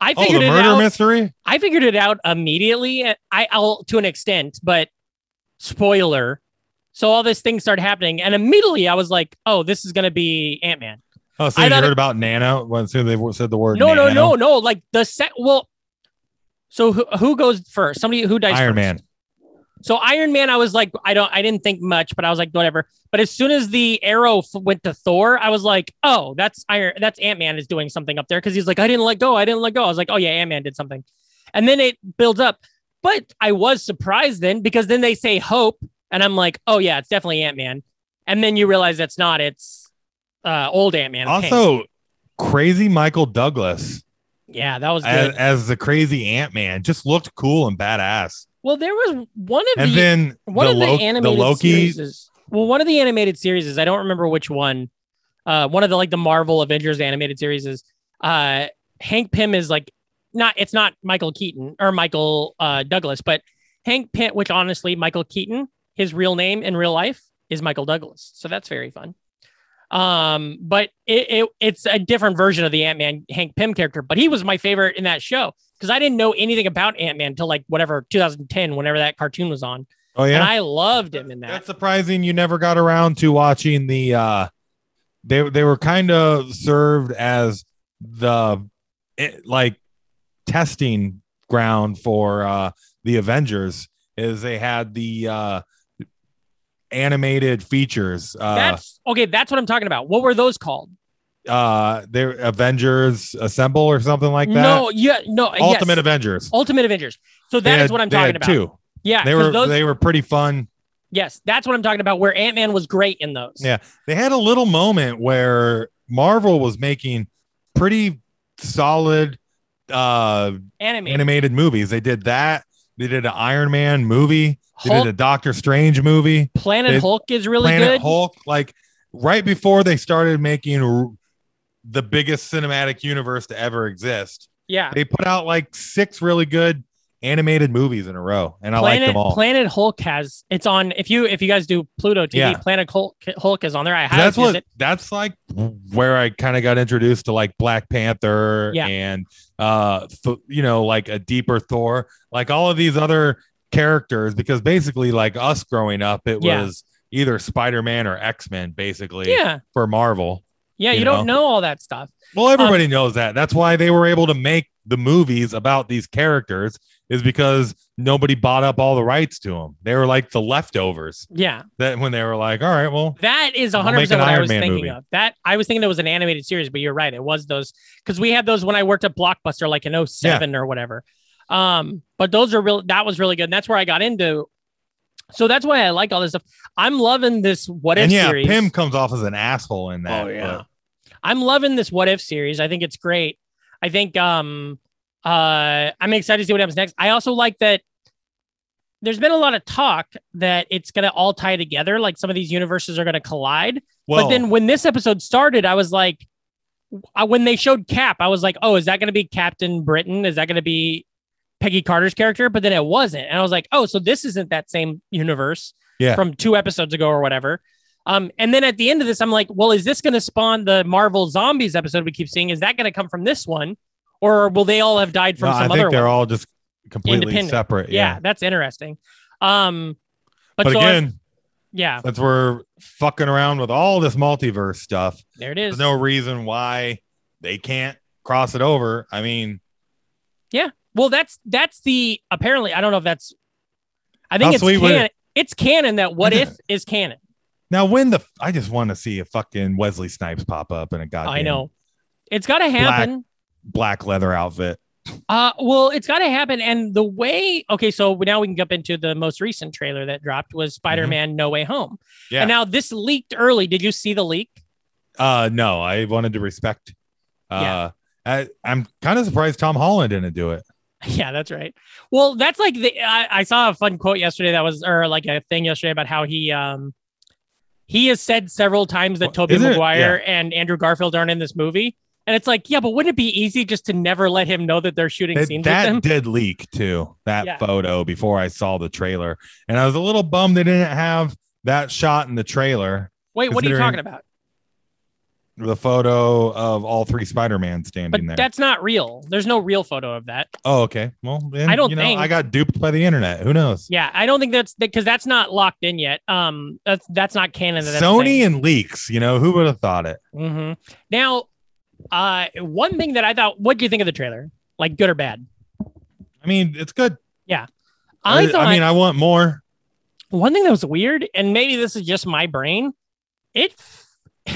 [SPEAKER 2] I
[SPEAKER 3] oh, the
[SPEAKER 2] figured it
[SPEAKER 3] murder
[SPEAKER 2] out.
[SPEAKER 3] mystery.
[SPEAKER 2] I figured it out immediately. I, I'll to an extent, but spoiler. So all these things started happening, and immediately I was like, "Oh, this is gonna be Ant Man."
[SPEAKER 3] Oh, so
[SPEAKER 2] I
[SPEAKER 3] you
[SPEAKER 2] thought
[SPEAKER 3] heard
[SPEAKER 2] it-
[SPEAKER 3] about Nano when soon they said the word.
[SPEAKER 2] No, no,
[SPEAKER 3] Nano?
[SPEAKER 2] no, no. Like the set. Well, so who, who goes first? Somebody who dies. first?
[SPEAKER 3] Iron Man.
[SPEAKER 2] So Iron Man, I was like, I don't, I didn't think much, but I was like, whatever. But as soon as the arrow f- went to Thor, I was like, oh, that's Iron, that's Ant Man is doing something up there because he's like, I didn't let go, I didn't let go. I was like, oh yeah, Ant Man did something, and then it builds up. But I was surprised then because then they say hope, and I'm like, oh yeah, it's definitely Ant Man, and then you realize that's not. It's uh, old Ant Man.
[SPEAKER 3] Also, crazy Michael Douglas
[SPEAKER 2] yeah, that was
[SPEAKER 3] as,
[SPEAKER 2] good.
[SPEAKER 3] as the crazy Ant Man just looked cool and badass.
[SPEAKER 2] well, there was one of
[SPEAKER 3] And
[SPEAKER 2] the
[SPEAKER 3] then
[SPEAKER 2] one
[SPEAKER 3] the,
[SPEAKER 2] of the
[SPEAKER 3] Lo-
[SPEAKER 2] animated
[SPEAKER 3] the Loki.
[SPEAKER 2] series is- well one of the animated series is i don't remember which one uh one of the like the marvel avengers animated series is uh hank pym is like not it's not michael keaton or michael uh douglas but hank pym which honestly michael keaton his real name in real life is michael douglas so that's very fun um but it, it it's a different version of the ant-man hank pym character but he was my favorite in that show because i didn't know anything about ant-man till like whatever 2010 whenever that cartoon was on
[SPEAKER 3] Oh yeah.
[SPEAKER 2] and I loved him in that.
[SPEAKER 3] That's surprising. You never got around to watching the. uh They they were kind of served as the it, like testing ground for uh the Avengers. Is they had the uh animated features. Uh,
[SPEAKER 2] That's okay. That's what I'm talking about. What were those called?
[SPEAKER 3] uh their Avengers Assemble or something like that.
[SPEAKER 2] No, yeah, no,
[SPEAKER 3] Ultimate
[SPEAKER 2] yes.
[SPEAKER 3] Avengers.
[SPEAKER 2] Ultimate Avengers. So
[SPEAKER 3] They
[SPEAKER 2] that is
[SPEAKER 3] had-
[SPEAKER 2] what I'm
[SPEAKER 3] they
[SPEAKER 2] talking
[SPEAKER 3] had
[SPEAKER 2] about.
[SPEAKER 3] Two.
[SPEAKER 2] Yeah,
[SPEAKER 3] They
[SPEAKER 2] 'cause
[SPEAKER 3] were
[SPEAKER 2] those,
[SPEAKER 3] they were pretty fun.
[SPEAKER 2] yes, that's what I'm talking about. Where Ant Man was great in those.
[SPEAKER 3] Yeah. they had a little moment where Marvel was making pretty solid uh
[SPEAKER 2] animated.
[SPEAKER 3] animated movies. They did that. They did an Iron Man movie. They
[SPEAKER 2] Hulk-
[SPEAKER 3] did a Doctor Strange movie.
[SPEAKER 2] Planet
[SPEAKER 3] they-
[SPEAKER 2] Hulk is really
[SPEAKER 3] Planet
[SPEAKER 2] good.
[SPEAKER 3] Hulk. Like right before they started making r- the biggest cinematic universe to ever exist,
[SPEAKER 2] Yeah,
[SPEAKER 3] they put out like six really good animated movies in a row, and I like
[SPEAKER 2] Planet
[SPEAKER 3] them all.
[SPEAKER 2] Planet Hulk has it's on. If you if you guys do Pluto TV,
[SPEAKER 3] Yeah.
[SPEAKER 2] Planet Hulk, Hulk is on there. I highly
[SPEAKER 3] that's what
[SPEAKER 2] visit.
[SPEAKER 3] that's like where I kind of got introduced to like Black Panther
[SPEAKER 2] Yeah.
[SPEAKER 3] and uh th- you know like a deeper Thor like all of these other characters because basically like us growing up it
[SPEAKER 2] Yeah.
[SPEAKER 3] was either Spider-Man or X-Men basically
[SPEAKER 2] Yeah,
[SPEAKER 3] for Marvel.
[SPEAKER 2] yeah. You,
[SPEAKER 3] you
[SPEAKER 2] don't know all that stuff.
[SPEAKER 3] Well everybody
[SPEAKER 2] Um,
[SPEAKER 3] knows that. That's why they were able to make the movies about these characters is because nobody bought up all the rights to them. They were like the leftovers.
[SPEAKER 2] Yeah,
[SPEAKER 3] That when they were like, all right, well,
[SPEAKER 2] That is
[SPEAKER 3] We'll
[SPEAKER 2] 100
[SPEAKER 3] make an
[SPEAKER 2] percent what I
[SPEAKER 3] Iron
[SPEAKER 2] was
[SPEAKER 3] Man
[SPEAKER 2] thinking
[SPEAKER 3] movie.
[SPEAKER 2] of. That I was thinking it was an animated series, but you're right. It was those because we had those when I worked at Blockbuster, like in 07 or whatever. Um, but those are real. That was really good. And that's where I got into. So that's why I like all this stuff. I'm loving this what if
[SPEAKER 3] and yeah,
[SPEAKER 2] series.
[SPEAKER 3] Pim comes off as an asshole in that.
[SPEAKER 2] Oh,
[SPEAKER 3] but-
[SPEAKER 2] yeah. I'm loving this what if series. I think it's great. I think um uh I'm excited to see what happens next. I also like that there's been a lot of talk that it's gonna all tie together, like some of these universes are gonna collide
[SPEAKER 3] Well,
[SPEAKER 2] but then when this episode started, I was like, I, when they showed Cap, I was like, oh, is that going to be Captain Britain? Is that going to be Peggy Carter's character? But then it wasn't. And I was like, oh, so this isn't that same universe
[SPEAKER 3] Yeah.
[SPEAKER 2] from two episodes ago or whatever. Um, and then at the end of this, I'm like, well, is this going to spawn the Marvel Zombies episode we keep seeing? Is that going to come from this one? Or will they all have died from
[SPEAKER 3] no, I
[SPEAKER 2] some
[SPEAKER 3] think
[SPEAKER 2] other
[SPEAKER 3] they're
[SPEAKER 2] one?
[SPEAKER 3] all just completely
[SPEAKER 2] Independent.
[SPEAKER 3] separate.
[SPEAKER 2] yeah.
[SPEAKER 3] Yeah.
[SPEAKER 2] that's interesting. Um, but,
[SPEAKER 3] But,
[SPEAKER 2] so I-
[SPEAKER 3] again,
[SPEAKER 2] yeah,
[SPEAKER 3] since we're fucking around with all this multiverse stuff,
[SPEAKER 2] there it is.
[SPEAKER 3] there's no reason why they can't cross it over. I mean,
[SPEAKER 2] Well, that's that's the apparently I don't know if that's I
[SPEAKER 3] How
[SPEAKER 2] think
[SPEAKER 3] sweet
[SPEAKER 2] it's
[SPEAKER 3] would
[SPEAKER 2] canon. It's canon that what
[SPEAKER 3] Yeah.
[SPEAKER 2] if is canon.
[SPEAKER 3] now when the I just want to see a fucking Wesley Snipes pop up in a goddamn
[SPEAKER 2] I know. It's got to happen.
[SPEAKER 3] black leather outfit.
[SPEAKER 2] Uh well, it's got to happen and the way okay, so now we can jump into the most recent trailer that dropped was Spider-Man No Way Home.
[SPEAKER 3] Mm-hmm. Yeah.
[SPEAKER 2] And now this leaked early. Did you see the leak?
[SPEAKER 3] Uh, no, I wanted to respect. Uh,
[SPEAKER 2] Yeah.
[SPEAKER 3] I, I'm kind of surprised Tom Holland didn't do it.
[SPEAKER 2] Yeah, that's right. Well, that's like the I, I saw a fun quote yesterday that was or like a thing yesterday about how he um he has said several times that
[SPEAKER 3] Well,
[SPEAKER 2] Toby
[SPEAKER 3] isn't it-
[SPEAKER 2] Maguire and Andrew Garfield aren't in this movie. And it's like, yeah, but wouldn't it be easy just to never let him know that they're shooting
[SPEAKER 3] That,
[SPEAKER 2] scenes
[SPEAKER 3] that
[SPEAKER 2] with him?
[SPEAKER 3] did leak too. That
[SPEAKER 2] Yeah.
[SPEAKER 3] photo before I saw the trailer, and I was a little bummed they didn't have that shot in the trailer.
[SPEAKER 2] Wait, what are you
[SPEAKER 3] considering-
[SPEAKER 2] talking about?
[SPEAKER 3] The photo of all three Spider-Man
[SPEAKER 2] But
[SPEAKER 3] standing there.
[SPEAKER 2] that's not real. There's no real photo of that.
[SPEAKER 3] Oh, okay. Well, then,
[SPEAKER 2] I don't
[SPEAKER 3] you know,
[SPEAKER 2] think-
[SPEAKER 3] I got duped by the internet. Who knows?
[SPEAKER 2] Yeah, I don't think that's because that's not locked in yet. Um, that's that's not canon. That that's a
[SPEAKER 3] Sony
[SPEAKER 2] thing.
[SPEAKER 3] and leaks. You know, who would have thought it?
[SPEAKER 2] Mhm. Now, uh, one thing that I thought, what do you think of the trailer? Like good or bad?
[SPEAKER 3] I mean, it's good.
[SPEAKER 2] I, thought
[SPEAKER 3] I mean, I want more.
[SPEAKER 2] one thing that was weird, and maybe this is just my brain. It,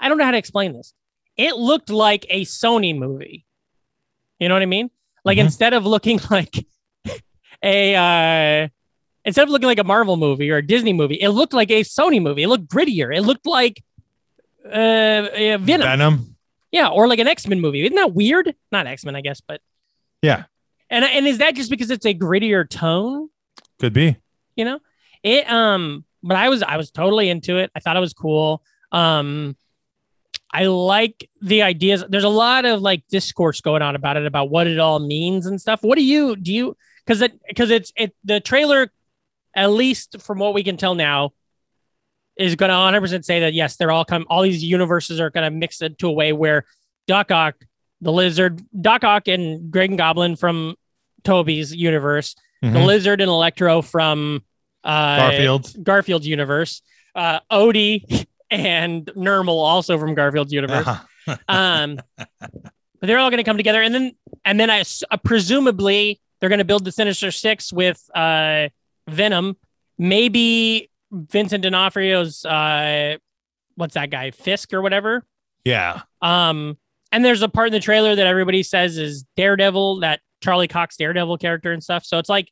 [SPEAKER 2] I don't know how to explain this. It looked like a Sony movie. You know what I mean? Like
[SPEAKER 3] Mhm.
[SPEAKER 2] instead of looking like a, uh, instead of looking like a Marvel movie or a Disney movie, it looked like a Sony movie. It looked grittier. It looked like uh, uh, Venom.
[SPEAKER 3] Venom.
[SPEAKER 2] Yeah, or like an X Men movie. Isn't that weird? Not X Men, I guess, but
[SPEAKER 3] Yeah.
[SPEAKER 2] And and is that just because it's a grittier tone?
[SPEAKER 3] Could be.
[SPEAKER 2] You know, it. Um, but I was I was totally into it. I thought it was cool. Um, I like the ideas. There's a lot of like discourse going on about it about what it all means and stuff. What do you do you because it because it's it the trailer, at least from what we can tell now. Is going to 100% say that yes, they're all come. All these universes are going to mix it to a way where Doc Ock, the lizard, Doc Ock and Greg Goblin from Toby's universe,
[SPEAKER 3] Mhm.
[SPEAKER 2] the lizard and Electro from uh,
[SPEAKER 3] Garfield.
[SPEAKER 2] Garfield's universe, uh, Odie and Nermal also from Garfield's universe.
[SPEAKER 3] Uh-huh.
[SPEAKER 2] um, but they're all going to come together, and then and then I s- uh, presumably they're going to build the Sinister Six with uh, Venom, maybe Vincent D'Onofrio's uh, what's that guy Fisk or whatever.
[SPEAKER 3] Yeah.
[SPEAKER 2] Um, and there's a part in the trailer that everybody says is Daredevil, that Charlie Cox Daredevil character and stuff. So it's like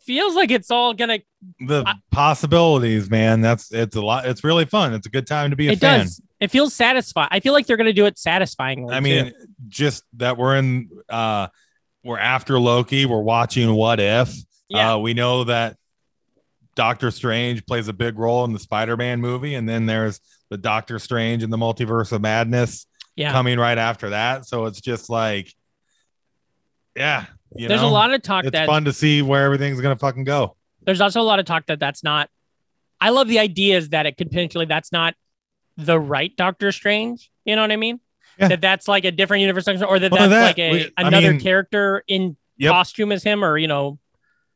[SPEAKER 2] feels like it's all gonna
[SPEAKER 3] The
[SPEAKER 2] I-
[SPEAKER 3] possibilities, man. That's it's a lot. It's really fun. It's a good time to be a
[SPEAKER 2] it
[SPEAKER 3] fan.
[SPEAKER 2] does. It feels satisfying. I feel like they're gonna do it satisfyingly.
[SPEAKER 3] I mean,
[SPEAKER 2] too.
[SPEAKER 3] just that we're in uh we're after Loki, we're watching what if.
[SPEAKER 2] yeah,
[SPEAKER 3] Uh we know that Doctor Strange plays a big role in the Spider-Man movie, and then there's the Doctor Strange and the multiverse of madness
[SPEAKER 2] yeah.
[SPEAKER 3] coming right after that. So it's just like yeah, you
[SPEAKER 2] There's
[SPEAKER 3] know,
[SPEAKER 2] a lot of talk
[SPEAKER 3] it's
[SPEAKER 2] that
[SPEAKER 3] fun to see where everything's gonna fucking go.
[SPEAKER 2] there's also a lot of talk that that's not. I love the ideas that it could potentially that's not the right Doctor Strange. You know what I mean?
[SPEAKER 3] Yeah.
[SPEAKER 2] That that's like a different universe, or that
[SPEAKER 3] Well,
[SPEAKER 2] that's
[SPEAKER 3] that-
[SPEAKER 2] like a
[SPEAKER 3] we- I
[SPEAKER 2] another
[SPEAKER 3] mean-
[SPEAKER 2] character in
[SPEAKER 3] Yep.
[SPEAKER 2] costume as him, or you know,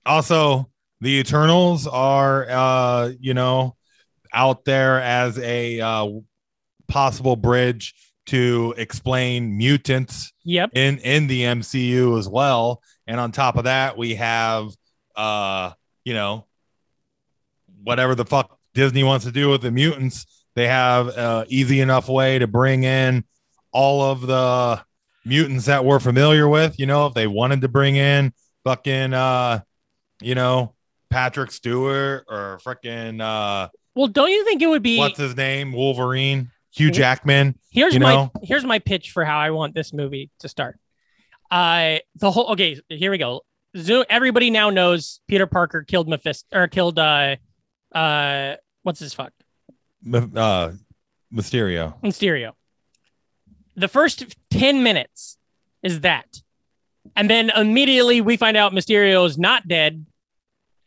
[SPEAKER 3] also the eternals are uh you know out there as a uh possible bridge to explain mutants
[SPEAKER 2] yep.
[SPEAKER 3] in in the mcu as well and on top of that we have uh you know whatever the fuck disney wants to do with the mutants they have uh easy enough way to bring in all of the mutants that we're familiar with you know if they wanted to bring in fucking uh you know patrick stewart or freaking uh
[SPEAKER 2] Well, don't you think it would be
[SPEAKER 3] what's his name wolverine hugh jackman
[SPEAKER 2] here's
[SPEAKER 3] you know?
[SPEAKER 2] my here's my pitch for how I want this movie to start. Uh the whole okay, here we go. Zoom everybody now knows Peter Parker killed Mephisto or killed uh uh what's his fuck?
[SPEAKER 3] M- uh mysterio
[SPEAKER 2] Mysterio. The first 10 minutes is that. And then immediately we find out Mysterio is not dead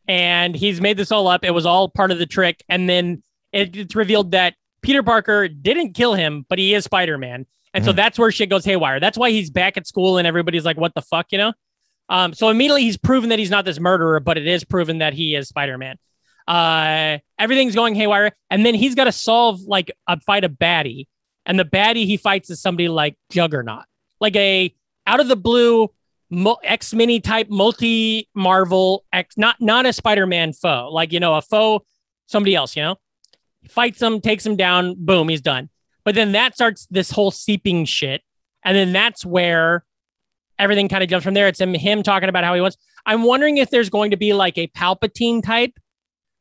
[SPEAKER 2] and he's made this all up. It was all part of the trick. And then it, it's revealed that Peter Parker didn't kill him, but he is Spider Man. And so
[SPEAKER 3] Mhm.
[SPEAKER 2] that's where shit goes haywire. That's why he's back at school and everybody's like, what the fuck, you know? Um, so immediately he's proven that he's not this murderer, but it is proven that he is Spider Man. Uh, everything's going haywire, and then he's got to solve like a fight a baddie, and the baddie he fights is somebody like Juggernaut, like a out of the blue mo- X mini type multi Marvel X, not not a Spider Man foe, like you know a foe, somebody else, you know, fights him, takes him down, boom, he's done. But then that starts this whole seeping shit, and then that's where everything kind of jumps from there. It's him, him talking about how he wants. I'm wondering if there's going to be like a Palpatine type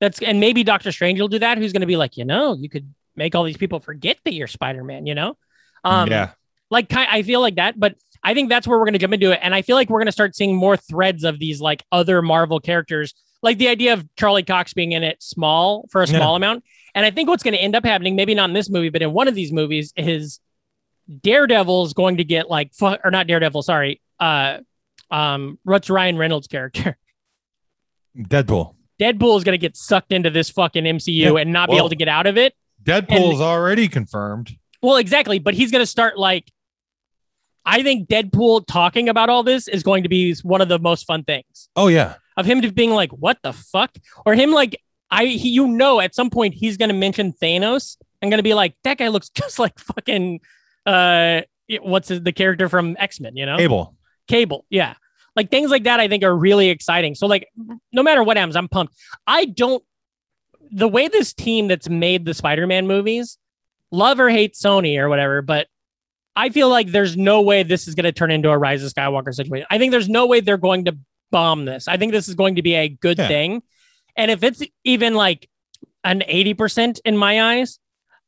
[SPEAKER 2] that's and maybe Doctor Strange will do that. Who's going to be like, you know, you could make all these people forget that you're Spider Man, you know? Um,
[SPEAKER 3] yeah
[SPEAKER 2] like ki- I feel like that, but I think that's where we're going to jump into it. And I feel like we're going to start seeing more threads of these like other Marvel characters, like the idea of Charlie Cox being in it small for a
[SPEAKER 3] Yeah.
[SPEAKER 2] small amount. And I think what's going to end up happening, maybe not in this movie, but in one of these movies, is Daredevil's going to get like, fu- or not Daredevil, sorry, uh, um, what's Ryan Reynolds' character?
[SPEAKER 3] Deadpool.
[SPEAKER 2] Deadpool is going to get sucked into this fucking MCU and not be
[SPEAKER 3] Well-
[SPEAKER 2] able to get out of it.
[SPEAKER 3] Deadpool's already confirmed.
[SPEAKER 2] Well, exactly. But he's going to start like, I think Deadpool talking about all this is going to be one of the most fun things
[SPEAKER 3] Oh yeah.
[SPEAKER 2] of him just being like, what the fuck? Or him like, I, he, you know, at some point he's going to mention Thanos and going to be like, that guy looks just like fucking, uh, it- what's his, the character from X Men, you know?
[SPEAKER 3] Abel.
[SPEAKER 2] cable yeah like things like that i think are really exciting so like no matter what happens i'm pumped i don't the way this team that's made the spider-man movies love or hate sony or whatever but i feel like there's no way this is going to turn into a rise of skywalker situation i think there's no way they're going to bomb this i think this is going to be a good
[SPEAKER 3] Yeah.
[SPEAKER 2] thing and if it's even like an 80% in my eyes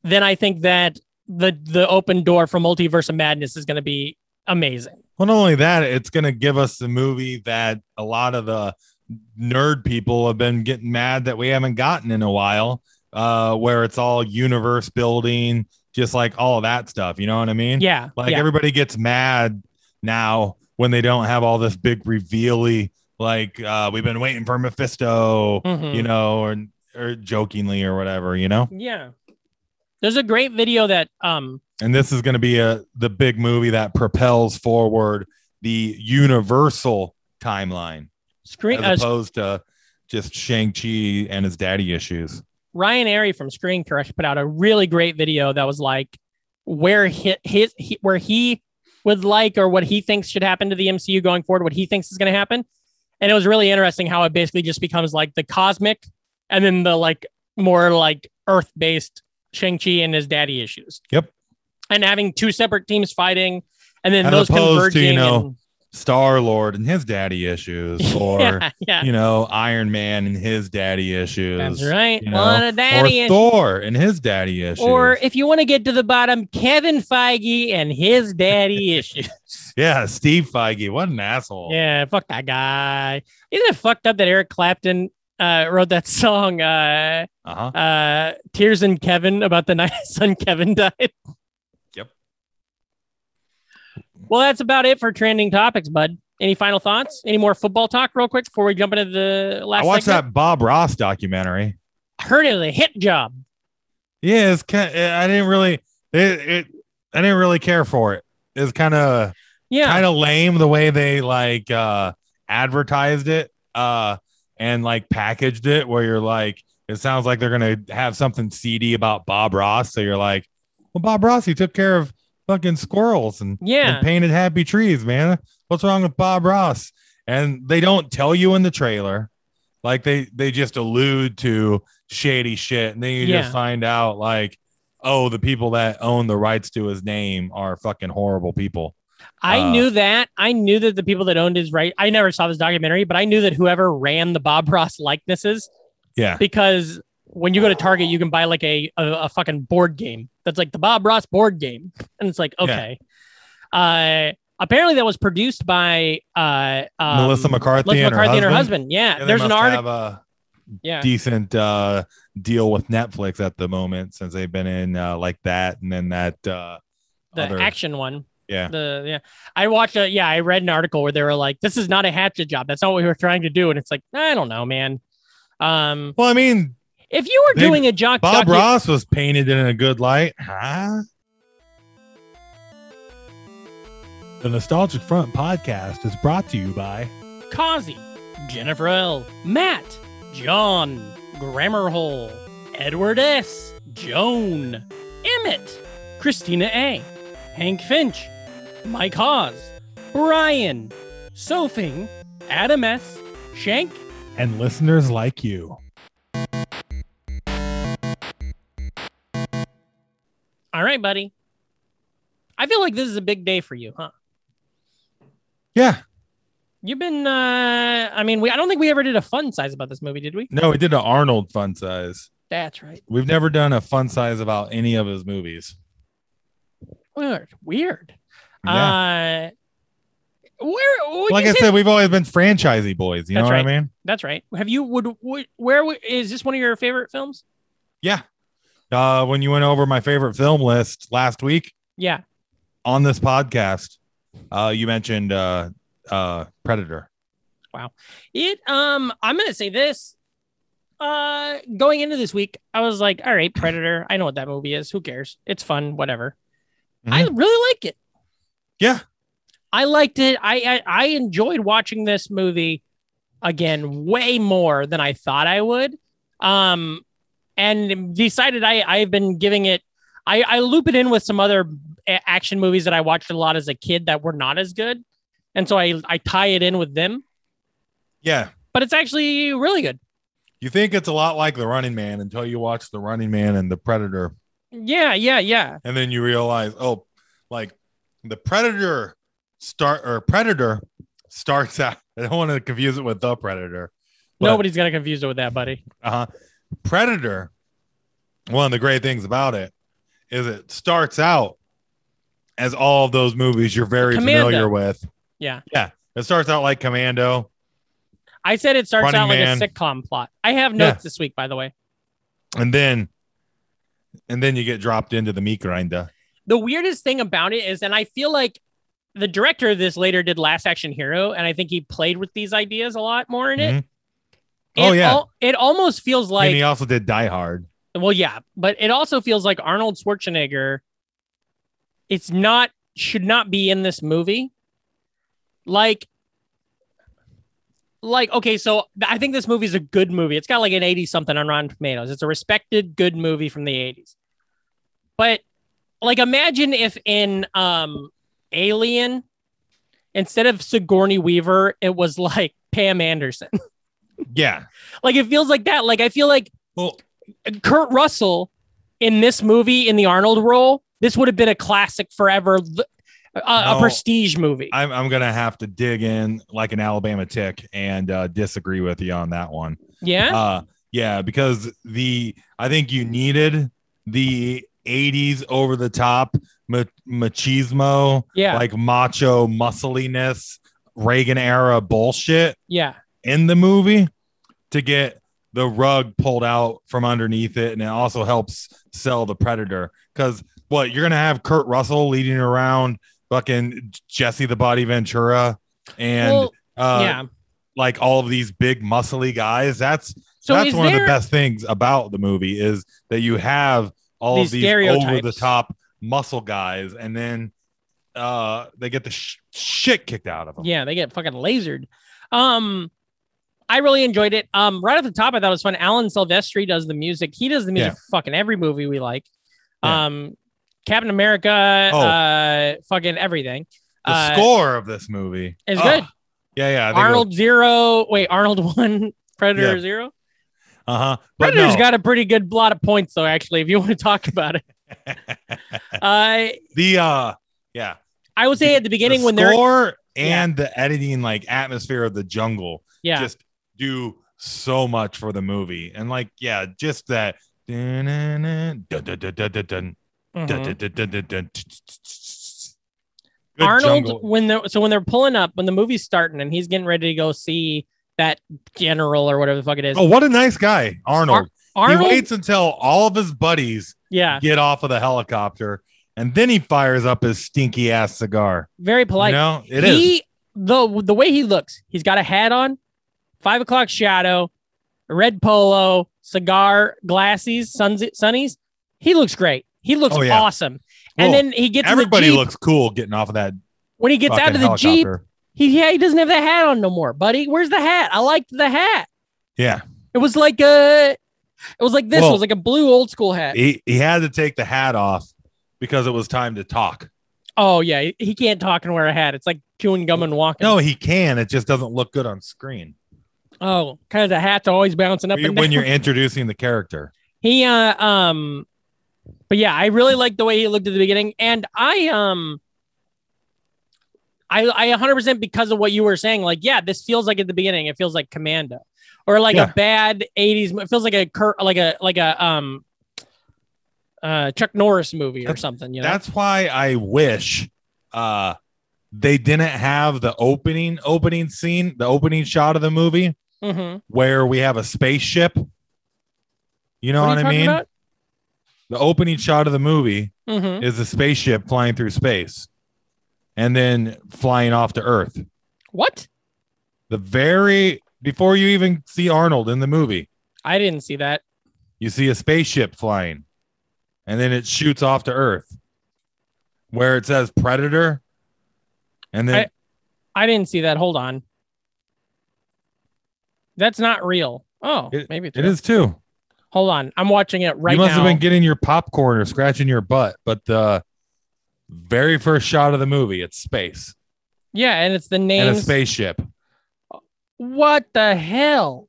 [SPEAKER 2] then i think that the the open door for multiverse of madness is going to be amazing
[SPEAKER 3] Well, not only that, it's going to give us the movie that a lot of the nerd people have been getting mad that we haven't gotten in a while, uh, where it's all universe building, just like all of that stuff. You know what I mean?
[SPEAKER 2] yeah
[SPEAKER 3] Like
[SPEAKER 2] yeah.
[SPEAKER 3] everybody gets mad now when they don't have all this big revealy, like uh, we've been waiting for Mephisto,
[SPEAKER 2] Mhm.
[SPEAKER 3] you know, or or jokingly or whatever, you know.
[SPEAKER 2] Yeah. There's a great video that um
[SPEAKER 3] and this is going to be a the big movie that propels forward the universal timeline
[SPEAKER 2] screen uh,
[SPEAKER 3] as opposed to just Shang Chi and his daddy issues.
[SPEAKER 2] Ryan Airy from Screen Crush put out a really great video that was like where his, his he, where he would like or what he thinks should happen to the MCU going forward, what he thinks is going to happen. And it was really interesting how it basically just becomes like the cosmic and then the like more like earth-based Shang-Chi and his daddy issues.
[SPEAKER 3] Yep.
[SPEAKER 2] And having two separate teams fighting and then
[SPEAKER 3] As
[SPEAKER 2] those
[SPEAKER 3] opposed to,
[SPEAKER 2] converging
[SPEAKER 3] you know,
[SPEAKER 2] and-
[SPEAKER 3] Star Lord and his daddy issues, or
[SPEAKER 2] yeah, yeah.
[SPEAKER 3] you know Iron Man and his daddy issues,
[SPEAKER 2] That's right.
[SPEAKER 3] you
[SPEAKER 2] One of
[SPEAKER 3] or
[SPEAKER 2] daddy issues.
[SPEAKER 3] Thor and his daddy issues,
[SPEAKER 2] Or if you want to get to the bottom, Kevin Feige and his daddy issues.
[SPEAKER 3] yeah, Steve Feige, what an asshole.
[SPEAKER 2] Yeah, fuck that guy. Isn't it fucked up that Eric Clapton uh, wrote that song, uh,
[SPEAKER 3] Uh huh.
[SPEAKER 2] uh, Tears and Kevin, about the night his son Kevin died?
[SPEAKER 3] Yep.
[SPEAKER 2] Well, that's about it for trending topics, bud. Any final thoughts? Any more football talk, real quick, before we jump into the last
[SPEAKER 3] I watched
[SPEAKER 2] segment?
[SPEAKER 3] that Bob Ross documentary.
[SPEAKER 2] I heard it was a hit job.
[SPEAKER 3] Yeah, it's kind. I didn't really. It, it. I didn't really care for it. It's kind of
[SPEAKER 2] Yeah.
[SPEAKER 3] kind of lame the way they like uh advertised it uh and like packaged it. Where you're like, it sounds like they're gonna have something seedy about Bob Ross. So you're like, well, Bob Ross, he took care of fucking squirrels and
[SPEAKER 2] yeah.
[SPEAKER 3] and painted happy trees, man. What's wrong with Bob Ross? And they don't tell you in the trailer. Like they they just allude to shady shit. And then you
[SPEAKER 2] Yeah.
[SPEAKER 3] just find out like, oh, the people that own the rights to his name are fucking horrible people.
[SPEAKER 2] I
[SPEAKER 3] Uh,
[SPEAKER 2] knew that. I knew that the people that owned his right. I never saw this documentary, but I knew that whoever ran the Bob Ross likenesses,
[SPEAKER 3] Yeah.
[SPEAKER 2] because when you go to Target, you can buy like a a, a fucking board game that's like the Bob Ross board game, and it's like
[SPEAKER 3] Yeah.
[SPEAKER 2] okay. Uh, apparently that was produced by uh um,
[SPEAKER 3] Melissa McCarthy,
[SPEAKER 2] Melissa
[SPEAKER 3] and, her
[SPEAKER 2] McCarthy and her
[SPEAKER 3] husband.
[SPEAKER 2] husband. Yeah,
[SPEAKER 3] Yeah, they
[SPEAKER 2] there's an
[SPEAKER 3] must
[SPEAKER 2] article.
[SPEAKER 3] have a
[SPEAKER 2] Yeah,
[SPEAKER 3] decent uh deal with Netflix at the moment since they've been in uh, like that and then that uh
[SPEAKER 2] the
[SPEAKER 3] other-
[SPEAKER 2] action one.
[SPEAKER 3] Yeah.
[SPEAKER 2] The yeah, I watched a yeah, I read an article where they were like, "This is not a hatchet job. That's not what we were trying to do." And it's like, I don't know, man. Um,
[SPEAKER 3] well, I mean,
[SPEAKER 2] If you were
[SPEAKER 3] They-
[SPEAKER 2] doing a jock,
[SPEAKER 3] Bob
[SPEAKER 2] docu-
[SPEAKER 3] Ross was painted in a good light. Huh? The Nostalgic Front podcast is brought to you by
[SPEAKER 2] Kazi, Jennifer L, Matt, John, Grammarhole, Edward S, Joan, Emmett, Christina A, Hank Finch, Mike Hawes, Brian, Sophing, Adam S, Shank,
[SPEAKER 3] and listeners like you.
[SPEAKER 2] All right, buddy. I feel like this is a big day for you, huh?
[SPEAKER 3] Yeah.
[SPEAKER 2] You've been uh I mean, we I don't think we ever did a fun size about this movie, did we?
[SPEAKER 3] No, we did an Arnold fun size.
[SPEAKER 2] That's right.
[SPEAKER 3] We've never done a fun size about any of his movies.
[SPEAKER 2] Weird. Weird.
[SPEAKER 3] Yeah.
[SPEAKER 2] Uh Where would
[SPEAKER 3] like
[SPEAKER 2] you
[SPEAKER 3] I
[SPEAKER 2] say-
[SPEAKER 3] said, we've always been franchisey boys. You know
[SPEAKER 2] That's
[SPEAKER 3] what
[SPEAKER 2] right.
[SPEAKER 3] I mean?
[SPEAKER 2] That's right. Have you would, would where would, is this one of your favorite films?
[SPEAKER 3] Yeah. Uh, when you went over my favorite film list last week
[SPEAKER 2] Yeah.
[SPEAKER 3] on this podcast, uh, you mentioned uh, uh, Predator.
[SPEAKER 2] It um I'm going to say this uh going into this week, I was like, all right, Predator, I know what that movie is. Who cares? It's fun, whatever. I really like it.
[SPEAKER 3] Yeah.
[SPEAKER 2] I liked it. I, I I enjoyed watching this movie again way more than I thought I would. Um and decided I I've been giving it I I loop it in with some other a- action movies that I watched a lot as a kid that were not as good. And so I I tie it in with them,
[SPEAKER 3] Yeah.
[SPEAKER 2] but it's actually really good.
[SPEAKER 3] You think it's a lot like The Running Man until you watch The Running Man and The Predator,
[SPEAKER 2] Yeah, yeah, yeah.
[SPEAKER 3] and then you realize, oh, like the Predator start or Predator starts out. I don't want to confuse it with The Predator. but-
[SPEAKER 2] Nobody's gonna confuse it with that, buddy.
[SPEAKER 3] Uh-huh. Predator, one of the great things about it is it starts out as all of those movies you're very
[SPEAKER 2] Commando.
[SPEAKER 3] familiar with.
[SPEAKER 2] Yeah.
[SPEAKER 3] Yeah. It starts out like Commando.
[SPEAKER 2] I said it starts
[SPEAKER 3] Running
[SPEAKER 2] out like
[SPEAKER 3] Man.
[SPEAKER 2] a sitcom plot. I have notes this week, by the way.
[SPEAKER 3] And then and then you get dropped into the meat grinder.
[SPEAKER 2] the weirdest thing about it is, and I feel like the director of this later did Last Action Hero, and I think he played with these ideas a lot more in it.
[SPEAKER 3] Mhm. Oh,
[SPEAKER 2] it
[SPEAKER 3] yeah.
[SPEAKER 2] al- it almost feels
[SPEAKER 3] and he
[SPEAKER 2] like
[SPEAKER 3] also did Die Hard.
[SPEAKER 2] well, yeah, but it also feels like Arnold Schwarzenegger. It's not should not be in this movie. Like, like okay, so th- I think this movie is a good movie. It's got like an eighty something on Rotten Tomatoes. It's a respected good movie from the eighties. But like imagine if in um Alien instead of Sigourney Weaver it was like Pam Anderson.
[SPEAKER 3] Yeah.
[SPEAKER 2] like it feels like that. Like I feel like
[SPEAKER 3] Well,
[SPEAKER 2] Kurt Russell in this movie in the Arnold role, this would have been a classic forever th- a, a
[SPEAKER 3] No.
[SPEAKER 2] prestige movie.
[SPEAKER 3] I'm, I'm gonna have to dig in like an Alabama tick and uh, disagree with you on that one.
[SPEAKER 2] yeah?
[SPEAKER 3] Uh, yeah, because the I think you needed the 80s over the top ma- machismo,
[SPEAKER 2] yeah.
[SPEAKER 3] like macho muscliness, Reagan era bullshit
[SPEAKER 2] yeah.
[SPEAKER 3] in the movie to get the rug pulled out from underneath it. And it also helps sell the predator because what you're going to have Kurt Russell leading around fucking Jesse the Body Ventura and
[SPEAKER 2] well,
[SPEAKER 3] uh,
[SPEAKER 2] yeah.
[SPEAKER 3] like all of these big muscly guys. That's
[SPEAKER 2] So
[SPEAKER 3] that's
[SPEAKER 2] is
[SPEAKER 3] one of
[SPEAKER 2] there
[SPEAKER 3] the best things about the movie is that you have all
[SPEAKER 2] These
[SPEAKER 3] of these
[SPEAKER 2] stereotypes.
[SPEAKER 3] over the top muscle guys, and then uh, they get the sh- shit kicked out of them.
[SPEAKER 2] Yeah, they get fucking lasered. Um, I really enjoyed it. Um, right off the top, I thought it was fun. Alan Silvestri does the music. He does the music
[SPEAKER 3] Yeah.
[SPEAKER 2] for fucking every movie we like.
[SPEAKER 3] Yeah.
[SPEAKER 2] Um, Captain America,
[SPEAKER 3] Oh.
[SPEAKER 2] uh, fucking everything.
[SPEAKER 3] The
[SPEAKER 2] uh,
[SPEAKER 3] score of this movie
[SPEAKER 2] It's
[SPEAKER 3] Ugh.
[SPEAKER 2] good.
[SPEAKER 3] Yeah, yeah. I think it
[SPEAKER 2] Arnold zero. Wait, Arnold one. Predator
[SPEAKER 3] Yeah.
[SPEAKER 2] zero.
[SPEAKER 3] was- uh-huh. But
[SPEAKER 2] Predator's
[SPEAKER 3] no,
[SPEAKER 2] got a pretty good lot of points though. Actually, if you want to talk about it, I
[SPEAKER 3] the uh, yeah.
[SPEAKER 2] I would say at the beginning
[SPEAKER 3] the
[SPEAKER 2] when they're
[SPEAKER 3] score and the editing, like atmosphere of the jungle,
[SPEAKER 2] yeah
[SPEAKER 3] just do so much for the movie. And like, yeah, just that. dun-dun-dun, dun-dun-dun-dun-dun,
[SPEAKER 2] mhm.
[SPEAKER 3] dun-dun-dun-dun-dun, Good
[SPEAKER 2] Arnold
[SPEAKER 3] jungle.
[SPEAKER 2] when they're so when they're pulling up when the movie's starting and he's getting ready to go see that general or whatever the fuck it is.
[SPEAKER 3] Oh, what a nice guy, Arnold.
[SPEAKER 2] Arnold,
[SPEAKER 3] He waits until all of his buddies
[SPEAKER 2] yeah,
[SPEAKER 3] get off of the helicopter, and then he fires up his stinky ass cigar.
[SPEAKER 2] very polite.
[SPEAKER 3] you know, it is.
[SPEAKER 2] he the the way he looks, he's got a hat on, five o'clock shadow, a red polo, cigar, glasses, suns, sunnies. He looks great. He looks
[SPEAKER 3] Oh, yeah.
[SPEAKER 2] awesome.
[SPEAKER 3] Well,
[SPEAKER 2] and then he gets in the
[SPEAKER 3] Everybody
[SPEAKER 2] Jeep.
[SPEAKER 3] looks cool getting off of that.
[SPEAKER 2] when he gets out
[SPEAKER 3] fucking
[SPEAKER 2] of the jeep.
[SPEAKER 3] helicopter.
[SPEAKER 2] He yeah, he doesn't have the hat on no more, buddy. Where's the hat? I liked the hat.
[SPEAKER 3] Yeah,
[SPEAKER 2] It was like a, it was like this. it
[SPEAKER 3] Well-
[SPEAKER 2] was like a blue old school hat.
[SPEAKER 3] he he had to take the hat off because it was time to talk.
[SPEAKER 2] oh yeah, he- he can't talk and wear a hat. It's like chewing gum and walking.
[SPEAKER 3] No, he can. It just doesn't look good on screen
[SPEAKER 2] Oh, because the hat's always bouncing up
[SPEAKER 3] when
[SPEAKER 2] and down.
[SPEAKER 3] you're introducing the character.
[SPEAKER 2] He uh um but yeah, I really liked the way he looked at the beginning and I um I I 100% because of what you were saying like yeah, this feels like at the beginning it feels like Commando or like
[SPEAKER 3] Yeah.
[SPEAKER 2] a bad 80s mo- it feels like a cur- like a like a um uh Chuck Norris movie or
[SPEAKER 3] That's-
[SPEAKER 2] something, you know.
[SPEAKER 3] That's why I wish uh they didn't have the opening opening scene, the opening shot of the movie
[SPEAKER 2] Mm-hmm.
[SPEAKER 3] where we have a spaceship. You know what, I mean? The opening shot of the movie
[SPEAKER 2] Mm-hmm.
[SPEAKER 3] is a spaceship flying through space and then flying off to Earth.
[SPEAKER 2] What?
[SPEAKER 3] The very before you even see Arnold in the movie,
[SPEAKER 2] I didn't see that.
[SPEAKER 3] you see a spaceship flying and then it shoots off to Earth where it says Predator. And then
[SPEAKER 2] I didn't see that. Hold on. That's not real. Oh,
[SPEAKER 3] It-
[SPEAKER 2] maybe it's
[SPEAKER 3] it
[SPEAKER 2] real.
[SPEAKER 3] is too.
[SPEAKER 2] Hold on. I'm watching it right
[SPEAKER 3] you must
[SPEAKER 2] now.
[SPEAKER 3] have been getting your popcorn or scratching your butt, but the very first shot of the movie, it's space
[SPEAKER 2] yeah, and it's the
[SPEAKER 3] and a
[SPEAKER 2] names.
[SPEAKER 3] spaceship.
[SPEAKER 2] What the hell?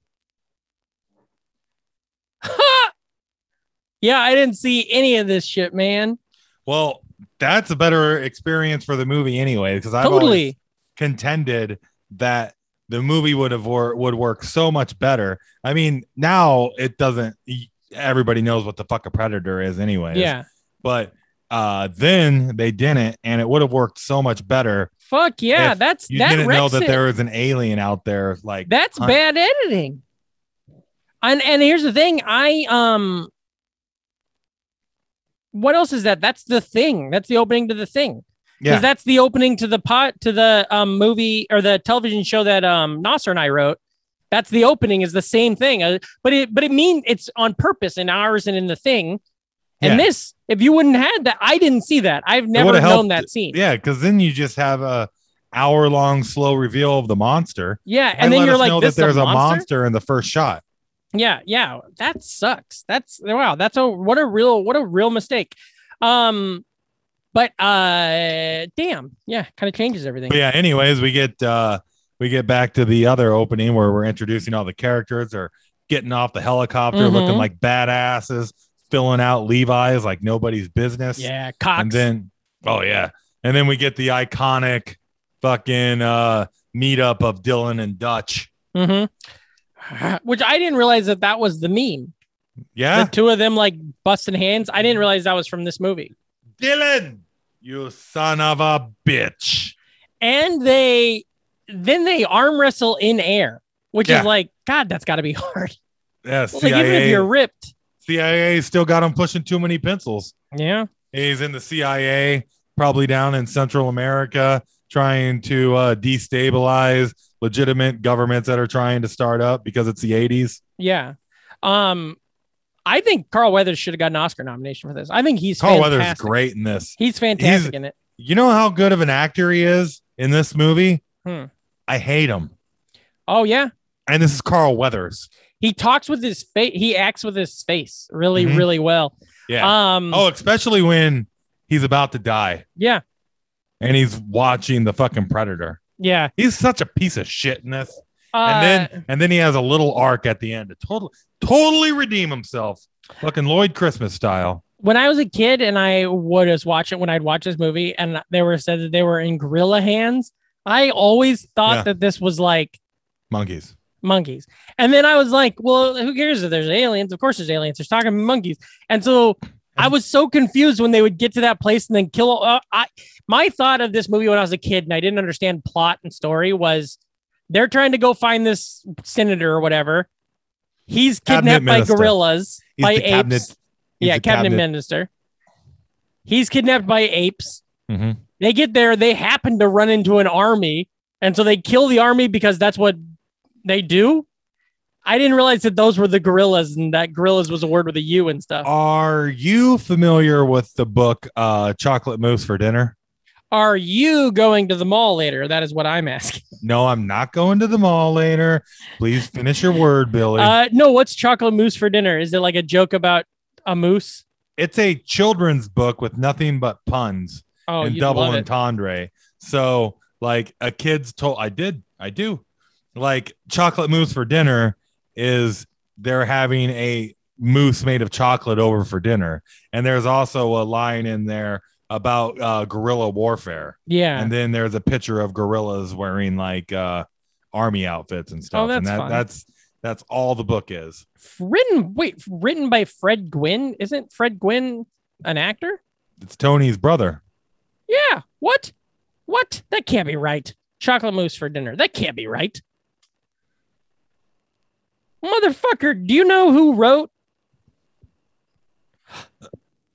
[SPEAKER 2] yeah, I didn't see any of this shit, man.
[SPEAKER 3] Well, that's a better experience for the movie anyway, because I
[SPEAKER 2] totally.
[SPEAKER 3] always contended that the movie would have wor- would work so much better. I mean, now it doesn't. y- Everybody knows what the fuck a predator is, anyway.
[SPEAKER 2] yeah.
[SPEAKER 3] but uh, then they didn't, and it would have worked so much better.
[SPEAKER 2] Fuck yeah.
[SPEAKER 3] If
[SPEAKER 2] That's
[SPEAKER 3] You
[SPEAKER 2] that
[SPEAKER 3] didn't know
[SPEAKER 2] wrecks
[SPEAKER 3] that
[SPEAKER 2] it.
[SPEAKER 3] there was an alien out there, like
[SPEAKER 2] That's
[SPEAKER 3] Hunt.
[SPEAKER 2] bad editing. And and here's the thing, I um what else is that? That's the thing. That's the opening to the thing. Because
[SPEAKER 3] Yeah.
[SPEAKER 2] that's the opening to the pot to the um movie or the television show that um Nasser and I wrote. That's the opening is the same thing. Uh, but it but it means it's on purpose in ours and in the thing. And
[SPEAKER 3] Yeah.
[SPEAKER 2] this, if you wouldn't had that, I didn't see that. I've never
[SPEAKER 3] would've
[SPEAKER 2] known
[SPEAKER 3] helped-
[SPEAKER 2] that scene. Yeah,
[SPEAKER 3] Yeah, because then you just have a hour long slow reveal of the monster.
[SPEAKER 2] and
[SPEAKER 3] I
[SPEAKER 2] then
[SPEAKER 3] let
[SPEAKER 2] you're
[SPEAKER 3] us
[SPEAKER 2] like,
[SPEAKER 3] know
[SPEAKER 2] this
[SPEAKER 3] that there's
[SPEAKER 2] a monster?
[SPEAKER 3] in the first shot.
[SPEAKER 2] Yeah, yeah, that sucks. That's wow. That's a what a real what a real mistake. Um, but uh, damn, yeah, kind of changes everything.
[SPEAKER 3] But yeah, anyways, we get uh we get back to the other opening where we're introducing all the characters or getting off the helicopter
[SPEAKER 2] Mhm.
[SPEAKER 3] looking like badasses, filling out Levi's like nobody's business.
[SPEAKER 2] Yeah, Cox.
[SPEAKER 3] And then oh yeah. And then we get the iconic fucking uh meetup of Dylan and Dutch.
[SPEAKER 2] Mhm. Which I didn't realize that that was the meme.
[SPEAKER 3] Mm-hmm. Yeah.
[SPEAKER 2] The two of them like busting hands. I didn't realize that was from this movie.
[SPEAKER 3] Dylan, you son of a bitch.
[SPEAKER 2] And they then they arm wrestle in air, which
[SPEAKER 3] Yeah.
[SPEAKER 2] is like, God, that's got to be hard.
[SPEAKER 3] Yeah,
[SPEAKER 2] It's Like even if
[SPEAKER 3] CIA
[SPEAKER 2] you're ripped,
[SPEAKER 3] CIA still got him pushing too many pencils.
[SPEAKER 2] yeah,
[SPEAKER 3] He's in the CIA, probably down in Central America, trying to uh, destabilize legitimate governments that are trying to start up because it's the 80s.
[SPEAKER 2] yeah. Um, I think Carl Weathers should have gotten an Oscar nomination for this. I think he's
[SPEAKER 3] Carl
[SPEAKER 2] fantastic.
[SPEAKER 3] Weathers is great in this.
[SPEAKER 2] He's fantastic in it.
[SPEAKER 3] You know how good of an actor he is in this movie?
[SPEAKER 2] Hmm.
[SPEAKER 3] I hate him.
[SPEAKER 2] Oh yeah,
[SPEAKER 3] And this is Carl Weathers.
[SPEAKER 2] he talks with his face. He acts with his face really,
[SPEAKER 3] Mhm.
[SPEAKER 2] really well.
[SPEAKER 3] Yeah.
[SPEAKER 2] Um.
[SPEAKER 3] oh, especially when he's about to die
[SPEAKER 2] yeah,
[SPEAKER 3] and he's watching the fucking predator.
[SPEAKER 2] yeah.
[SPEAKER 3] He's such a piece of shit in this.
[SPEAKER 2] Uh,
[SPEAKER 3] and then and then he has a little arc at the end to totally totally redeem himself, fucking Lloyd Christmas style.
[SPEAKER 2] when I was a kid, and I would just watch it when I'd watch this movie, and they were said that they were in gorilla hands. I always thought
[SPEAKER 3] Yeah.
[SPEAKER 2] that this was like
[SPEAKER 3] Monkeys.
[SPEAKER 2] monkeys, and then I was like, "Well, who cares if there's aliens? Of course there's aliens. There's talking monkeys." And so I was so confused when they would get to that place and then kill. Uh, I my thought of this movie when I was a kid and I didn't understand plot and story was they're trying to go find this senator or whatever. He's
[SPEAKER 3] Cabinet
[SPEAKER 2] kidnapped by
[SPEAKER 3] minister.
[SPEAKER 2] gorillas
[SPEAKER 3] He's
[SPEAKER 2] by
[SPEAKER 3] the
[SPEAKER 2] apes.
[SPEAKER 3] cabinet- he's
[SPEAKER 2] yeah,
[SPEAKER 3] the
[SPEAKER 2] cabinet, minister. He's kidnapped by apes.
[SPEAKER 3] Mhm.
[SPEAKER 2] They get there. They happen to run into an army, and so they kill the army because that's what they do. I didn't realize that those were the gorillas, and that gorillas was a word with a U and
[SPEAKER 3] Oh.
[SPEAKER 2] stuff.
[SPEAKER 3] Are you familiar with the book uh, Chocolate Mousse for Dinner?
[SPEAKER 2] Are you going to the mall later? That is what I'm asking.
[SPEAKER 3] No, I'm not going to the mall later. Please finish your word, Billy.
[SPEAKER 2] Uh, no, what's chocolate mousse for dinner? Is it like a joke about a moose?
[SPEAKER 3] it's a children's book with nothing but puns
[SPEAKER 2] Oh,
[SPEAKER 3] and
[SPEAKER 2] you
[SPEAKER 3] double
[SPEAKER 2] love it.
[SPEAKER 3] entendre. So, like a kid's told, I did, I do. Like chocolate mousse for dinner is they're having a mousse made of chocolate over for dinner, and there's also a line in there about uh, guerrilla warfare,
[SPEAKER 2] yeah.
[SPEAKER 3] and then there's a picture of gorillas wearing like uh, army outfits and stuff.
[SPEAKER 2] Oh, that's
[SPEAKER 3] and
[SPEAKER 2] fun.
[SPEAKER 3] that's that's all the book is.
[SPEAKER 2] F- written, wait, written by Fred Gwynn. Isn't Fred Gwynn an actor?
[SPEAKER 3] It's Tony's brother.
[SPEAKER 2] Yeah. What? What? That can't be right. Chocolate mousse for dinner. That can't be right. Motherfucker, do you know who wrote?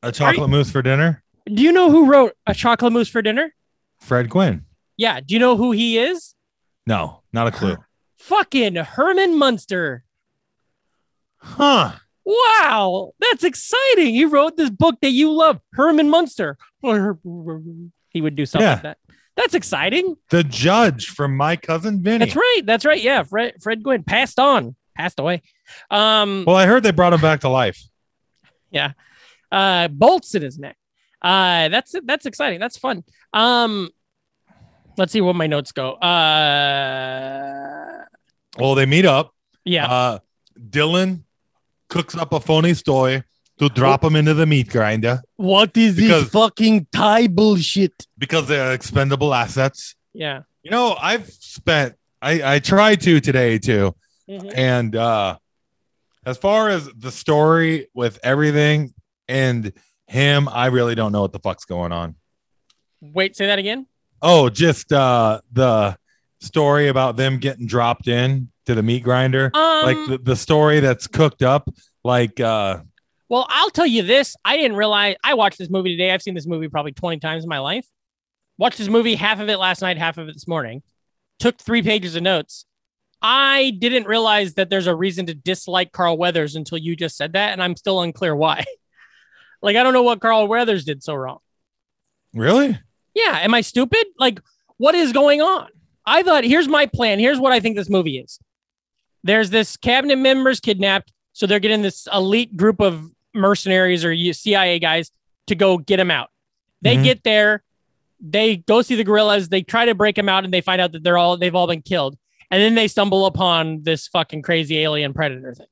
[SPEAKER 3] A chocolate mousse for dinner?
[SPEAKER 2] Do you know who wrote a chocolate mousse for dinner?
[SPEAKER 3] Fred Quinn.
[SPEAKER 2] Yeah. Do you know who he is?
[SPEAKER 3] No, not a clue.
[SPEAKER 2] Fucking Herman Munster.
[SPEAKER 3] huh.
[SPEAKER 2] Wow, that's exciting. You wrote this book that you love, Herman Munster. He would do something
[SPEAKER 3] Yeah.
[SPEAKER 2] like that. That's exciting.
[SPEAKER 3] The judge from my cousin Vinny.
[SPEAKER 2] That's right. That's right. Yeah, Fred Fred Gwynn passed on, passed away. Um,
[SPEAKER 3] Well, I heard they brought him back to life.
[SPEAKER 2] uh, bolts in his neck. Uh, that's that's exciting. That's fun. Um, let's see where my notes go. Uh,
[SPEAKER 3] Well, they meet up.
[SPEAKER 2] yeah.
[SPEAKER 3] Uh, Dylan cooks up a phony story to drop him into the meat grinder
[SPEAKER 2] what is
[SPEAKER 3] because-
[SPEAKER 2] fucking Thai bullshit?
[SPEAKER 3] because they're expendable assets.
[SPEAKER 2] Yeah.
[SPEAKER 3] You know, I've spent I, I tried to today too.
[SPEAKER 2] Mhm.
[SPEAKER 3] And uh as far as the story with everything and him, I really don't know what the fuck's going on.
[SPEAKER 2] Wait, say that again.
[SPEAKER 3] Oh, just uh the story about them getting dropped in to the meat grinder.
[SPEAKER 2] Um,
[SPEAKER 3] like the, the story that's cooked up, like uh
[SPEAKER 2] Well, I'll tell you this. I didn't realize I watched this movie today. I've seen this movie probably 20 times in my life. Watched this movie, half of it last night, half of it this morning. Took three pages of notes. I didn't realize that there's a reason to dislike Carl Weathers until you just said that. And I'm still unclear why. like, I don't know what Carl Weathers did so wrong.
[SPEAKER 3] really?
[SPEAKER 2] Yeah. Am I stupid? Like, what is going on? I thought, here's my plan. Here's what I think this movie is. There's this cabinet members kidnapped. So they're getting this elite group of mercenaries or U- CIA guys to go get him out. They
[SPEAKER 3] Mhm.
[SPEAKER 2] get there. They go see the gorillas. They try to break them out and they find out that they're all, they've all been killed. And then they stumble upon this fucking crazy alien predator thing.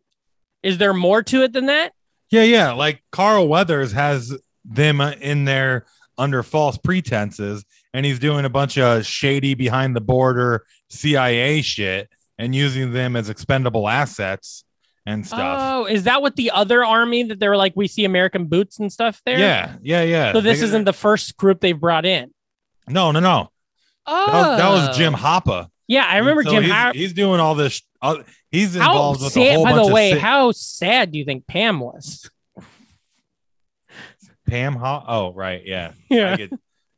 [SPEAKER 2] Is there more to it than that?
[SPEAKER 3] Yeah, yeah. Like Carl Weathers has them uh, in there under false pretenses, and he's doing a bunch of shady behind the border CIA shit and using them as expendable assets and stuff.
[SPEAKER 2] Oh, is that what the other army that they were like, we see American boots and stuff there?
[SPEAKER 3] yeah, yeah, yeah.
[SPEAKER 2] So this
[SPEAKER 3] They-
[SPEAKER 2] isn't the first group they've brought in.
[SPEAKER 3] no, no, no.
[SPEAKER 2] Oh,
[SPEAKER 3] That was, that was Jim Hoppa.
[SPEAKER 2] Yeah, Oh. I remember
[SPEAKER 3] So
[SPEAKER 2] Jim.
[SPEAKER 3] He's,
[SPEAKER 2] How,
[SPEAKER 3] he's doing all this. Uh, he's
[SPEAKER 2] how
[SPEAKER 3] involved with a
[SPEAKER 2] sad?
[SPEAKER 3] whole
[SPEAKER 2] By
[SPEAKER 3] bunch
[SPEAKER 2] the way,
[SPEAKER 3] of si-
[SPEAKER 2] how sad do you think Pam was?
[SPEAKER 3] Pam Hop. Oh, right, yeah. I
[SPEAKER 2] Yeah,
[SPEAKER 3] get-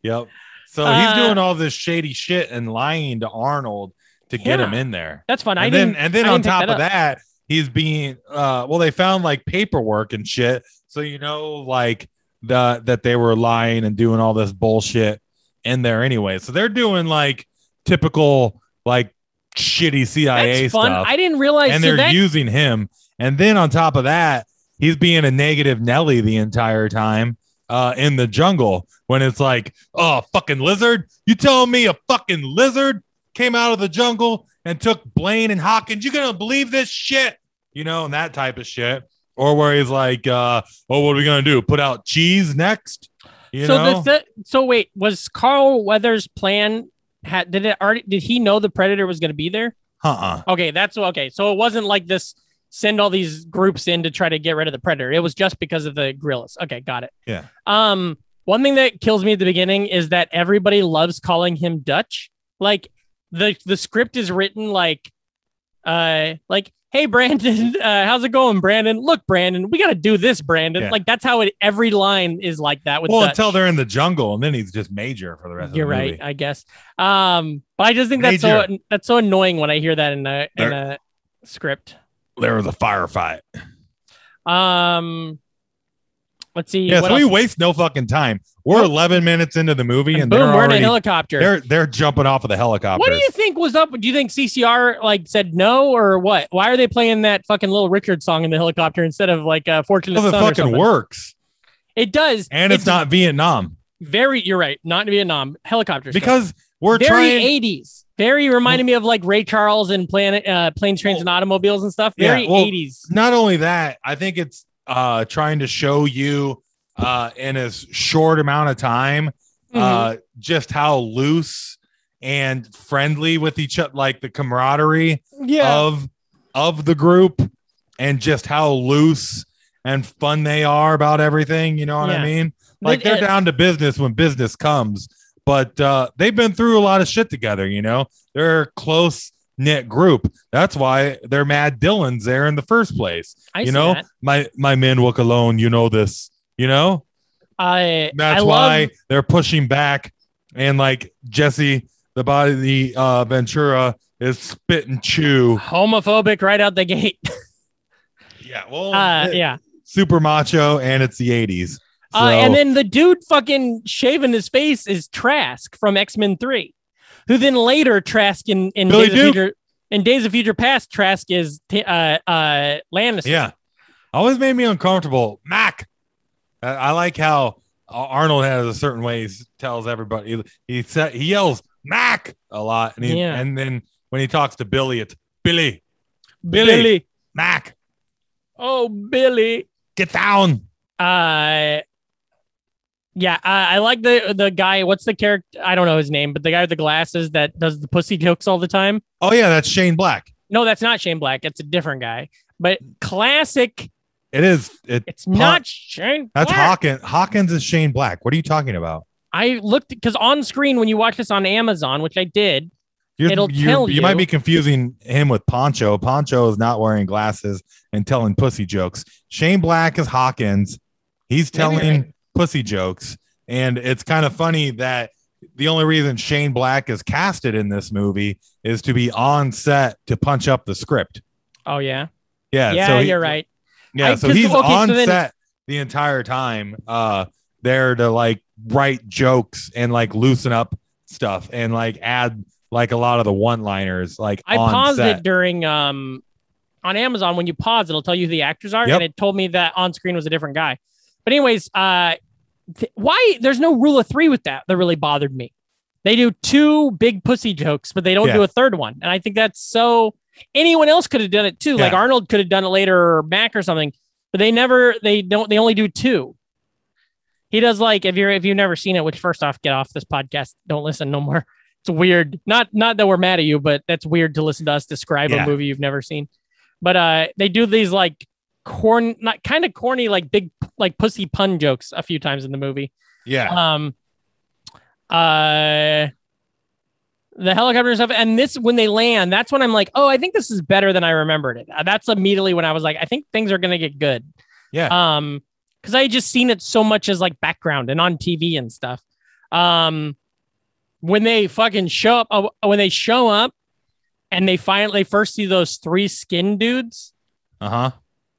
[SPEAKER 3] yep. So
[SPEAKER 2] Uh,
[SPEAKER 3] he's doing all this shady shit and lying to Arnold to get
[SPEAKER 2] Yeah.
[SPEAKER 3] him in there.
[SPEAKER 2] that's fun. I
[SPEAKER 3] and
[SPEAKER 2] didn't.
[SPEAKER 3] then and then
[SPEAKER 2] I
[SPEAKER 3] on
[SPEAKER 2] didn't pick
[SPEAKER 3] top
[SPEAKER 2] that
[SPEAKER 3] of
[SPEAKER 2] up.
[SPEAKER 3] that, he's being uh well, they found like paperwork and shit. So you know, like the that they were lying and doing all this bullshit in there anyway. So they're doing like typical like shitty CIA
[SPEAKER 2] that's fun.
[SPEAKER 3] stuff.
[SPEAKER 2] I didn't realize.
[SPEAKER 3] and
[SPEAKER 2] so
[SPEAKER 3] they're
[SPEAKER 2] that-
[SPEAKER 3] using him. And then on top of that, he's being a negative Nelly the entire time uh, in the jungle when it's like, oh, fucking lizard. You telling me a fucking lizard came out of the jungle and took Blaine and Hawkins? You going to believe this shit? You know, and that type of shit. Or where he's like, uh, oh, what are we going to do? Put out cheese next? You
[SPEAKER 2] so
[SPEAKER 3] know?
[SPEAKER 2] the, thi- so wait, was Carl Weathers' plan? Had, did it already? Did he know the predator was going to be there?
[SPEAKER 3] uh-uh.
[SPEAKER 2] Okay, that's okay. So it wasn't like this. Send all these groups in to try to get rid of the predator. It was just because of the gorillas. Okay, got it.
[SPEAKER 3] Yeah.
[SPEAKER 2] Um, one thing that kills me at the beginning is that everybody loves calling him Dutch. Like the the script is written like, uh, like hey Brandon, uh, how's it going, Brandon? Look, Brandon, we got to do this, Brandon.
[SPEAKER 3] Yeah.
[SPEAKER 2] Like that's how it. Every line is like that with
[SPEAKER 3] Well,
[SPEAKER 2] Dutch.
[SPEAKER 3] until they're in the jungle, and then he's just major for the rest
[SPEAKER 2] You're
[SPEAKER 3] of the
[SPEAKER 2] right,
[SPEAKER 3] movie.
[SPEAKER 2] I guess. Um, but I just think that's so
[SPEAKER 3] Major.
[SPEAKER 2] that's so annoying when I hear that in a in
[SPEAKER 3] There-
[SPEAKER 2] a script.
[SPEAKER 3] There was a firefight.
[SPEAKER 2] Um, let's see.
[SPEAKER 3] Yeah,
[SPEAKER 2] what
[SPEAKER 3] so we
[SPEAKER 2] else?
[SPEAKER 3] waste no fucking time. We're 11 minutes into the movie and,
[SPEAKER 2] And
[SPEAKER 3] they're
[SPEAKER 2] boom, we're in a
[SPEAKER 3] already
[SPEAKER 2] helicopter.
[SPEAKER 3] they're they're jumping off of the helicopter.
[SPEAKER 2] What do you think was up? Do you think CCR like said no or what? Why are they playing that fucking little Richard song in the helicopter instead of like uh, Fortunate
[SPEAKER 3] Because it
[SPEAKER 2] Son? or
[SPEAKER 3] fucking
[SPEAKER 2] something?
[SPEAKER 3] works,
[SPEAKER 2] It does,
[SPEAKER 3] and it's, not Vietnam
[SPEAKER 2] very. You're right, not in Vietnam helicopters
[SPEAKER 3] because we're
[SPEAKER 2] very
[SPEAKER 3] trying.
[SPEAKER 2] 80s. Very reminded me of like Ray Charles and Planet uh, Planes, Trains, and Automobiles and stuff.
[SPEAKER 3] Yeah,
[SPEAKER 2] Very
[SPEAKER 3] well,
[SPEAKER 2] 80s.
[SPEAKER 3] not only that, I think it's uh trying to show you uh in as short amount of time
[SPEAKER 2] Mm-hmm.
[SPEAKER 3] uh just how loose and friendly with each other, like the camaraderie
[SPEAKER 2] Mhm. yeah,
[SPEAKER 3] of of the group and just how loose and fun they are about everything. You know what
[SPEAKER 2] Yeah.
[SPEAKER 3] I mean? Like they're
[SPEAKER 2] It-
[SPEAKER 3] down to business when business comes, but uh, they've been through a lot of shit together. You know, they're a close knit group. That's why they're Mad Dylan's there in the first place.
[SPEAKER 2] I
[SPEAKER 3] you
[SPEAKER 2] see
[SPEAKER 3] know,
[SPEAKER 2] that.
[SPEAKER 3] my my men walk alone. You know this. You know,
[SPEAKER 2] I
[SPEAKER 3] that's
[SPEAKER 2] I
[SPEAKER 3] why
[SPEAKER 2] love
[SPEAKER 3] they're pushing back, and like Jesse, the body, the uh, Ventura is spit and chew.
[SPEAKER 2] homophobic right out the gate.
[SPEAKER 3] Yeah, well,
[SPEAKER 2] Uh, yeah.
[SPEAKER 3] super macho, and it's the eighties.
[SPEAKER 2] Uh, and then the dude fucking shaving his face is Trask from X Men Three, who then later Trask in in
[SPEAKER 3] Billy
[SPEAKER 2] Days of
[SPEAKER 3] Duke.
[SPEAKER 2] Future in Days of Future Past Trask is t- uh uh Lannister.
[SPEAKER 3] yeah, always made me uncomfortable. Mac, I, I like how Ar- Arnold has a certain way he s- tells everybody. He he, sa- he yells Mac a lot, and he,
[SPEAKER 2] Yeah.
[SPEAKER 3] and then when he talks to Billy, it's Billy
[SPEAKER 2] Billy.
[SPEAKER 3] Billy. Mac,
[SPEAKER 2] Oh Billy.
[SPEAKER 3] get down.
[SPEAKER 2] Uh. Yeah, I, I like the the guy. What's the character? I don't know his name, but the guy with the glasses that does the pussy jokes all the time.
[SPEAKER 3] Oh yeah, that's Shane Black.
[SPEAKER 2] No, that's not Shane Black. It's a different guy. But classic.
[SPEAKER 3] It is. It
[SPEAKER 2] It's not Shane.
[SPEAKER 3] That's
[SPEAKER 2] Black.
[SPEAKER 3] Hawkins. Hawkins is Shane Black. What are you talking about?
[SPEAKER 2] I looked because on screen when you watch this on Amazon, which I did,
[SPEAKER 3] You're,
[SPEAKER 2] It'll
[SPEAKER 3] you're-
[SPEAKER 2] tell
[SPEAKER 3] you might
[SPEAKER 2] you.
[SPEAKER 3] be confusing him with Poncho. Poncho is not wearing glasses and telling pussy jokes. Shane Black is Hawkins. He's
[SPEAKER 2] Maybe you're
[SPEAKER 3] telling pussy jokes, and it's kind of funny that the only reason Shane Black is casted in this movie is to be on set to punch up the script.
[SPEAKER 2] oh yeah,
[SPEAKER 3] Yeah,
[SPEAKER 2] yeah,
[SPEAKER 3] so he-
[SPEAKER 2] you're right.
[SPEAKER 3] Yeah,
[SPEAKER 2] I-
[SPEAKER 3] so
[SPEAKER 2] 'cause-
[SPEAKER 3] he's
[SPEAKER 2] okay, so
[SPEAKER 3] on
[SPEAKER 2] then-
[SPEAKER 3] set the entire time, uh, there to like write jokes and like loosen up stuff and like add like a lot of the one-liners. Like
[SPEAKER 2] I
[SPEAKER 3] on
[SPEAKER 2] paused
[SPEAKER 3] set.
[SPEAKER 2] it during um on Amazon when you pause, it'll tell you who the actors are,
[SPEAKER 3] Yep.
[SPEAKER 2] and it told me that on screen was a different guy. But anyways, uh, th- why there's no rule of three with that that really bothered me. They do two big pussy jokes, but they don't
[SPEAKER 3] Yeah.
[SPEAKER 2] do a third one, and I think that's so. Anyone else could have done it too, like
[SPEAKER 3] Yeah.
[SPEAKER 2] Arnold could have done it later or Mac or something, but they never. They don't. They only do two. He does like if you're if you've never seen it, which first off, get off this podcast. Don't listen no more. It's weird. Not not that we're mad at you, but that's weird to listen to us describe
[SPEAKER 3] Yeah.
[SPEAKER 2] a movie you've never seen. But uh they do these like corn not kind of corny like big like pussy pun jokes a few times in the movie.
[SPEAKER 3] Yeah,
[SPEAKER 2] Um uh the helicopter and stuff and this when they land that's when i'm like oh i think this is better than i remembered it Uh, that's immediately when i was like i think things are gonna get good
[SPEAKER 3] Yeah.
[SPEAKER 2] um because i had just seen it so much as like background and on tv and stuff um when they fucking show up uh, when they show up and they finally first see those three skin dudes
[SPEAKER 3] uh-huh.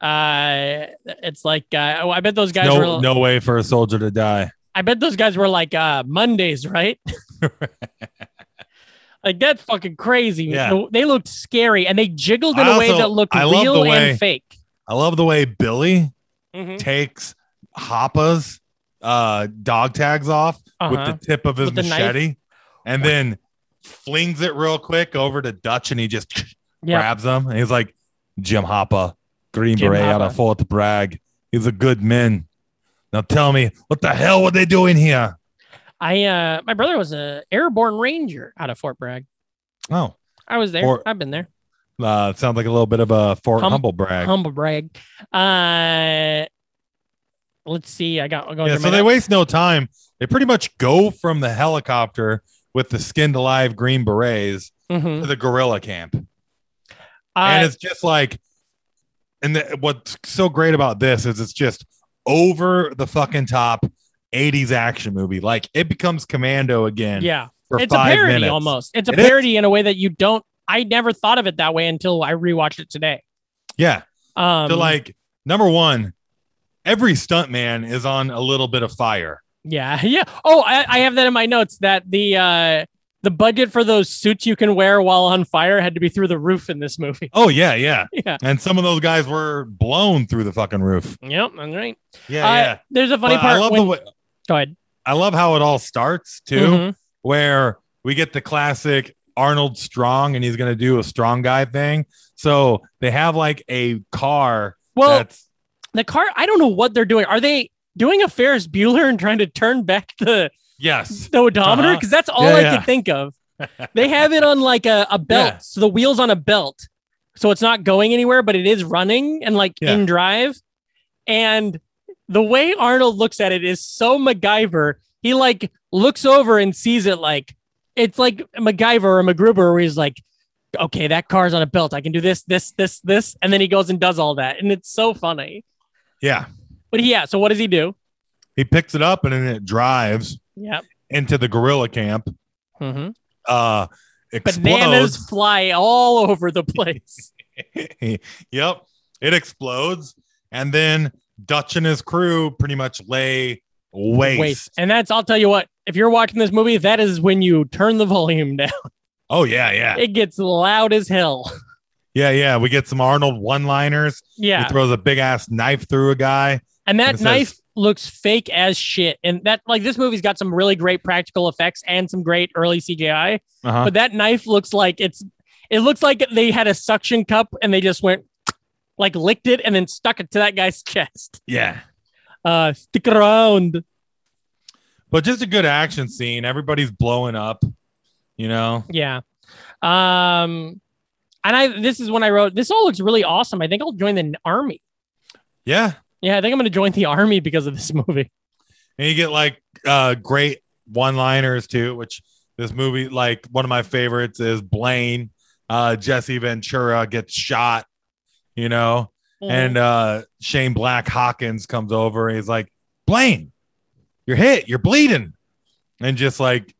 [SPEAKER 2] uh it's like uh, oh, i bet those guys were
[SPEAKER 3] No, no way for a soldier to die.
[SPEAKER 2] I bet those guys were like uh Mondays, right? like that's fucking crazy.
[SPEAKER 3] Yeah.
[SPEAKER 2] The- They looked scary and they jiggled in
[SPEAKER 3] I
[SPEAKER 2] a way
[SPEAKER 3] also-
[SPEAKER 2] that looked
[SPEAKER 3] I love
[SPEAKER 2] real
[SPEAKER 3] the way-
[SPEAKER 2] and fake.
[SPEAKER 3] I love the way Billy
[SPEAKER 2] Mhm.
[SPEAKER 3] takes Hoppa's uh dog tags off
[SPEAKER 2] Uh-huh.
[SPEAKER 3] with the tip of his
[SPEAKER 2] With the knife.
[SPEAKER 3] machete and then flings it real quick over to Dutch and he just
[SPEAKER 2] Yeah.
[SPEAKER 3] grabs him and he's like, Jim Hopper, Green
[SPEAKER 2] Jim
[SPEAKER 3] Beret out
[SPEAKER 2] Hopper.
[SPEAKER 3] of Fort Bragg. He's a good man. Now tell me, what the hell were they doing here?
[SPEAKER 2] I uh my brother was a airborne ranger out of Fort Bragg.
[SPEAKER 3] Oh,
[SPEAKER 2] I was there.
[SPEAKER 3] Fort-
[SPEAKER 2] I've been there.
[SPEAKER 3] uh, it sounds like a little bit of a Fort
[SPEAKER 2] Hum-
[SPEAKER 3] Humble Brag.
[SPEAKER 2] Humble brag. Uh let's see. I got I'll go
[SPEAKER 3] yeah,
[SPEAKER 2] through
[SPEAKER 3] so
[SPEAKER 2] my
[SPEAKER 3] they
[SPEAKER 2] notes.
[SPEAKER 3] waste no time. They pretty much go from the helicopter with the skinned alive Green Berets
[SPEAKER 2] Mhm.
[SPEAKER 3] to the guerrilla camp.
[SPEAKER 2] I- Uh,
[SPEAKER 3] and it's just like and the, what's so great about this is it's just over the fucking top 80s action movie like it becomes commando again
[SPEAKER 2] yeah.
[SPEAKER 3] for
[SPEAKER 2] it's a
[SPEAKER 3] five
[SPEAKER 2] parody
[SPEAKER 3] minutes
[SPEAKER 2] almost. It's a
[SPEAKER 3] It is.
[SPEAKER 2] parody in a way that you don't I never thought of it that way until I rewatched it today.
[SPEAKER 3] yeah
[SPEAKER 2] Um
[SPEAKER 3] so like number one every stuntman is on a little bit of fire
[SPEAKER 2] Yeah, yeah. Oh, I, I have that in my notes that the uh the budget for those suits you can wear while on fire had to be through the roof in this movie.
[SPEAKER 3] oh yeah yeah
[SPEAKER 2] Yeah.
[SPEAKER 3] and some of those guys were blown through the fucking roof
[SPEAKER 2] Yep, that's right.
[SPEAKER 3] yeah
[SPEAKER 2] Uh,
[SPEAKER 3] yeah
[SPEAKER 2] There's a funny
[SPEAKER 3] But
[SPEAKER 2] part.
[SPEAKER 3] i love
[SPEAKER 2] when-
[SPEAKER 3] the way,
[SPEAKER 2] Go ahead.
[SPEAKER 3] i love how it all starts too
[SPEAKER 2] Mhm.
[SPEAKER 3] where we get the classic Arnold Strong and he's going to do a strong guy thing. So they have like a car
[SPEAKER 2] Well,
[SPEAKER 3] that's
[SPEAKER 2] the car. I don't know what they're doing. Are they doing a Ferris Bueller and trying to turn back the
[SPEAKER 3] yes.
[SPEAKER 2] the odometer?
[SPEAKER 3] Uh-huh.
[SPEAKER 2] Because that's all
[SPEAKER 3] Yeah,
[SPEAKER 2] I
[SPEAKER 3] yeah.
[SPEAKER 2] could think of. They have it on like a, a belt,
[SPEAKER 3] Yeah.
[SPEAKER 2] so the wheels on a belt, so it's not going anywhere, but it is running and like
[SPEAKER 3] Yeah.
[SPEAKER 2] in drive. And the way Arnold looks at it is so MacGyver. He like looks over and sees it like it's like MacGyver or MacGruber where he's like, okay, that car's on a belt. I can do this, this, this, this, and then he goes and does all that, and it's so funny.
[SPEAKER 3] Yeah.
[SPEAKER 2] But yeah, so what does he do?
[SPEAKER 3] He picks it up and then it drives
[SPEAKER 2] Yep.
[SPEAKER 3] into the gorilla camp.
[SPEAKER 2] hmm
[SPEAKER 3] Uh,
[SPEAKER 2] Bananas
[SPEAKER 3] explodes.
[SPEAKER 2] fly all over the place.
[SPEAKER 3] yep. It explodes. And then Dutch and his crew pretty much lay waste.
[SPEAKER 2] Waste. And that's I'll tell you what, if you're watching this movie, that is when you turn the volume down.
[SPEAKER 3] Oh, yeah. Yeah.
[SPEAKER 2] It gets loud as hell.
[SPEAKER 3] Yeah. Yeah. We get some Arnold one liners.
[SPEAKER 2] Yeah.
[SPEAKER 3] He throws a big ass knife through a guy.
[SPEAKER 2] And
[SPEAKER 3] And
[SPEAKER 2] that
[SPEAKER 3] it says-
[SPEAKER 2] knife looks fake as shit. And that like this movie's got some really great practical effects and some great early CGI.
[SPEAKER 3] Uh-huh.
[SPEAKER 2] But that knife looks like it's it looks like they had a suction cup and they just went like licked it and then stuck it to that guy's chest.
[SPEAKER 3] yeah.
[SPEAKER 2] Uh stick around.
[SPEAKER 3] But just a good action scene. Everybody's blowing up, you know?
[SPEAKER 2] Yeah. Um and I this is when I wrote this all looks really awesome. I think I'll join the army.
[SPEAKER 3] Yeah.
[SPEAKER 2] Yeah, I think I'm gonna join the army because of this movie.
[SPEAKER 3] And you get like uh great one liners too, which this movie, like one of my favorites is Blaine. Uh Jesse Ventura gets shot, you know, and uh Shane Black Hawkins comes over and he's like, Blaine, you're hit, you're bleeding. And just like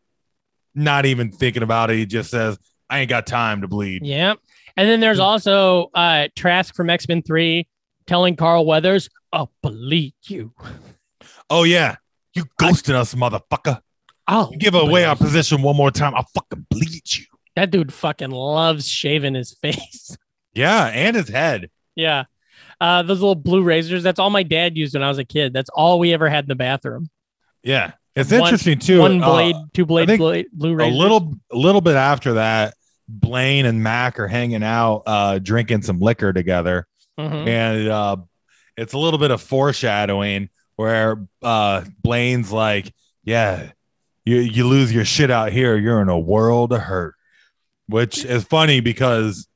[SPEAKER 3] not even thinking about it, he just says, I ain't got time to bleed.
[SPEAKER 2] Yeah. And then there's also uh Trask from X-Men 3 telling Carl Weathers, I'll bleed you.
[SPEAKER 3] Oh yeah. You ghosted us, motherfucker.
[SPEAKER 2] I'll
[SPEAKER 3] You give away
[SPEAKER 2] bleed
[SPEAKER 3] our position one more time. I'll fucking bleed you.
[SPEAKER 2] That dude fucking loves shaving his face.
[SPEAKER 3] Yeah, and his head.
[SPEAKER 2] yeah. Uh, those little blue razors. That's all my dad used when I was a kid. That's all we ever had in the bathroom.
[SPEAKER 3] Yeah, it's
[SPEAKER 2] One-
[SPEAKER 3] interesting too.
[SPEAKER 2] One
[SPEAKER 3] uh,
[SPEAKER 2] blade, two blade,
[SPEAKER 3] think
[SPEAKER 2] blade blue
[SPEAKER 3] a
[SPEAKER 2] razor.
[SPEAKER 3] little, a little bit after that, Blaine and Mac are hanging out, uh, drinking some liquor together,
[SPEAKER 2] Mhm.
[SPEAKER 3] and uh, it's a little bit of foreshadowing where uh, Blaine's like, "Yeah, you you lose your shit out here, you're in a world of hurt," which is funny because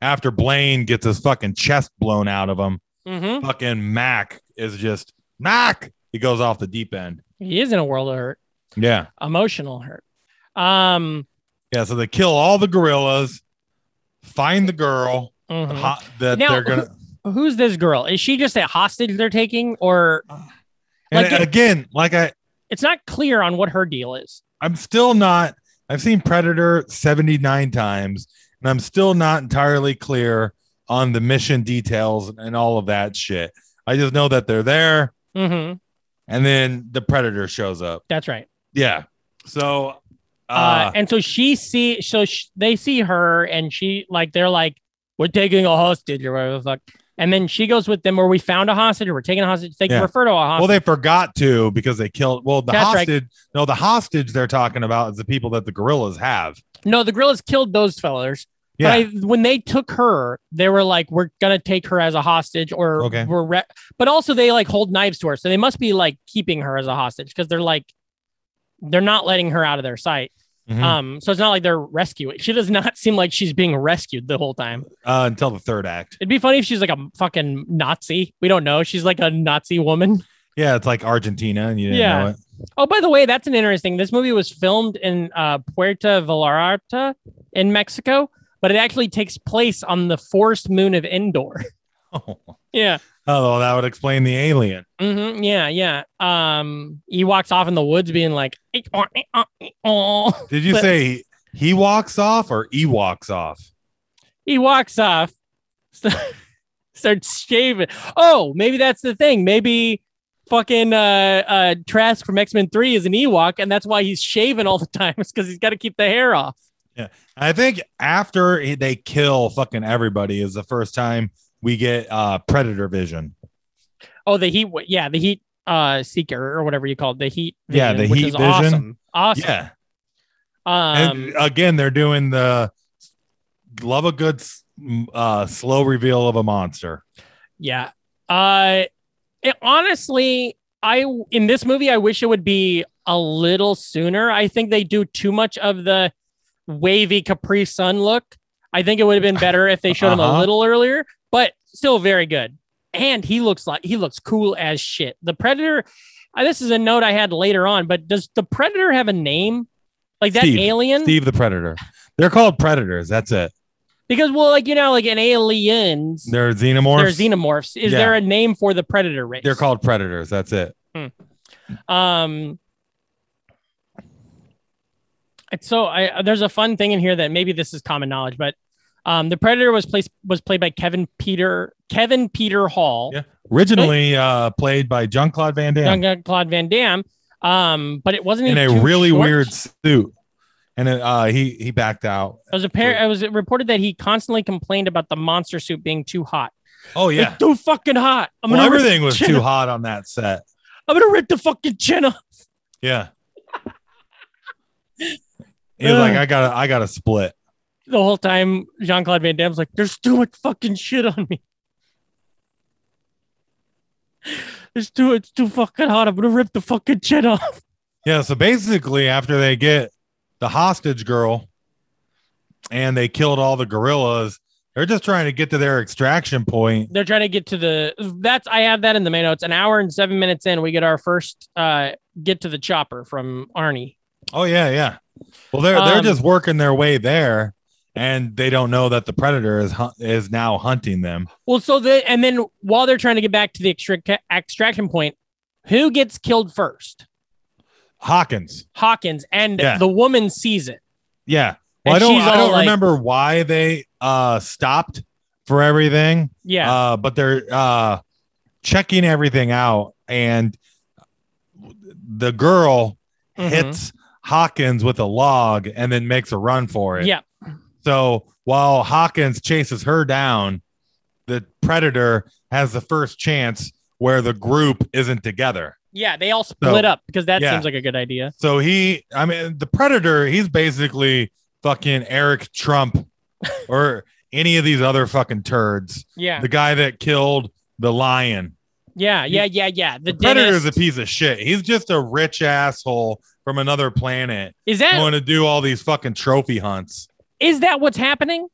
[SPEAKER 3] after Blaine gets his fucking chest blown out of him,
[SPEAKER 2] Mhm.
[SPEAKER 3] fucking Mac is just Mac. He goes off the deep end.
[SPEAKER 2] He is in a world of hurt,
[SPEAKER 3] Yeah.
[SPEAKER 2] emotional hurt. Um,
[SPEAKER 3] Yeah, so they kill all the gorillas, find the girl
[SPEAKER 2] mhm.
[SPEAKER 3] ho- that
[SPEAKER 2] Now,
[SPEAKER 3] they're gonna.
[SPEAKER 2] who's this girl? Is she just a hostage they're taking, or
[SPEAKER 3] And
[SPEAKER 2] like it-
[SPEAKER 3] again, like I,
[SPEAKER 2] it's not clear on what her deal is?
[SPEAKER 3] I'm still not. I've seen Predator 79 times, and I'm still not entirely clear on the mission details and all of that shit. I just know that they're there,
[SPEAKER 2] hmm
[SPEAKER 3] and then the Predator shows up.
[SPEAKER 2] That's right.
[SPEAKER 3] Yeah. So, uh,
[SPEAKER 2] uh, and so she see so sh- they see her and she like they're like we're taking a hostage or whatever the fuck and then she goes with them where we found a hostage or we're taking a hostage they
[SPEAKER 3] Yeah.
[SPEAKER 2] refer to a
[SPEAKER 3] well,
[SPEAKER 2] hostage
[SPEAKER 3] they forgot to because they killed. Well, the
[SPEAKER 2] That's right.
[SPEAKER 3] hostage. No, the hostage they're talking about is the people that the gorillas have.
[SPEAKER 2] no the gorillas killed those fellas
[SPEAKER 3] Yeah.
[SPEAKER 2] but I, when they took her they were like we're gonna take her as a hostage or
[SPEAKER 3] Okay.
[SPEAKER 2] we're re-. but also they like hold knives to her so they must be like keeping her as a hostage because they're like they're not letting her out of their sight
[SPEAKER 3] Mhm.
[SPEAKER 2] um so it's not like they're rescuing she does not seem like she's being rescued the whole time
[SPEAKER 3] uh, until the third act.
[SPEAKER 2] It'd be funny if she's like a fucking Nazi. We don't know. She's like a Nazi woman.
[SPEAKER 3] Yeah, it's like Argentina, and you didn't
[SPEAKER 2] Yeah.
[SPEAKER 3] know it.
[SPEAKER 2] Oh, by the way, that's an interesting. This movie was filmed in uh, Puerto Vallarta in Mexico, but it actually takes place on the forced moon of Endor.
[SPEAKER 3] Oh,
[SPEAKER 2] yeah.
[SPEAKER 3] well, that would explain the alien.
[SPEAKER 2] hmm Yeah. Yeah. Um, he walks off in the woods being like, "Eh, oh, eh, oh, eh, oh."
[SPEAKER 3] Did you
[SPEAKER 2] But-
[SPEAKER 3] say he walks off or he walks off?
[SPEAKER 2] he walks off, st- starts shaving. Oh, maybe that's the thing. Maybe fucking uh, uh, Trask from X Men 3 is an Ewok, and that's why he's shaving all the time. It's because he's got to keep the hair off.
[SPEAKER 3] I think after he- they kill fucking everybody is the first time we get uh predator vision.
[SPEAKER 2] Oh, the heat. w- Yeah, the heat uh, seeker or whatever you call it. The heat.
[SPEAKER 3] Yeah,
[SPEAKER 2] vision,
[SPEAKER 3] the
[SPEAKER 2] which
[SPEAKER 3] heat
[SPEAKER 2] is
[SPEAKER 3] vision.
[SPEAKER 2] Awesome. Awesome.
[SPEAKER 3] Yeah,
[SPEAKER 2] Um,
[SPEAKER 3] and again, they're doing the love a good s- m- uh slow reveal of a monster.
[SPEAKER 2] yeah. Uh, it, honestly, I in this movie, I wish it would be a little sooner. I think they do too much of the wavy Capri Sun look. I think it would have been better if they showed him a
[SPEAKER 3] Uh-huh.
[SPEAKER 2] little earlier, but still very good. And he looks like he looks cool as shit. The Predator, uh, this is a note I had later on, but does the Predator have a name? Like that
[SPEAKER 3] Steve.
[SPEAKER 2] alien?
[SPEAKER 3] Steve the Predator. They're called Predators. That's it.
[SPEAKER 2] Because well, like you know, like an aliens, they're,
[SPEAKER 3] They're xenomorphs. They're,
[SPEAKER 2] xenomorphs. Is
[SPEAKER 3] Yeah.
[SPEAKER 2] there a name for the Predator race?
[SPEAKER 3] called Predators. That's it.
[SPEAKER 2] Um, it's so I there's a fun thing in here that maybe this is common knowledge, but um, the Predator was placed was played by Kevin Peter Kevin Peter Hall,
[SPEAKER 3] Yeah. Originally uh, played by Jean Claude Van Damme
[SPEAKER 2] young Claude Van Damme. Um, but it wasn't
[SPEAKER 3] in
[SPEAKER 2] he
[SPEAKER 3] a
[SPEAKER 2] too
[SPEAKER 3] really
[SPEAKER 2] short?
[SPEAKER 3] weird suit, and uh, he he backed out.
[SPEAKER 2] It was apparent. It was reported that he constantly complained about the monster suit being too hot.
[SPEAKER 3] Oh
[SPEAKER 2] It's
[SPEAKER 3] yeah,
[SPEAKER 2] too fucking hot. I'm
[SPEAKER 3] well,
[SPEAKER 2] gonna rip
[SPEAKER 3] everything was
[SPEAKER 2] chin
[SPEAKER 3] too
[SPEAKER 2] up.
[SPEAKER 3] hot on that set.
[SPEAKER 2] I'm gonna rip the fucking chin off.
[SPEAKER 3] Yeah. He was like, I gotta, I gotta split.
[SPEAKER 2] the whole time Jean Claude Van Damme's like, "There's too much fucking shit on me. It's too it's too fucking hot. I'm gonna rip the fucking shit off."
[SPEAKER 3] Yeah. So basically, after they get the hostage girl, and they killed all the gorillas, they're just trying to get to their extraction point.
[SPEAKER 2] They're trying to get to the that's I have that in the main notes. An hour and seven minutes in, we get our first uh get to the chopper from Arnie.
[SPEAKER 3] Oh yeah, yeah. Well, they're they're
[SPEAKER 2] Um,
[SPEAKER 3] just working their way there, and they don't know that the predator is hu- is now hunting them.
[SPEAKER 2] Well, so the and then while they're trying to get back to the extract extraction point, who gets killed first?
[SPEAKER 3] Hawkins.
[SPEAKER 2] Hawkins, and
[SPEAKER 3] Yeah.
[SPEAKER 2] the woman sees it.
[SPEAKER 3] Yeah. Well, I
[SPEAKER 2] And
[SPEAKER 3] don't
[SPEAKER 2] she's
[SPEAKER 3] I
[SPEAKER 2] all
[SPEAKER 3] don't
[SPEAKER 2] like-
[SPEAKER 3] remember why they uh stopped for everything.
[SPEAKER 2] Yeah.
[SPEAKER 3] Uh, but they're uh checking everything out, and the girl
[SPEAKER 2] Mhm.
[SPEAKER 3] hits Hawkins with a log and then makes a run for it.
[SPEAKER 2] Yeah.
[SPEAKER 3] So while Hawkins chases her down, the predator has the first chance where the group isn't together.
[SPEAKER 2] Yeah. They all split up because that
[SPEAKER 3] yeah.
[SPEAKER 2] seems like a good idea.
[SPEAKER 3] So he, I mean, the predator, he's basically fucking Eric Trump or any of these other fucking turds.
[SPEAKER 2] Yeah.
[SPEAKER 3] The guy that killed the lion.
[SPEAKER 2] Yeah, yeah, yeah, yeah. The,
[SPEAKER 3] The predator is
[SPEAKER 2] dentist
[SPEAKER 3] a piece of shit. He's just a rich asshole from another planet
[SPEAKER 2] is that is
[SPEAKER 3] going to do all these fucking trophy hunts.
[SPEAKER 2] that what's happening?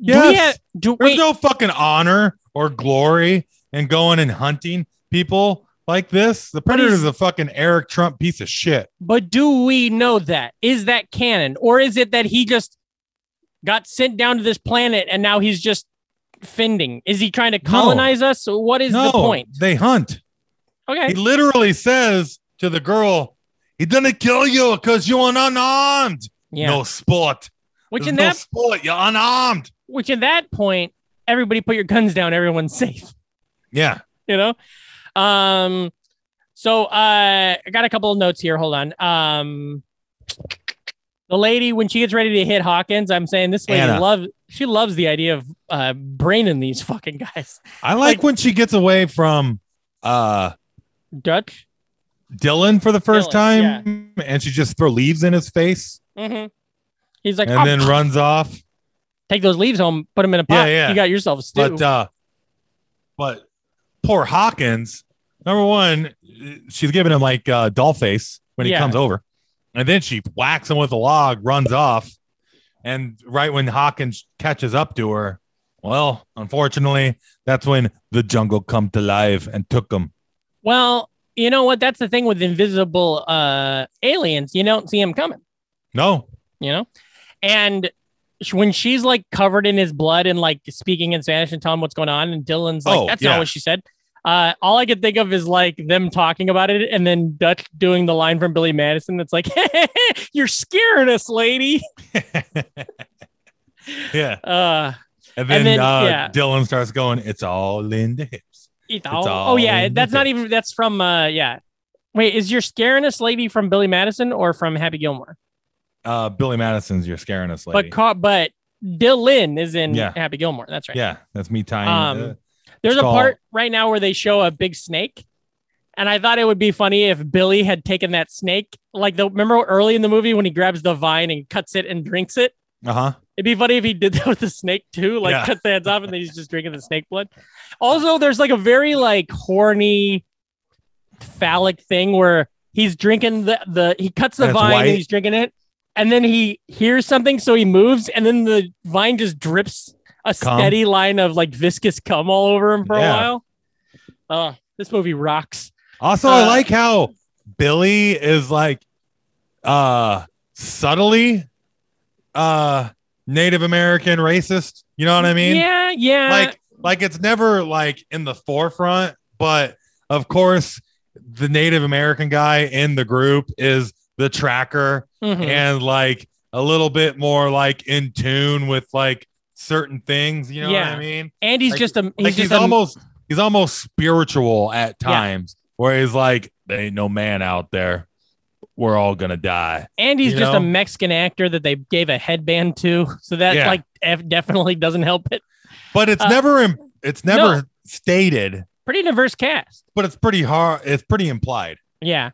[SPEAKER 2] Do we
[SPEAKER 3] Yes.
[SPEAKER 2] have, do
[SPEAKER 3] There's
[SPEAKER 2] wait,
[SPEAKER 3] no fucking honor or glory in going and hunting people like this. The predator
[SPEAKER 2] he's-
[SPEAKER 3] is a fucking Eric Trump piece of shit.
[SPEAKER 2] but do we know that? Is that canon, or is it that he just got sent down to this planet and now he's just fending? Is he trying to colonize us? What is
[SPEAKER 3] no,
[SPEAKER 2] the point?
[SPEAKER 3] they hunt. He
[SPEAKER 2] Okay,
[SPEAKER 3] literally says to the girl, "He didn't kill you because you are unarmed.
[SPEAKER 2] yeah.
[SPEAKER 3] No sport.
[SPEAKER 2] which
[SPEAKER 3] There's
[SPEAKER 2] in
[SPEAKER 3] no
[SPEAKER 2] that
[SPEAKER 3] sport. You're unarmed.
[SPEAKER 2] which in that point, everybody put your guns down. Everyone's safe.
[SPEAKER 3] Yeah,
[SPEAKER 2] you know um so uh i got a couple of notes here hold on um the lady when she gets ready to hit hawkins i'm saying this lady
[SPEAKER 3] Anna.
[SPEAKER 2] loves she loves the idea of uh braining these fucking guys
[SPEAKER 3] I like, when she gets away from uh
[SPEAKER 2] dutch
[SPEAKER 3] Dylan for the first
[SPEAKER 2] Dylan,
[SPEAKER 3] time, and she just throw leaves in his face
[SPEAKER 2] mm-hmm. he's like
[SPEAKER 3] and
[SPEAKER 2] "Oh,
[SPEAKER 3] then runs off.
[SPEAKER 2] take those leaves home put them in a
[SPEAKER 3] Yeah,
[SPEAKER 2] pot
[SPEAKER 3] yeah.
[SPEAKER 2] you got yourself a stew
[SPEAKER 3] But uh but poor Hawkins, number one, she's giving him like uh doll face when he
[SPEAKER 2] Yeah.
[SPEAKER 3] comes over. And then she whacks him with a log, runs off, and right when Hawkins catches up to her, well, unfortunately, that's when the jungle come to life and took him.
[SPEAKER 2] well you know what that's the thing with invisible uh aliens you don't see them coming
[SPEAKER 3] No.
[SPEAKER 2] you know and sh- when she's like covered in his blood and like speaking in spanish and telling him what's going on and dylan's like
[SPEAKER 3] Oh,
[SPEAKER 2] that's
[SPEAKER 3] yeah.
[SPEAKER 2] not what she said uh, all I could think of is like them talking about it and then Dutch doing the line from Billy Madison that's like, You're scaring us, lady.
[SPEAKER 3] Yeah.
[SPEAKER 2] Uh,
[SPEAKER 3] And then,
[SPEAKER 2] then,
[SPEAKER 3] uh,
[SPEAKER 2] yeah.
[SPEAKER 3] Dylan starts going, It's all in the hips.
[SPEAKER 2] it's all- oh,
[SPEAKER 3] all
[SPEAKER 2] yeah.
[SPEAKER 3] in the
[SPEAKER 2] That's not
[SPEAKER 3] picture.
[SPEAKER 2] even, that's from, uh, yeah. Wait, is You're scaring us, lady from Billy Madison or from Happy Gilmore?
[SPEAKER 3] Uh, Billy Madison's You're Scaring Us Lady.
[SPEAKER 2] But ca- but Dylan is in
[SPEAKER 3] Yeah.
[SPEAKER 2] Happy Gilmore. That's right.
[SPEAKER 3] yeah, that's me tying.
[SPEAKER 2] Um,
[SPEAKER 3] uh,
[SPEAKER 2] There's a
[SPEAKER 3] called-
[SPEAKER 2] part right now where they show a big snake. And I thought it would be funny if Billy had taken that snake. Like the remember early in the movie when he grabs the vine and cuts it and drinks it?
[SPEAKER 3] uh-huh.
[SPEAKER 2] It'd be funny if he did that with the snake too, like
[SPEAKER 3] Yeah.
[SPEAKER 2] cut the heads off and then he's just drinking the snake blood. Also, there's like a very like horny phallic thing where he's drinking the the he cuts the
[SPEAKER 3] And it's
[SPEAKER 2] vine
[SPEAKER 3] white.
[SPEAKER 2] and he's drinking it, and then he hears something, so he moves, and then the vine just drips a
[SPEAKER 3] Cum.
[SPEAKER 2] steady line of like viscous cum all over him for
[SPEAKER 3] Yeah.
[SPEAKER 2] a while. Uh this movie rocks.
[SPEAKER 3] Also,
[SPEAKER 2] Uh,
[SPEAKER 3] I like how Billy is like uh subtly uh Native American racist. You know what I mean?
[SPEAKER 2] yeah, yeah.
[SPEAKER 3] Like like it's never like in the forefront, but of course the Native American guy in the group is the tracker
[SPEAKER 2] Mhm.
[SPEAKER 3] and like a little bit more like in tune with like certain things, you know what
[SPEAKER 2] Yeah.
[SPEAKER 3] I mean?
[SPEAKER 2] and he's
[SPEAKER 3] like-
[SPEAKER 2] just a he's
[SPEAKER 3] Like he's,
[SPEAKER 2] just a-
[SPEAKER 3] almost he's almost spiritual at
[SPEAKER 2] Yeah.
[SPEAKER 3] times where he's like, There ain't no man out there. We're all gonna die.
[SPEAKER 2] and he's
[SPEAKER 3] you
[SPEAKER 2] just a
[SPEAKER 3] know?
[SPEAKER 2] Mexican actor that they gave a headband to, so that
[SPEAKER 3] Yeah.
[SPEAKER 2] like ev- definitely doesn't help it.
[SPEAKER 3] But it's
[SPEAKER 2] Uh,
[SPEAKER 3] never im- it's
[SPEAKER 2] no.
[SPEAKER 3] never stated,
[SPEAKER 2] Pretty diverse cast.
[SPEAKER 3] but it's pretty hard it's pretty implied.
[SPEAKER 2] Yeah.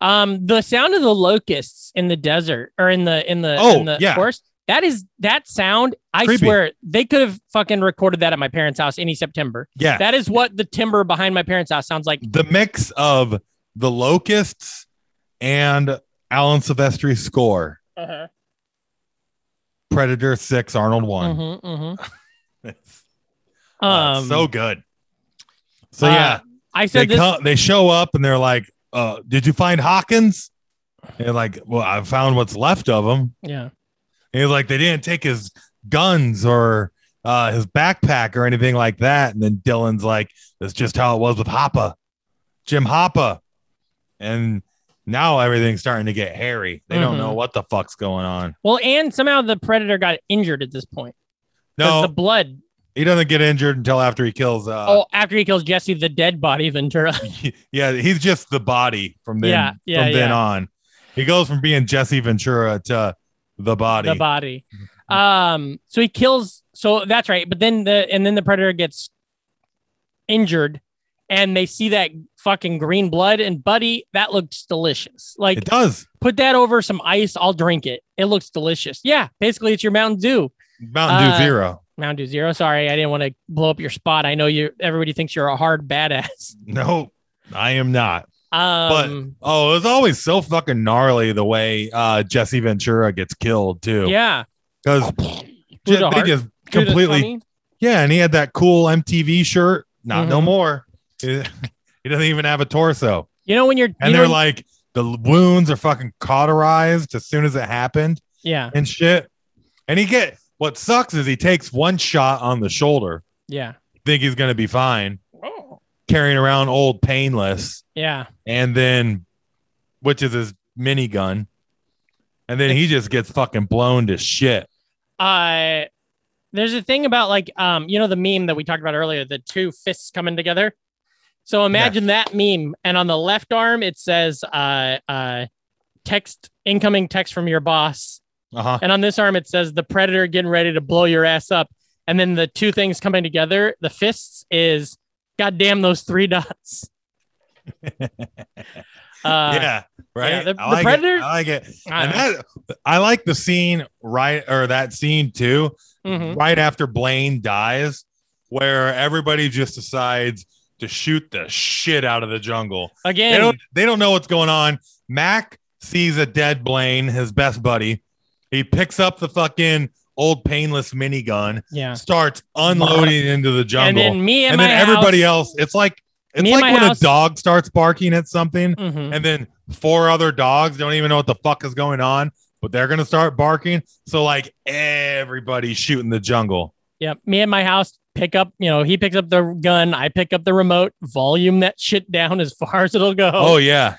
[SPEAKER 2] Um, the sound of the locusts in the desert or in the in the
[SPEAKER 3] Oh,
[SPEAKER 2] in the
[SPEAKER 3] yeah.
[SPEAKER 2] forest. That is that sound. I
[SPEAKER 3] Creepy.
[SPEAKER 2] swear they could have fucking recorded that at my parents' house any September.
[SPEAKER 3] Yeah.
[SPEAKER 2] That is what the timber behind my parents' house sounds like.
[SPEAKER 3] the mix of the locusts and Alan Silvestri's score. Predator six, Arnold one.
[SPEAKER 2] Mhm, mhm.
[SPEAKER 3] It's, uh,
[SPEAKER 2] Um,
[SPEAKER 3] so good. So
[SPEAKER 2] uh,
[SPEAKER 3] yeah,
[SPEAKER 2] I
[SPEAKER 3] they
[SPEAKER 2] said this.
[SPEAKER 3] come, they show up and they're like, uh, "Did you find Hawkins?" And like, well, I found what's left of him.
[SPEAKER 2] yeah.
[SPEAKER 3] And he's like, they didn't take his guns or uh, his backpack or anything like that. And then Dylan's like, that's just how it was with Hoppa, Jim Hoppa. And now everything's starting to get hairy. They
[SPEAKER 2] Mhm.
[SPEAKER 3] don't know what the fuck's going on.
[SPEAKER 2] Well, and somehow the predator got injured at this point. 'Cause
[SPEAKER 3] No,
[SPEAKER 2] the blood.
[SPEAKER 3] he doesn't get injured until after he kills. Uh,
[SPEAKER 2] oh, after he kills Jesse, the dead body Ventura.
[SPEAKER 3] yeah, he's just the body from then,
[SPEAKER 2] Yeah, yeah,
[SPEAKER 3] from then
[SPEAKER 2] yeah.
[SPEAKER 3] on. He goes from being Jesse Ventura to the body. Mm-hmm.
[SPEAKER 2] the body. Um, so he kills. So that's right. But then the and then the predator gets injured, and they see that fucking green blood. And buddy, that looks delicious. Like
[SPEAKER 3] it does.
[SPEAKER 2] put that over some ice. I'll drink it. It looks delicious. Yeah, basically it's your Mountain Dew.
[SPEAKER 3] Mountain Dew
[SPEAKER 2] Uh,
[SPEAKER 3] Zero.
[SPEAKER 2] Mountain Dew Zero. Sorry, I didn't want to blow up your spot. I know you. Everybody thinks you're a hard badass.
[SPEAKER 3] No, I am not.
[SPEAKER 2] Um,
[SPEAKER 3] Oh, it was always so fucking gnarly the way uh, Jesse Ventura gets killed too.
[SPEAKER 2] yeah, Oh,
[SPEAKER 3] because
[SPEAKER 2] Through the
[SPEAKER 3] they
[SPEAKER 2] heart?
[SPEAKER 3] just
[SPEAKER 2] Through the
[SPEAKER 3] completely.
[SPEAKER 2] 20?
[SPEAKER 3] Yeah, and he had that cool MTV shirt. Not no
[SPEAKER 2] Mhm.
[SPEAKER 3] more. He he doesn't even have a torso.
[SPEAKER 2] You know when you're
[SPEAKER 3] And
[SPEAKER 2] you
[SPEAKER 3] they're
[SPEAKER 2] know-
[SPEAKER 3] like the l- wounds are fucking cauterized as soon as it happened
[SPEAKER 2] yeah,
[SPEAKER 3] and shit. And he get what sucks is he takes one shot on the shoulder.
[SPEAKER 2] yeah,
[SPEAKER 3] Think he's gonna be fine.
[SPEAKER 2] Oh.
[SPEAKER 3] Carrying around old painless.
[SPEAKER 2] yeah.
[SPEAKER 3] and then which is his minigun. And then he just gets fucking blown to shit.
[SPEAKER 2] uh there's a thing about like um you know the meme that we talked about earlier the two fists coming together so imagine that meme and on the left arm it says uh uh text incoming text from your boss
[SPEAKER 3] Uh-huh.
[SPEAKER 2] and on this arm it says the predator getting ready to blow your ass up and then the two things coming together the fists is god damn those three dots uh
[SPEAKER 3] yeah. Right.
[SPEAKER 2] yeah, the-
[SPEAKER 3] I
[SPEAKER 2] the
[SPEAKER 3] like it.
[SPEAKER 2] Predator-
[SPEAKER 3] I like it.
[SPEAKER 2] I
[SPEAKER 3] And
[SPEAKER 2] don't
[SPEAKER 3] that I like the scene right or that scene too,
[SPEAKER 2] know. Mhm.
[SPEAKER 3] right after Blaine dies, where everybody just decides to shoot the shit out of the jungle. They
[SPEAKER 2] again
[SPEAKER 3] don't they don't know what's going on. Mac sees a dead Blaine, his best buddy. He picks up the fucking old painless minigun
[SPEAKER 2] yeah
[SPEAKER 3] starts unloading into the
[SPEAKER 2] and
[SPEAKER 3] jungle. And
[SPEAKER 2] then
[SPEAKER 3] then,
[SPEAKER 2] me and, my
[SPEAKER 3] everybody
[SPEAKER 2] house-
[SPEAKER 3] else, it's like it's
[SPEAKER 2] Me and
[SPEAKER 3] like
[SPEAKER 2] my
[SPEAKER 3] when
[SPEAKER 2] house-
[SPEAKER 3] a dog starts barking at something,
[SPEAKER 2] Mhm.
[SPEAKER 3] and then four other dogs don't even know what the fuck is going on, but they're gonna start barking. So like everybody's shooting the jungle.
[SPEAKER 2] Yeah, me and my house pick up. You know, he picks up the gun, I pick up the remote, volume that shit down as far as it'll go.
[SPEAKER 3] Oh, yeah.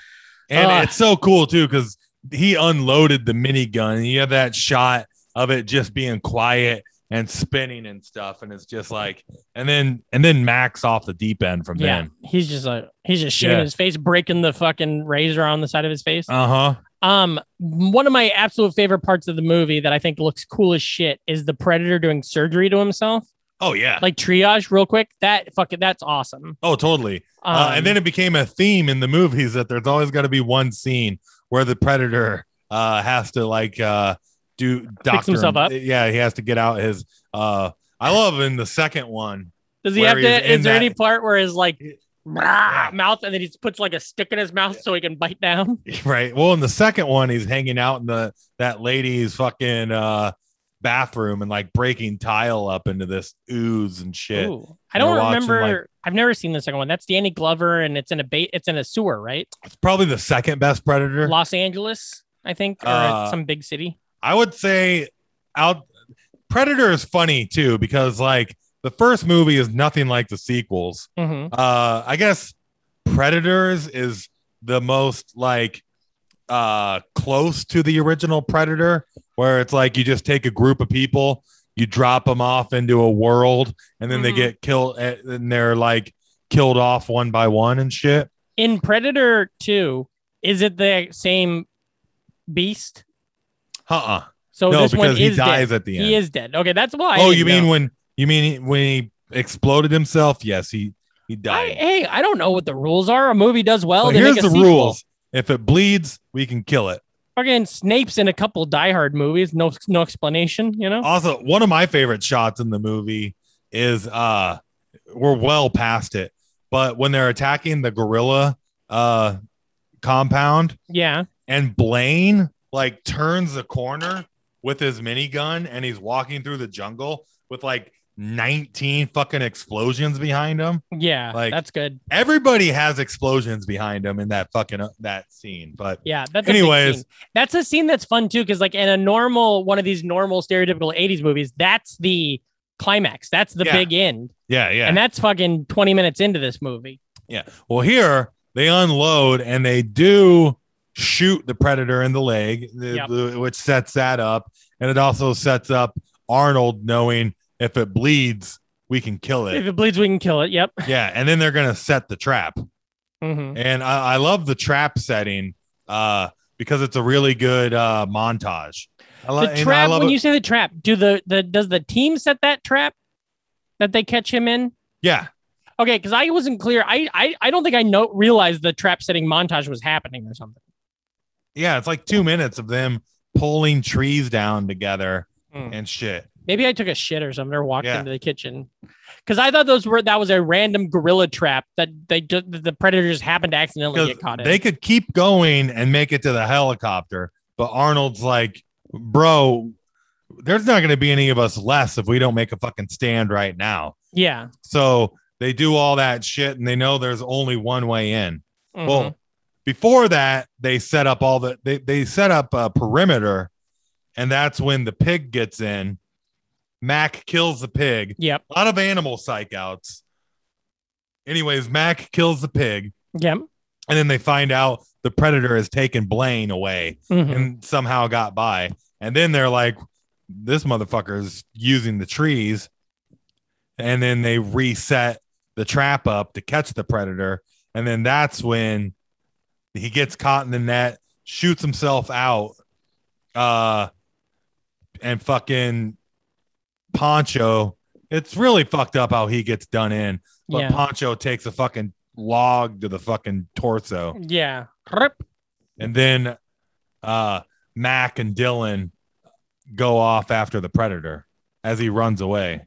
[SPEAKER 3] And
[SPEAKER 2] Ah.
[SPEAKER 3] it's so cool too, because he unloaded the minigun and you have that shot of it just being quiet and spinning and stuff. And it's just like and then and then Max off the deep end from
[SPEAKER 2] yeah,
[SPEAKER 3] then.
[SPEAKER 2] he's just like he's just shaking
[SPEAKER 3] Yeah.
[SPEAKER 2] his face, breaking the fucking razor on the side of his face.
[SPEAKER 3] Uh-huh.
[SPEAKER 2] Um, one of my absolute favorite parts of the movie that I think looks cool as shit is the predator doing surgery to himself,
[SPEAKER 3] Oh yeah.
[SPEAKER 2] like triage real quick. That fucking that's awesome.
[SPEAKER 3] Oh, totally.
[SPEAKER 2] Um,
[SPEAKER 3] uh, and then it became a theme in the movies that there's always got to be one scene where the predator uh, has to like uh, do doctor
[SPEAKER 2] himself up.
[SPEAKER 3] Yeah, he has to get out his. Uh, I love in the second one.
[SPEAKER 2] does he
[SPEAKER 3] where
[SPEAKER 2] have
[SPEAKER 3] he's
[SPEAKER 2] to? Is
[SPEAKER 3] in
[SPEAKER 2] there
[SPEAKER 3] that-
[SPEAKER 2] any part where his like
[SPEAKER 3] Yeah.
[SPEAKER 2] mouth and then he puts like a stick in his mouth so he can bite down?
[SPEAKER 3] Right. Well, in the second one, he's hanging out in the that lady's fucking uh, bathroom and like breaking tile up into this ooze and shit.
[SPEAKER 2] Ooh, I
[SPEAKER 3] You're
[SPEAKER 2] don't
[SPEAKER 3] watching,
[SPEAKER 2] remember.
[SPEAKER 3] like-
[SPEAKER 2] I've never seen the second one. That's Danny Glover, and it's in a bait. It's in a sewer, right?
[SPEAKER 3] It's probably the second best predator.
[SPEAKER 2] Los Angeles, I think, or
[SPEAKER 3] Uh,
[SPEAKER 2] some big city.
[SPEAKER 3] I would say out Predator is funny too because like the first movie is nothing like the sequels.
[SPEAKER 2] hmm
[SPEAKER 3] Uh I guess Predators is the most like uh close to the original Predator where it's like you just take a group of people, you drop them off into a world and then they
[SPEAKER 2] Mhm.
[SPEAKER 3] get killed eh, and they're like killed off one by one and shit.
[SPEAKER 2] In Predator Two, is it the same beast?
[SPEAKER 3] Uh-uh.
[SPEAKER 2] So
[SPEAKER 3] no,
[SPEAKER 2] Oh, this one
[SPEAKER 3] because he
[SPEAKER 2] is
[SPEAKER 3] dies
[SPEAKER 2] dead.
[SPEAKER 3] at the end.
[SPEAKER 2] He is dead. Okay, that's why. I
[SPEAKER 3] oh,
[SPEAKER 2] didn't
[SPEAKER 3] you mean
[SPEAKER 2] know.
[SPEAKER 3] when you mean when he exploded himself? Yes, he he
[SPEAKER 2] I,
[SPEAKER 3] died.
[SPEAKER 2] hey, I don't know what the rules are. A movie does well.
[SPEAKER 3] But
[SPEAKER 2] they
[SPEAKER 3] here's
[SPEAKER 2] make a
[SPEAKER 3] the
[SPEAKER 2] sequel.
[SPEAKER 3] rules: if it bleeds, we can kill it.
[SPEAKER 2] Fucking Snape's in a couple Die Hard movies. No, no explanation. You know.
[SPEAKER 3] Also, one of my favorite shots in the movie is uh, we're well past it, but when they're attacking the gorilla uh compound
[SPEAKER 2] Yeah.
[SPEAKER 3] and Blaine like turns the corner with his minigun and he's walking through the jungle with like 19 fucking explosions behind him.
[SPEAKER 2] Yeah.
[SPEAKER 3] Like-
[SPEAKER 2] that's good.
[SPEAKER 3] everybody has explosions behind them in that fucking uh, that scene but
[SPEAKER 2] Yeah, that's a big
[SPEAKER 3] Anyways.
[SPEAKER 2] scene. that's a scene that's fun too, because like in a normal one of these normal stereotypical '80s movies, that's the climax, that's the
[SPEAKER 3] Yeah.
[SPEAKER 2] big end,
[SPEAKER 3] yeah yeah
[SPEAKER 2] and that's fucking 20 minutes into this movie.
[SPEAKER 3] well here they unload and they do shoot the predator in the leg the-
[SPEAKER 2] Yep.
[SPEAKER 3] the- which sets that up and it also sets up arnold knowing if it bleeds we can kill
[SPEAKER 2] If
[SPEAKER 3] it
[SPEAKER 2] it bleeds, we can kill it. Yep.
[SPEAKER 3] yeah and then they're gonna set the trap
[SPEAKER 2] hmm
[SPEAKER 3] and i, I love the trap setting uh because it's a really good uh montage I li- and
[SPEAKER 2] The
[SPEAKER 3] I
[SPEAKER 2] trap.
[SPEAKER 3] love
[SPEAKER 2] When
[SPEAKER 3] it-
[SPEAKER 2] you say the trap, do the the does the team set that trap that they catch him in?
[SPEAKER 3] yeah
[SPEAKER 2] Okay, because I wasn't clear. I, I I don't think I know realized the trap setting montage was happening or something.
[SPEAKER 3] yeah it's like two minutes of them pulling trees down together
[SPEAKER 2] Mm.
[SPEAKER 3] and shit
[SPEAKER 2] Maybe I took a shit or something or walked
[SPEAKER 3] Yeah.
[SPEAKER 2] into the kitchen. Cause I thought those were that was a random gorilla trap that they ju- that the predators happened to accidentally
[SPEAKER 3] 'Cause
[SPEAKER 2] get caught in.
[SPEAKER 3] they could keep going and make it to the helicopter but arnold's like bro there's not going to be any of us less if we don't make a fucking stand right now
[SPEAKER 2] yeah.
[SPEAKER 3] so they do all that shit and they know there's only one way in
[SPEAKER 2] Mhm.
[SPEAKER 3] well before that they set up all the they, they set up a perimeter and that's when the pig gets in mac kills the pig
[SPEAKER 2] Yep.
[SPEAKER 3] a lot of animal psych outs. Anyways, Mac kills the pig,
[SPEAKER 2] Yep.
[SPEAKER 3] and then they find out the predator has taken Blaine away
[SPEAKER 2] Mhm.
[SPEAKER 3] and somehow got by. And then they're like, this motherfucker's using the trees. And then they reset the trap up to catch the predator. And then that's when he gets caught in the net, shoots himself out, uh, and fucking Poncho. It's really fucked up how he gets done in, but
[SPEAKER 2] Yeah.
[SPEAKER 3] Poncho takes a fucking log to the fucking torso.
[SPEAKER 2] yeah. Rip.
[SPEAKER 3] And then uh Mac and Dylan go off after the predator as he runs away.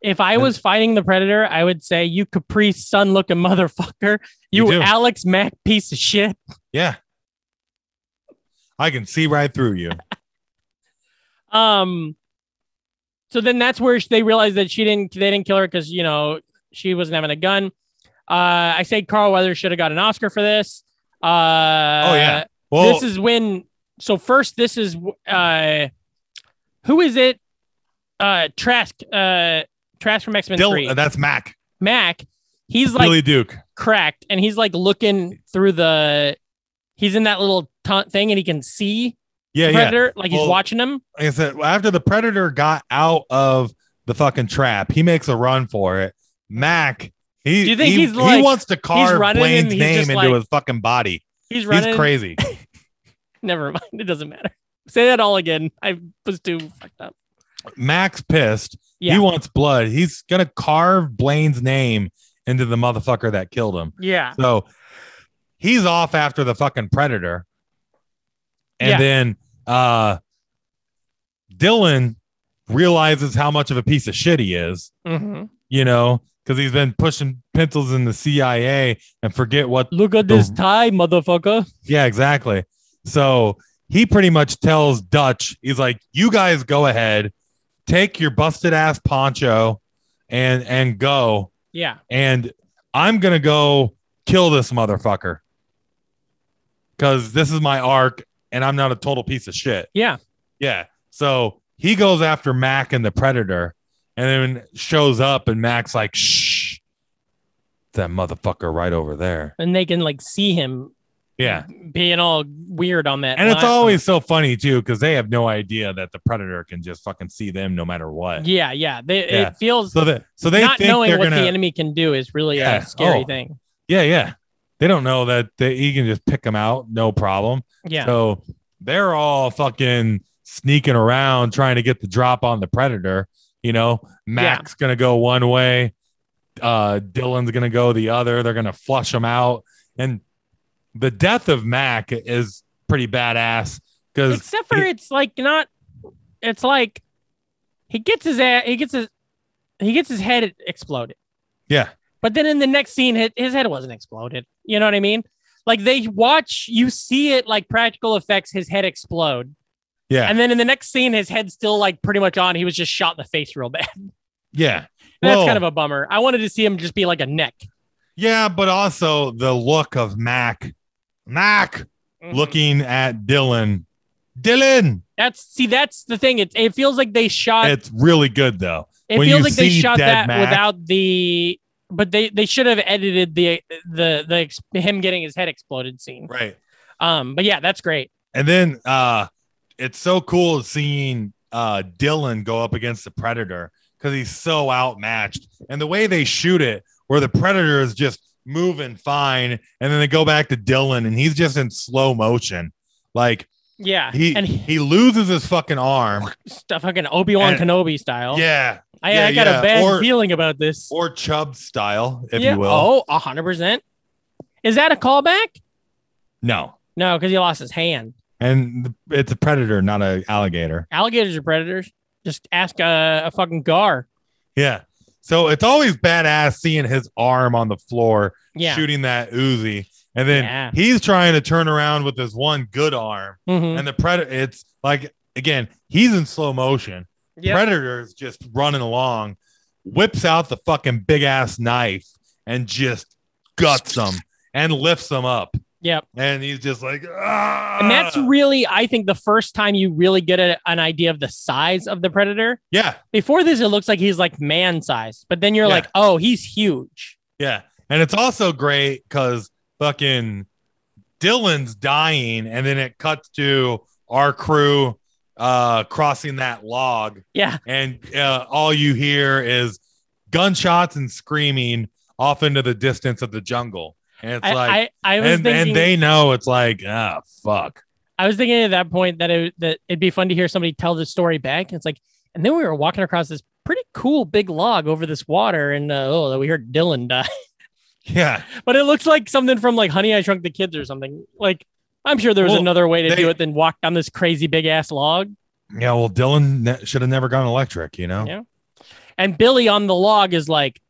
[SPEAKER 2] If I was fighting the predator, I would say you Capri Sun looking motherfucker,
[SPEAKER 3] You
[SPEAKER 2] you
[SPEAKER 3] do.
[SPEAKER 2] Alex Mack piece of shit.
[SPEAKER 3] Yeah. I can see right through you.
[SPEAKER 2] Um. So then that's where sh- they realized that she didn't. They didn't kill her because you know she wasn't having a gun. Uh, I say Carl Weathers should have got an Oscar for this. Uh, oh
[SPEAKER 3] yeah. Well,
[SPEAKER 2] this is when. So first, this is uh, who is it? Uh, Trask. Uh, Trask from X Men Three.
[SPEAKER 3] Dylan, uh, that's Mac.
[SPEAKER 2] Mac. He's like
[SPEAKER 3] Billy Duke.
[SPEAKER 2] cracked, and he's like looking through the. He's in that little ta- thing, and he can see
[SPEAKER 3] Yeah, yeah.
[SPEAKER 2] Predator. Like he's
[SPEAKER 3] Well,
[SPEAKER 2] watching him.
[SPEAKER 3] Like I said, after the predator got out of the fucking trap, he makes a run for it. Mac, he,
[SPEAKER 2] Do you think
[SPEAKER 3] he,
[SPEAKER 2] he's
[SPEAKER 3] he
[SPEAKER 2] like-
[SPEAKER 3] wants to carve
[SPEAKER 2] running and
[SPEAKER 3] Blaine's
[SPEAKER 2] he's
[SPEAKER 3] name
[SPEAKER 2] just
[SPEAKER 3] into
[SPEAKER 2] like-
[SPEAKER 3] his fucking body?
[SPEAKER 2] He's
[SPEAKER 3] He's
[SPEAKER 2] running.
[SPEAKER 3] crazy.
[SPEAKER 2] Never mind. It doesn't matter. Say that all again. I was too fucked up.
[SPEAKER 3] Mac's pissed.
[SPEAKER 2] Yeah.
[SPEAKER 3] He wants blood. He's gonna carve Blaine's name into the motherfucker that killed him.
[SPEAKER 2] Yeah.
[SPEAKER 3] So he's off after the fucking predator. And
[SPEAKER 2] Yeah.
[SPEAKER 3] then uh Dylan realizes how much of a piece of shit he is,
[SPEAKER 2] hmm
[SPEAKER 3] you know, because he's been pushing pencils in the CIA and forget what
[SPEAKER 2] Look at this tie, motherfucker.
[SPEAKER 3] yeah, exactly. So he pretty much tells Dutch, he's like, you guys go ahead. take your busted ass poncho and and go
[SPEAKER 2] Yeah.
[SPEAKER 3] and I'm gonna go kill this motherfucker because this is my arc and I'm not a total piece of shit.
[SPEAKER 2] Yeah.
[SPEAKER 3] Yeah. So he goes after Mac and the Predator and then shows up and Mac's like, shh, that motherfucker right over there.
[SPEAKER 2] And they can like see him
[SPEAKER 3] Yeah.
[SPEAKER 2] being all weird on that.
[SPEAKER 3] And it's
[SPEAKER 2] platform.
[SPEAKER 3] always so funny too because they have no idea that the Predator can just fucking see them no matter what.
[SPEAKER 2] Yeah, yeah. They,
[SPEAKER 3] Yeah.
[SPEAKER 2] It feels
[SPEAKER 3] So that so they
[SPEAKER 2] not
[SPEAKER 3] think
[SPEAKER 2] knowing
[SPEAKER 3] they're
[SPEAKER 2] what
[SPEAKER 3] gonna
[SPEAKER 2] the enemy can do is really
[SPEAKER 3] Yeah.
[SPEAKER 2] a scary
[SPEAKER 3] Oh.
[SPEAKER 2] thing.
[SPEAKER 3] yeah yeah they don't know that they, he can just pick them out no problem.
[SPEAKER 2] Yeah.
[SPEAKER 3] So they're all fucking sneaking around trying to get the drop on the predator. You know, Mac's gonna go one way, uh, Dylan's gonna go the other. They're gonna flush them out, and the death of Mac is pretty badass because
[SPEAKER 2] Except for
[SPEAKER 3] he-
[SPEAKER 2] it's like not. It's like he gets his a- he gets his he gets his head exploded,
[SPEAKER 3] yeah,
[SPEAKER 2] but then in the next scene, his, his head wasn't exploded. You know what I mean? Like they watch you see it like practical effects, his head explode,
[SPEAKER 3] yeah,
[SPEAKER 2] and then in the next scene, his head's still like pretty much on. He was just shot in the face real bad.
[SPEAKER 3] yeah.
[SPEAKER 2] That's
[SPEAKER 3] Well-
[SPEAKER 2] kind of a bummer. I wanted to see him just be like a neck.
[SPEAKER 3] Yeah, but also the look of Mac, Mac
[SPEAKER 2] Mm-hmm.
[SPEAKER 3] looking at Dylan, Dylan.
[SPEAKER 2] That's see, that's the thing. It it feels like they shot.
[SPEAKER 3] It's really good though.
[SPEAKER 2] It
[SPEAKER 3] when
[SPEAKER 2] feels
[SPEAKER 3] you
[SPEAKER 2] like they
[SPEAKER 3] see
[SPEAKER 2] shot
[SPEAKER 3] dead
[SPEAKER 2] that
[SPEAKER 3] Mac-
[SPEAKER 2] without the. But they they should have edited the the the ex- him getting his head exploded scene.
[SPEAKER 3] Right.
[SPEAKER 2] Um. But yeah, that's great.
[SPEAKER 3] And then uh it's so cool seeing uh Dylan go up against the Predator because he's so outmatched. And the way they shoot it, where the Predator is just moving fine, and then they go back to Dylan and he's just in slow motion. Like
[SPEAKER 2] Yeah.
[SPEAKER 3] he
[SPEAKER 2] and he,
[SPEAKER 3] he loses his fucking arm.
[SPEAKER 2] stuff fucking Obi Wan
[SPEAKER 3] and-
[SPEAKER 2] Kenobi style.
[SPEAKER 3] Yeah.
[SPEAKER 2] I,
[SPEAKER 3] yeah,
[SPEAKER 2] I got
[SPEAKER 3] yeah,
[SPEAKER 2] a bad
[SPEAKER 3] or-
[SPEAKER 2] feeling about this.
[SPEAKER 3] Or Chubb style, if
[SPEAKER 2] yeah.
[SPEAKER 3] you will.
[SPEAKER 2] Oh, a hundred percent. Is that a callback?
[SPEAKER 3] No.
[SPEAKER 2] No, because he lost his hand.
[SPEAKER 3] And th- it's a predator, not an alligator.
[SPEAKER 2] Alligators are predators. Just ask a, a fucking gar.
[SPEAKER 3] Yeah. So it's always badass seeing his arm on the floor
[SPEAKER 2] Yeah.
[SPEAKER 3] shooting that Uzi. And then
[SPEAKER 2] Yeah.
[SPEAKER 3] he's trying to turn around with his one good arm.
[SPEAKER 2] Mhm.
[SPEAKER 3] And the predator, it's like, again, he's in slow motion.
[SPEAKER 2] Yep.
[SPEAKER 3] Predator is just running along, whips out the fucking big ass knife and just guts him and lifts him up.
[SPEAKER 2] Yep.
[SPEAKER 3] And he's just like, ah.
[SPEAKER 2] and that's really i think the first time you really get a, an idea of the size of the predator
[SPEAKER 3] yeah.
[SPEAKER 2] before this it looks like he's like man sized but then you're
[SPEAKER 3] Yeah.
[SPEAKER 2] like oh he's huge
[SPEAKER 3] Yeah. And it's also great because fucking Dylan's dying, and then it cuts to our crew uh crossing that log,
[SPEAKER 2] yeah
[SPEAKER 3] and uh, all you hear is gunshots and screaming off into the distance of the jungle. And it's
[SPEAKER 2] I,
[SPEAKER 3] like
[SPEAKER 2] I, I was
[SPEAKER 3] and,
[SPEAKER 2] thinking
[SPEAKER 3] and they know it's like, ah fuck.
[SPEAKER 2] i was thinking at that point that it that it'd be fun to hear somebody tell the story back it's like and then we were walking across this pretty cool big log over this water and uh, oh we heard dylan die
[SPEAKER 3] Yeah.
[SPEAKER 2] but it looks like something from like honey i shrunk the kids or something like i'm sure there was
[SPEAKER 3] Well,
[SPEAKER 2] another way to
[SPEAKER 3] they-
[SPEAKER 2] do it than walk down this crazy big ass log
[SPEAKER 3] Yeah. Well, Dylan ne- should have never gone electric, you know?
[SPEAKER 2] Yeah. And Billy on the log is like,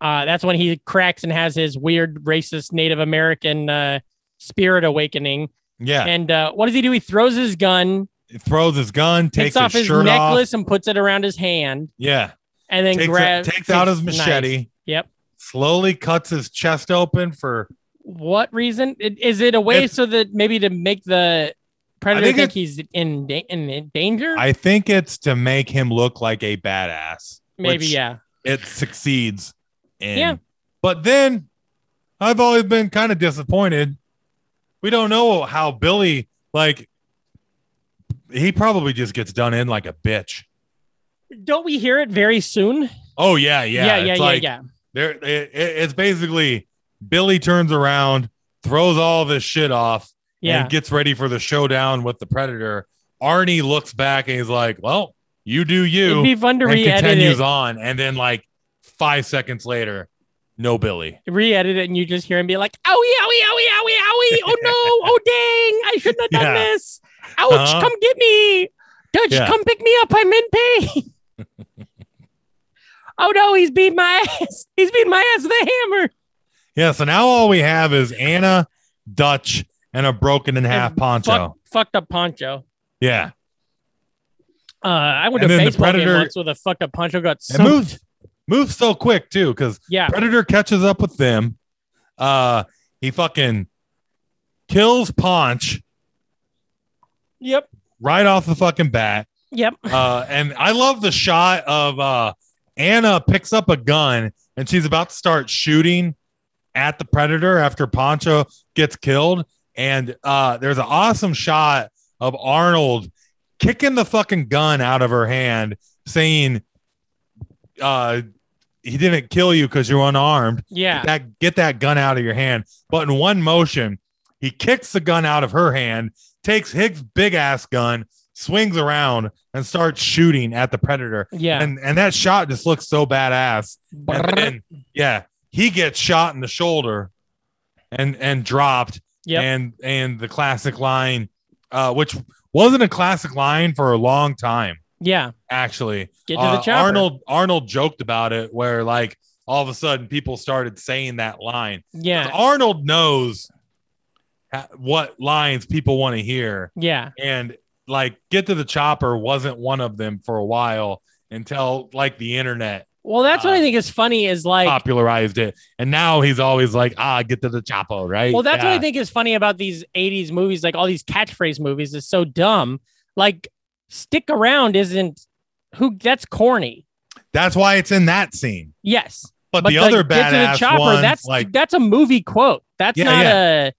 [SPEAKER 2] uh, that's when he cracks and has his weird racist Native American uh, spirit awakening.
[SPEAKER 3] Yeah.
[SPEAKER 2] And uh, what does he do? He throws his gun,
[SPEAKER 3] He throws his gun, takes,
[SPEAKER 2] takes off his
[SPEAKER 3] shirt
[SPEAKER 2] necklace,
[SPEAKER 3] off.
[SPEAKER 2] and puts it around his hand,
[SPEAKER 3] Yeah.
[SPEAKER 2] and then
[SPEAKER 3] Takes,
[SPEAKER 2] grabs
[SPEAKER 3] takes out his
[SPEAKER 2] Nice.
[SPEAKER 3] machete.
[SPEAKER 2] Yep.
[SPEAKER 3] slowly cuts his chest open for
[SPEAKER 2] What reason? It- Is it a way
[SPEAKER 3] It's-
[SPEAKER 2] so that maybe to make the predator
[SPEAKER 3] think
[SPEAKER 2] think,
[SPEAKER 3] it-
[SPEAKER 2] he's in, da- in in danger?
[SPEAKER 3] I think it's to make him look like a badass.
[SPEAKER 2] maybe
[SPEAKER 3] which
[SPEAKER 2] yeah.
[SPEAKER 3] It succeeds in.
[SPEAKER 2] Yeah.
[SPEAKER 3] But then I've always been kind of disappointed. We don't know how Billy like he probably just gets done in like a bitch.
[SPEAKER 2] Don't we hear it very soon?
[SPEAKER 3] Oh yeah, yeah.
[SPEAKER 2] yeah,
[SPEAKER 3] It's
[SPEAKER 2] yeah,
[SPEAKER 3] like,
[SPEAKER 2] yeah.
[SPEAKER 3] There it, it- it's basically Billy turns around, throws all this shit off,
[SPEAKER 2] Yeah.
[SPEAKER 3] and gets ready for the showdown with the predator. Arnie looks back and he's like, "Well, you do you,"
[SPEAKER 2] It'd be fun to
[SPEAKER 3] and
[SPEAKER 2] re-edit
[SPEAKER 3] continues
[SPEAKER 2] it,
[SPEAKER 3] on. And then like five seconds later, no Billy.
[SPEAKER 2] re-edit it, and you just hear him be like, "Owie, owie, owie, owie, owie! Oh no! Oh dang! I shouldn't have done
[SPEAKER 3] Yeah.
[SPEAKER 2] this! Ouch!
[SPEAKER 3] Uh-huh.
[SPEAKER 2] Come get me! Dutch,
[SPEAKER 3] Yeah.
[SPEAKER 2] come pick me up! I'm in pain! oh no! He's beat my ass! He's beat my ass with a hammer!
[SPEAKER 3] Yeah. So now all we have is Anna, Dutch, and a broken in half
[SPEAKER 2] And
[SPEAKER 3] poncho.
[SPEAKER 2] Fuck, fucked up poncho.
[SPEAKER 3] Yeah.
[SPEAKER 2] Uh, I went
[SPEAKER 3] And
[SPEAKER 2] to a
[SPEAKER 3] then the
[SPEAKER 2] baseball game
[SPEAKER 3] Predator-
[SPEAKER 2] once with a fucked up punch. I got
[SPEAKER 3] And
[SPEAKER 2] so
[SPEAKER 3] moves moves so quick too, because
[SPEAKER 2] yeah.
[SPEAKER 3] Predator catches up with them. Uh, he fucking kills Ponch
[SPEAKER 2] Yep.
[SPEAKER 3] right off the fucking bat.
[SPEAKER 2] Yep.
[SPEAKER 3] Uh, and I love the shot of uh, Anna picks up a gun and she's about to start shooting at the Predator after Poncho gets killed. And uh, there's an awesome shot of Arnold kicking the fucking gun out of her hand, saying, uh, he didn't kill you because you're unarmed
[SPEAKER 2] Yeah.
[SPEAKER 3] that get that gun out of your hand. But in one motion, he kicks the gun out of her hand, takes Higgs' big ass gun, swings around, and starts shooting at the predator.
[SPEAKER 2] Yeah.
[SPEAKER 3] And and that shot just looks so badass. And then, yeah, he gets shot in the shoulder, and and dropped.
[SPEAKER 2] Yep.
[SPEAKER 3] And and the classic line, uh, which wasn't a classic line for a long time,
[SPEAKER 2] yeah.
[SPEAKER 3] actually.
[SPEAKER 2] Get to the
[SPEAKER 3] Uh,
[SPEAKER 2] chopper.
[SPEAKER 3] Arnold Arnold joked about it, where like all of a sudden people started saying that line.
[SPEAKER 2] Yeah.
[SPEAKER 3] Arnold knows ha- what lines people want to hear,
[SPEAKER 2] Yeah.
[SPEAKER 3] and like "Get to the Chopper" wasn't one of them for a while until like the internet
[SPEAKER 2] Well, that's what I
[SPEAKER 3] Uh,
[SPEAKER 2] think is funny is like
[SPEAKER 3] popularized it, and now he's always like, "Ah, get to the Chopper," right?
[SPEAKER 2] Well, that's what
[SPEAKER 3] Yeah.
[SPEAKER 2] I think is funny about these 80s movies, like all these catchphrase movies is so dumb. Like stick around isn't who that's corny.
[SPEAKER 3] That's why it's in that scene.
[SPEAKER 2] Yes.
[SPEAKER 3] But, the,
[SPEAKER 2] like,
[SPEAKER 3] other
[SPEAKER 2] get to the
[SPEAKER 3] badass
[SPEAKER 2] chopper,
[SPEAKER 3] ones,
[SPEAKER 2] that's
[SPEAKER 3] like
[SPEAKER 2] that's a movie quote. That's
[SPEAKER 3] Yeah,
[SPEAKER 2] not a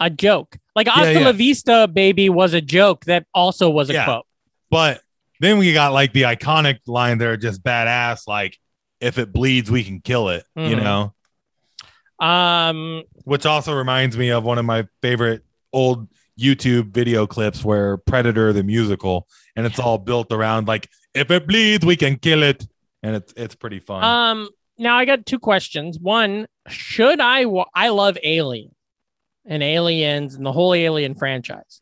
[SPEAKER 2] a joke. Like Hasta
[SPEAKER 3] yeah.
[SPEAKER 2] La Vista baby was a joke that also was a
[SPEAKER 3] Yeah.
[SPEAKER 2] quote.
[SPEAKER 3] But then we got like the iconic line there, just badass. Like, if it bleeds, we can kill it. You
[SPEAKER 2] Mhm.
[SPEAKER 3] know,
[SPEAKER 2] Um
[SPEAKER 3] which also reminds me of one of my favorite old YouTube video clips where Predator the musical, and it's all built around like, if it bleeds, we can kill it, and it's it's pretty fun.
[SPEAKER 2] um now I got two questions. One, should I wa- I love Alien and Aliens and the whole Alien franchise.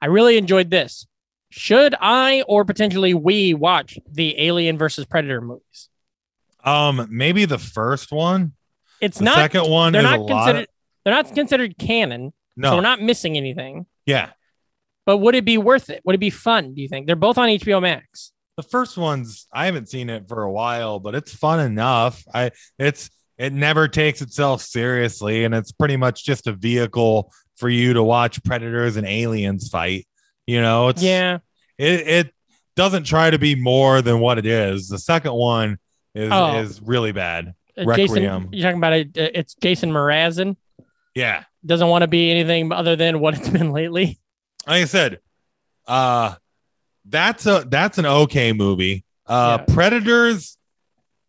[SPEAKER 2] I really enjoyed this. Should I or potentially we watch the Alien versus Predator movies?
[SPEAKER 3] um, maybe the first one,
[SPEAKER 2] It's
[SPEAKER 3] the
[SPEAKER 2] not
[SPEAKER 3] second one,
[SPEAKER 2] they're
[SPEAKER 3] is a
[SPEAKER 2] not
[SPEAKER 3] lot. of-
[SPEAKER 2] considered they're not considered canon,
[SPEAKER 3] no,
[SPEAKER 2] so we're not missing anything.
[SPEAKER 3] yeah,
[SPEAKER 2] But would it be worth it? Would it be fun? Do you think they're both on HBO Max?
[SPEAKER 3] the first one's I haven't seen it for a while, but it's fun enough. I it's it never takes itself seriously, and it's pretty much just a vehicle for you to watch predators and aliens fight. You know, it's
[SPEAKER 2] Yeah.
[SPEAKER 3] it, it doesn't try to be more than what it is. The second one is
[SPEAKER 2] Oh.
[SPEAKER 3] is really bad.
[SPEAKER 2] Uh, Jason,
[SPEAKER 3] Requiem.
[SPEAKER 2] you're talking about it. uh, It's Jason Mrazin.
[SPEAKER 3] Yeah,
[SPEAKER 2] Doesn't want to be anything other than what it's been lately.
[SPEAKER 3] like I said, uh, that's a that's an okay movie. Uh,
[SPEAKER 2] Yeah.
[SPEAKER 3] Predators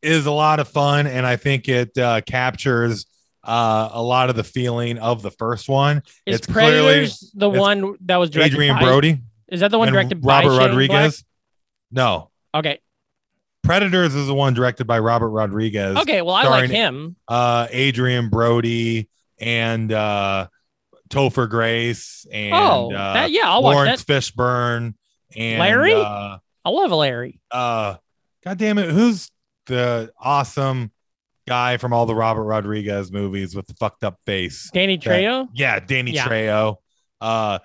[SPEAKER 3] is a lot of fun, and I think it uh, captures uh, a lot of the feeling of the first one.
[SPEAKER 2] Is
[SPEAKER 3] It's clearly-
[SPEAKER 2] Predators the
[SPEAKER 3] it's
[SPEAKER 2] one that was directed
[SPEAKER 3] Adrian
[SPEAKER 2] by?
[SPEAKER 3] Brody
[SPEAKER 2] Is that the one
[SPEAKER 3] and
[SPEAKER 2] directed by
[SPEAKER 3] Robert
[SPEAKER 2] Shane
[SPEAKER 3] Rodriguez. No,
[SPEAKER 2] Black? Okay.
[SPEAKER 3] Predators is the one directed by Robert Rodriguez.
[SPEAKER 2] Okay. Well, I
[SPEAKER 3] starring-
[SPEAKER 2] like him.
[SPEAKER 3] uh, Adrian Brody and uh, Topher Grace and
[SPEAKER 2] oh,
[SPEAKER 3] uh,
[SPEAKER 2] that, yeah. I'll watch
[SPEAKER 3] Lawrence
[SPEAKER 2] that.
[SPEAKER 3] Fishburne and
[SPEAKER 2] Larry?
[SPEAKER 3] Uh,
[SPEAKER 2] I love Larry.
[SPEAKER 3] uh, God damn it, who's the awesome guy from all the Robert Rodriguez movies with the fucked up face?
[SPEAKER 2] Danny Trejo.
[SPEAKER 3] Yeah, Danny
[SPEAKER 2] Yeah.
[SPEAKER 3] Trejo. Uh,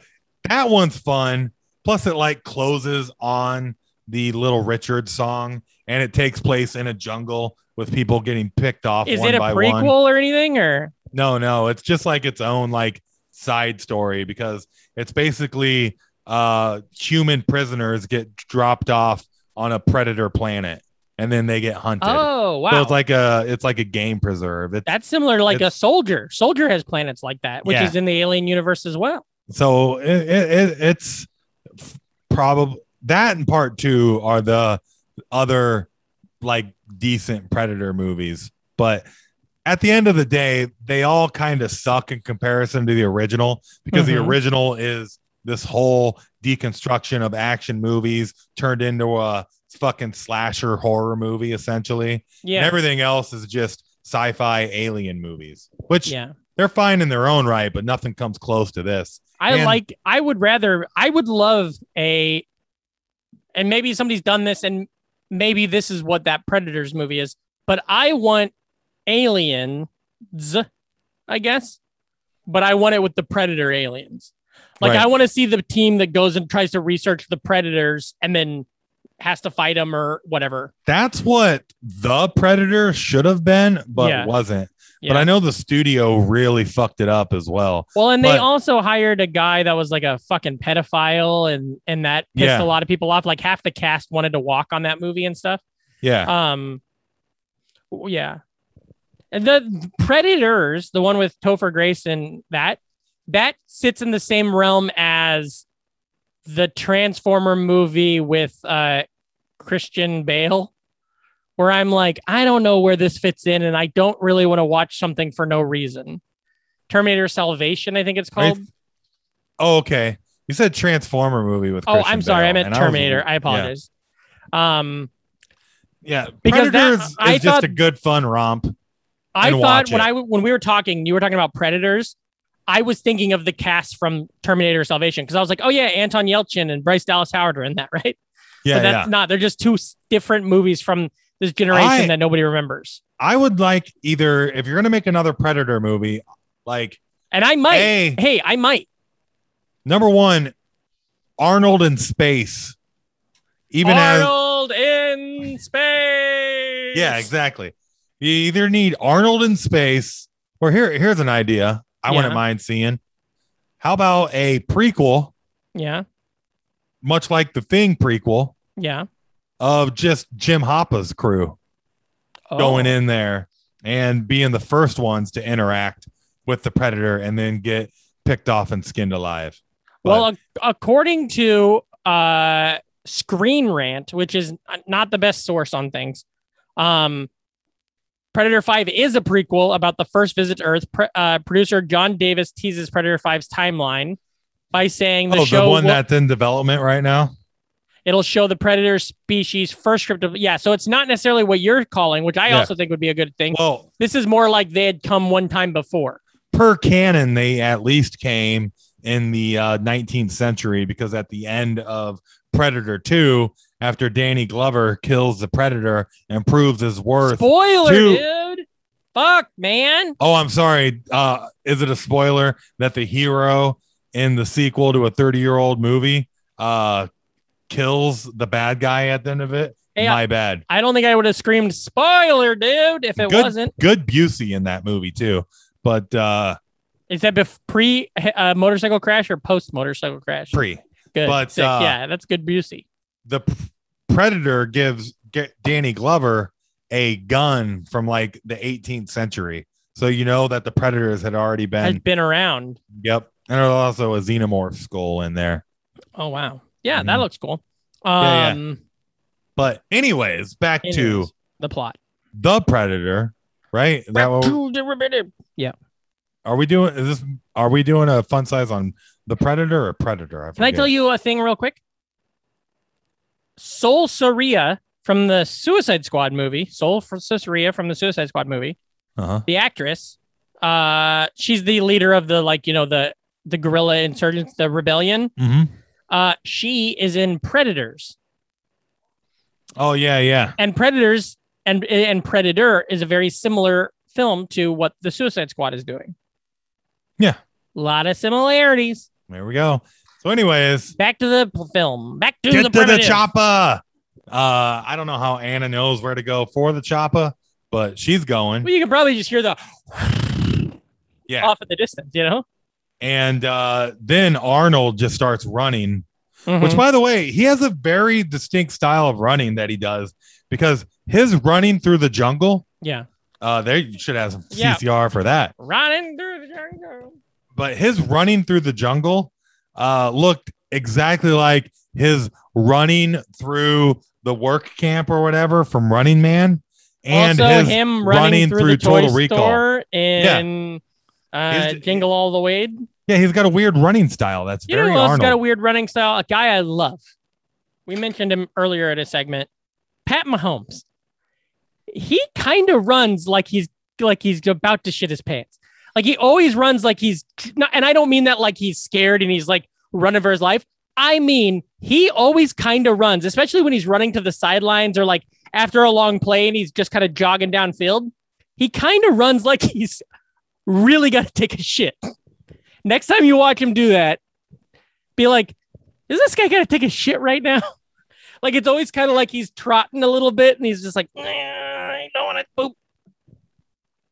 [SPEAKER 3] that one's fun. Plus, it like closes on the Little Richard song, and it takes place in a jungle with people getting picked off.
[SPEAKER 2] Is
[SPEAKER 3] one
[SPEAKER 2] it a
[SPEAKER 3] by
[SPEAKER 2] prequel
[SPEAKER 3] One.
[SPEAKER 2] or anything? Or
[SPEAKER 3] No, no, it's just like its own like side story because it's basically uh human prisoners get dropped off on a predator planet and then they get hunted.
[SPEAKER 2] oh wow,
[SPEAKER 3] So it's like a it's like a game preserve. It's
[SPEAKER 2] that's similar to like a
[SPEAKER 3] it's-
[SPEAKER 2] soldier. Soldier has planets like that, which
[SPEAKER 3] Yeah.
[SPEAKER 2] is in the Alien universe as well.
[SPEAKER 3] so it, it, it- it's probably that and part two are the other like decent predator movies but at the end of the day they all kind of suck in comparison to the original because the
[SPEAKER 2] Mhm.
[SPEAKER 3] original is this whole deconstruction of action movies turned into a fucking slasher horror movie essentially
[SPEAKER 2] Yeah.
[SPEAKER 3] and everything else is just sci-fi alien movies which
[SPEAKER 2] yeah.
[SPEAKER 3] they're fine in their own right but nothing comes close to this
[SPEAKER 2] I
[SPEAKER 3] and-
[SPEAKER 2] like. I would rather. I would love a. And maybe somebody's done this, and maybe this is what that Predators movie is. But I want aliens, I guess. But I want it with the Predator aliens. Like
[SPEAKER 3] Right.
[SPEAKER 2] I want to see the team that goes and tries to research the Predators, and then has to fight him or whatever.
[SPEAKER 3] That's what the Predator should have been, but
[SPEAKER 2] Yeah.
[SPEAKER 3] wasn't.
[SPEAKER 2] Yeah.
[SPEAKER 3] But I know the studio really fucked it up as well.
[SPEAKER 2] Well, and they
[SPEAKER 3] But-
[SPEAKER 2] also hired a guy that was like a fucking pedophile, and and that pissed
[SPEAKER 3] Yeah.
[SPEAKER 2] a lot of people off. Like half the cast wanted to walk on that movie and stuff.
[SPEAKER 3] Yeah.
[SPEAKER 2] Um, w- yeah, and the Predators, the one with Topher Grace and that that sits in the same realm as the Transformer movie with uh Christian Bale. Where I'm like, I don't know where this fits in, and I don't really want to watch something for no reason. Terminator Salvation, I think it's
[SPEAKER 3] Right.
[SPEAKER 2] called.
[SPEAKER 3] oh, okay. You said Transformer movie with.
[SPEAKER 2] Oh,
[SPEAKER 3] Christian
[SPEAKER 2] I'm sorry.
[SPEAKER 3] Bale,
[SPEAKER 2] I meant
[SPEAKER 3] and was-
[SPEAKER 2] Terminator. I
[SPEAKER 3] yeah.
[SPEAKER 2] apologize. Um,
[SPEAKER 3] Yeah,
[SPEAKER 2] Because that-
[SPEAKER 3] Predators is
[SPEAKER 2] I
[SPEAKER 3] just
[SPEAKER 2] thought-
[SPEAKER 3] a good fun romp.
[SPEAKER 2] I
[SPEAKER 3] and
[SPEAKER 2] thought
[SPEAKER 3] watch
[SPEAKER 2] when
[SPEAKER 3] it.
[SPEAKER 2] I when we were talking, you were talking about Predators. I was thinking of the cast from Terminator Salvation because I was like, oh yeah, Anton Yelchin and Bryce Dallas Howard are in that, right?
[SPEAKER 3] Yeah,
[SPEAKER 2] but that's
[SPEAKER 3] yeah.
[SPEAKER 2] not. They're just two s- different movies from this generation
[SPEAKER 3] I-
[SPEAKER 2] that nobody remembers.
[SPEAKER 3] I would like either if you're gonna make another Predator movie, like
[SPEAKER 2] And I might. Hey,
[SPEAKER 3] hey,
[SPEAKER 2] I might.
[SPEAKER 3] number one, Arnold in space. Even as
[SPEAKER 2] Arnold in space.
[SPEAKER 3] yeah, exactly. You either need Arnold in space, or here here's an idea I
[SPEAKER 2] Yeah.
[SPEAKER 3] wouldn't mind seeing. How about a prequel,
[SPEAKER 2] Yeah.
[SPEAKER 3] much like the Thing prequel,
[SPEAKER 2] Yeah.
[SPEAKER 3] of just Jim Hoppa's crew?
[SPEAKER 2] Oh.
[SPEAKER 3] going in there and being the first ones to interact with the predator and then get picked off and skinned alive.
[SPEAKER 2] Well, ac- according to uh, Screen Rant, which is n- not the best source on things, um, Predator 5 is a prequel about the first visit to Earth. Pre- uh, producer John Davis teases Predator 5's timeline by saying the
[SPEAKER 3] oh,
[SPEAKER 2] show
[SPEAKER 3] the one
[SPEAKER 2] will-
[SPEAKER 3] that's in development right now.
[SPEAKER 2] it'll show the predator species first script of yeah so it's not necessarily what you're calling which i
[SPEAKER 3] Yeah.
[SPEAKER 2] also think would be a good thing
[SPEAKER 3] Well,
[SPEAKER 2] this is more like they had come one time before
[SPEAKER 3] per canon, they at least came in the uh, 19th century because at the end of Predator 2, after Danny Glover kills the predator and proves his worth.
[SPEAKER 2] spoiler
[SPEAKER 3] two-
[SPEAKER 2] dude fuck man
[SPEAKER 3] oh, I'm sorry. Uh, is it a spoiler that the hero in the sequel to a 30 year old movie uh, kills the bad guy at the end of it?
[SPEAKER 2] Hey, I-
[SPEAKER 3] My bad.
[SPEAKER 2] I don't think I would have screamed spoiler, dude, if it
[SPEAKER 3] Good.
[SPEAKER 2] wasn't.
[SPEAKER 3] Good Busey in that movie too, but uh,
[SPEAKER 2] Is that bef- pre uh, motorcycle crash or post motorcycle crash?
[SPEAKER 3] pre
[SPEAKER 2] good.
[SPEAKER 3] but,
[SPEAKER 2] sick.
[SPEAKER 3] uh,
[SPEAKER 2] yeah, that's good Busey.
[SPEAKER 3] the p- Predator gives get Danny Glover a gun from like the 18th century, so you know that the Predators had already
[SPEAKER 2] Has
[SPEAKER 3] been.
[SPEAKER 2] been around.
[SPEAKER 3] Yep, and there's also a xenomorph skull in there.
[SPEAKER 2] Oh wow. Yeah,
[SPEAKER 3] Mhm.
[SPEAKER 2] that looks cool.
[SPEAKER 3] Yeah, yeah.
[SPEAKER 2] Um
[SPEAKER 3] But anyways, back to
[SPEAKER 2] anyways, the plot.
[SPEAKER 3] the Predator, right? Is that what we- are we doing? Is this are we doing a fun size on the Predator or Predator?
[SPEAKER 2] Can I tell you a thing real quick? Sol Soria from the Suicide Squad movie, Sol Soria from the Suicide Squad movie,
[SPEAKER 3] Uh huh.
[SPEAKER 2] the actress, uh, she's the leader of the like, you know, the the guerrilla insurgents, the rebellion.
[SPEAKER 3] hmm
[SPEAKER 2] Uh, she is in Predators,
[SPEAKER 3] Oh yeah, yeah.
[SPEAKER 2] and Predators and and Predator is a very similar film to what the Suicide Squad is doing.
[SPEAKER 3] Yeah.
[SPEAKER 2] a lot of similarities.
[SPEAKER 3] There we go. So, anyways,
[SPEAKER 2] Back to the p- film. Back to
[SPEAKER 3] get
[SPEAKER 2] the
[SPEAKER 3] to the
[SPEAKER 2] Predator.
[SPEAKER 3] chopper. Uh, I don't know how Anna knows where to go for the chopper, but she's going.
[SPEAKER 2] Well, you can probably just hear the
[SPEAKER 3] Yeah.
[SPEAKER 2] off at the distance, you know.
[SPEAKER 3] And uh, then Arnold just starts running
[SPEAKER 2] Mhm.
[SPEAKER 3] which by the way he has a very distinct style of running that he does because his running through the jungle
[SPEAKER 2] yeah,
[SPEAKER 3] uh they should have some
[SPEAKER 2] Yeah.
[SPEAKER 3] ccr for that
[SPEAKER 2] running through the jungle.
[SPEAKER 3] but his running through the jungle uh looked exactly like his running through the work camp or whatever from running man and
[SPEAKER 2] also,
[SPEAKER 3] his
[SPEAKER 2] him
[SPEAKER 3] running
[SPEAKER 2] running, through,
[SPEAKER 3] through
[SPEAKER 2] the toy
[SPEAKER 3] Total Recall.
[SPEAKER 2] store in uh,
[SPEAKER 3] He's-
[SPEAKER 2] Jingle All the Way. You
[SPEAKER 3] yeah he's got a weird running style that's
[SPEAKER 2] know
[SPEAKER 3] very
[SPEAKER 2] who else has
[SPEAKER 3] arnold
[SPEAKER 2] got a weird running style? A guy I love. We mentioned him earlier in a segment. Pat Mahomes. He kind of runs like he's like he's about to shit his pants. Like he always runs like he's not, and I don't mean that like he's scared and he's like running for his life. I mean, he always kind of runs, especially when he's running to the sidelines or like after a long play and he's just kind of jogging downfield. He kind of runs like he's really got to take a shit. Next time you watch him do that, be like, is this guy got to take a shit right now? Like it's always kind of like he's trotting a little bit and he's just like, "Nah, I don't want to boop.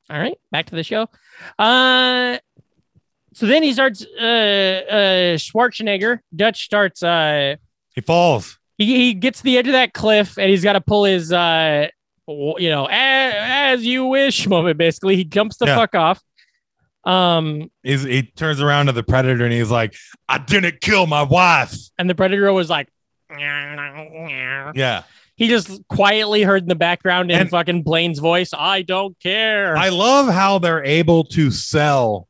[SPEAKER 2] All right, back to the show. Uh so then he starts uh uh Schwarzenegger. Dutch starts uh
[SPEAKER 3] He falls.
[SPEAKER 2] he, he gets to the edge of that cliff and he's got to pull his uh w- you know as, as you wish moment basically he jumps the
[SPEAKER 3] Yeah.
[SPEAKER 2] fuck off um
[SPEAKER 3] He's, he turns around to the predator and he's like, I didn't kill my wife.
[SPEAKER 2] and the predator was like
[SPEAKER 3] Yeah.
[SPEAKER 2] he just quietly heard in the background in
[SPEAKER 3] And-
[SPEAKER 2] fucking blaine's voice i don't care
[SPEAKER 3] I love how they're able to sell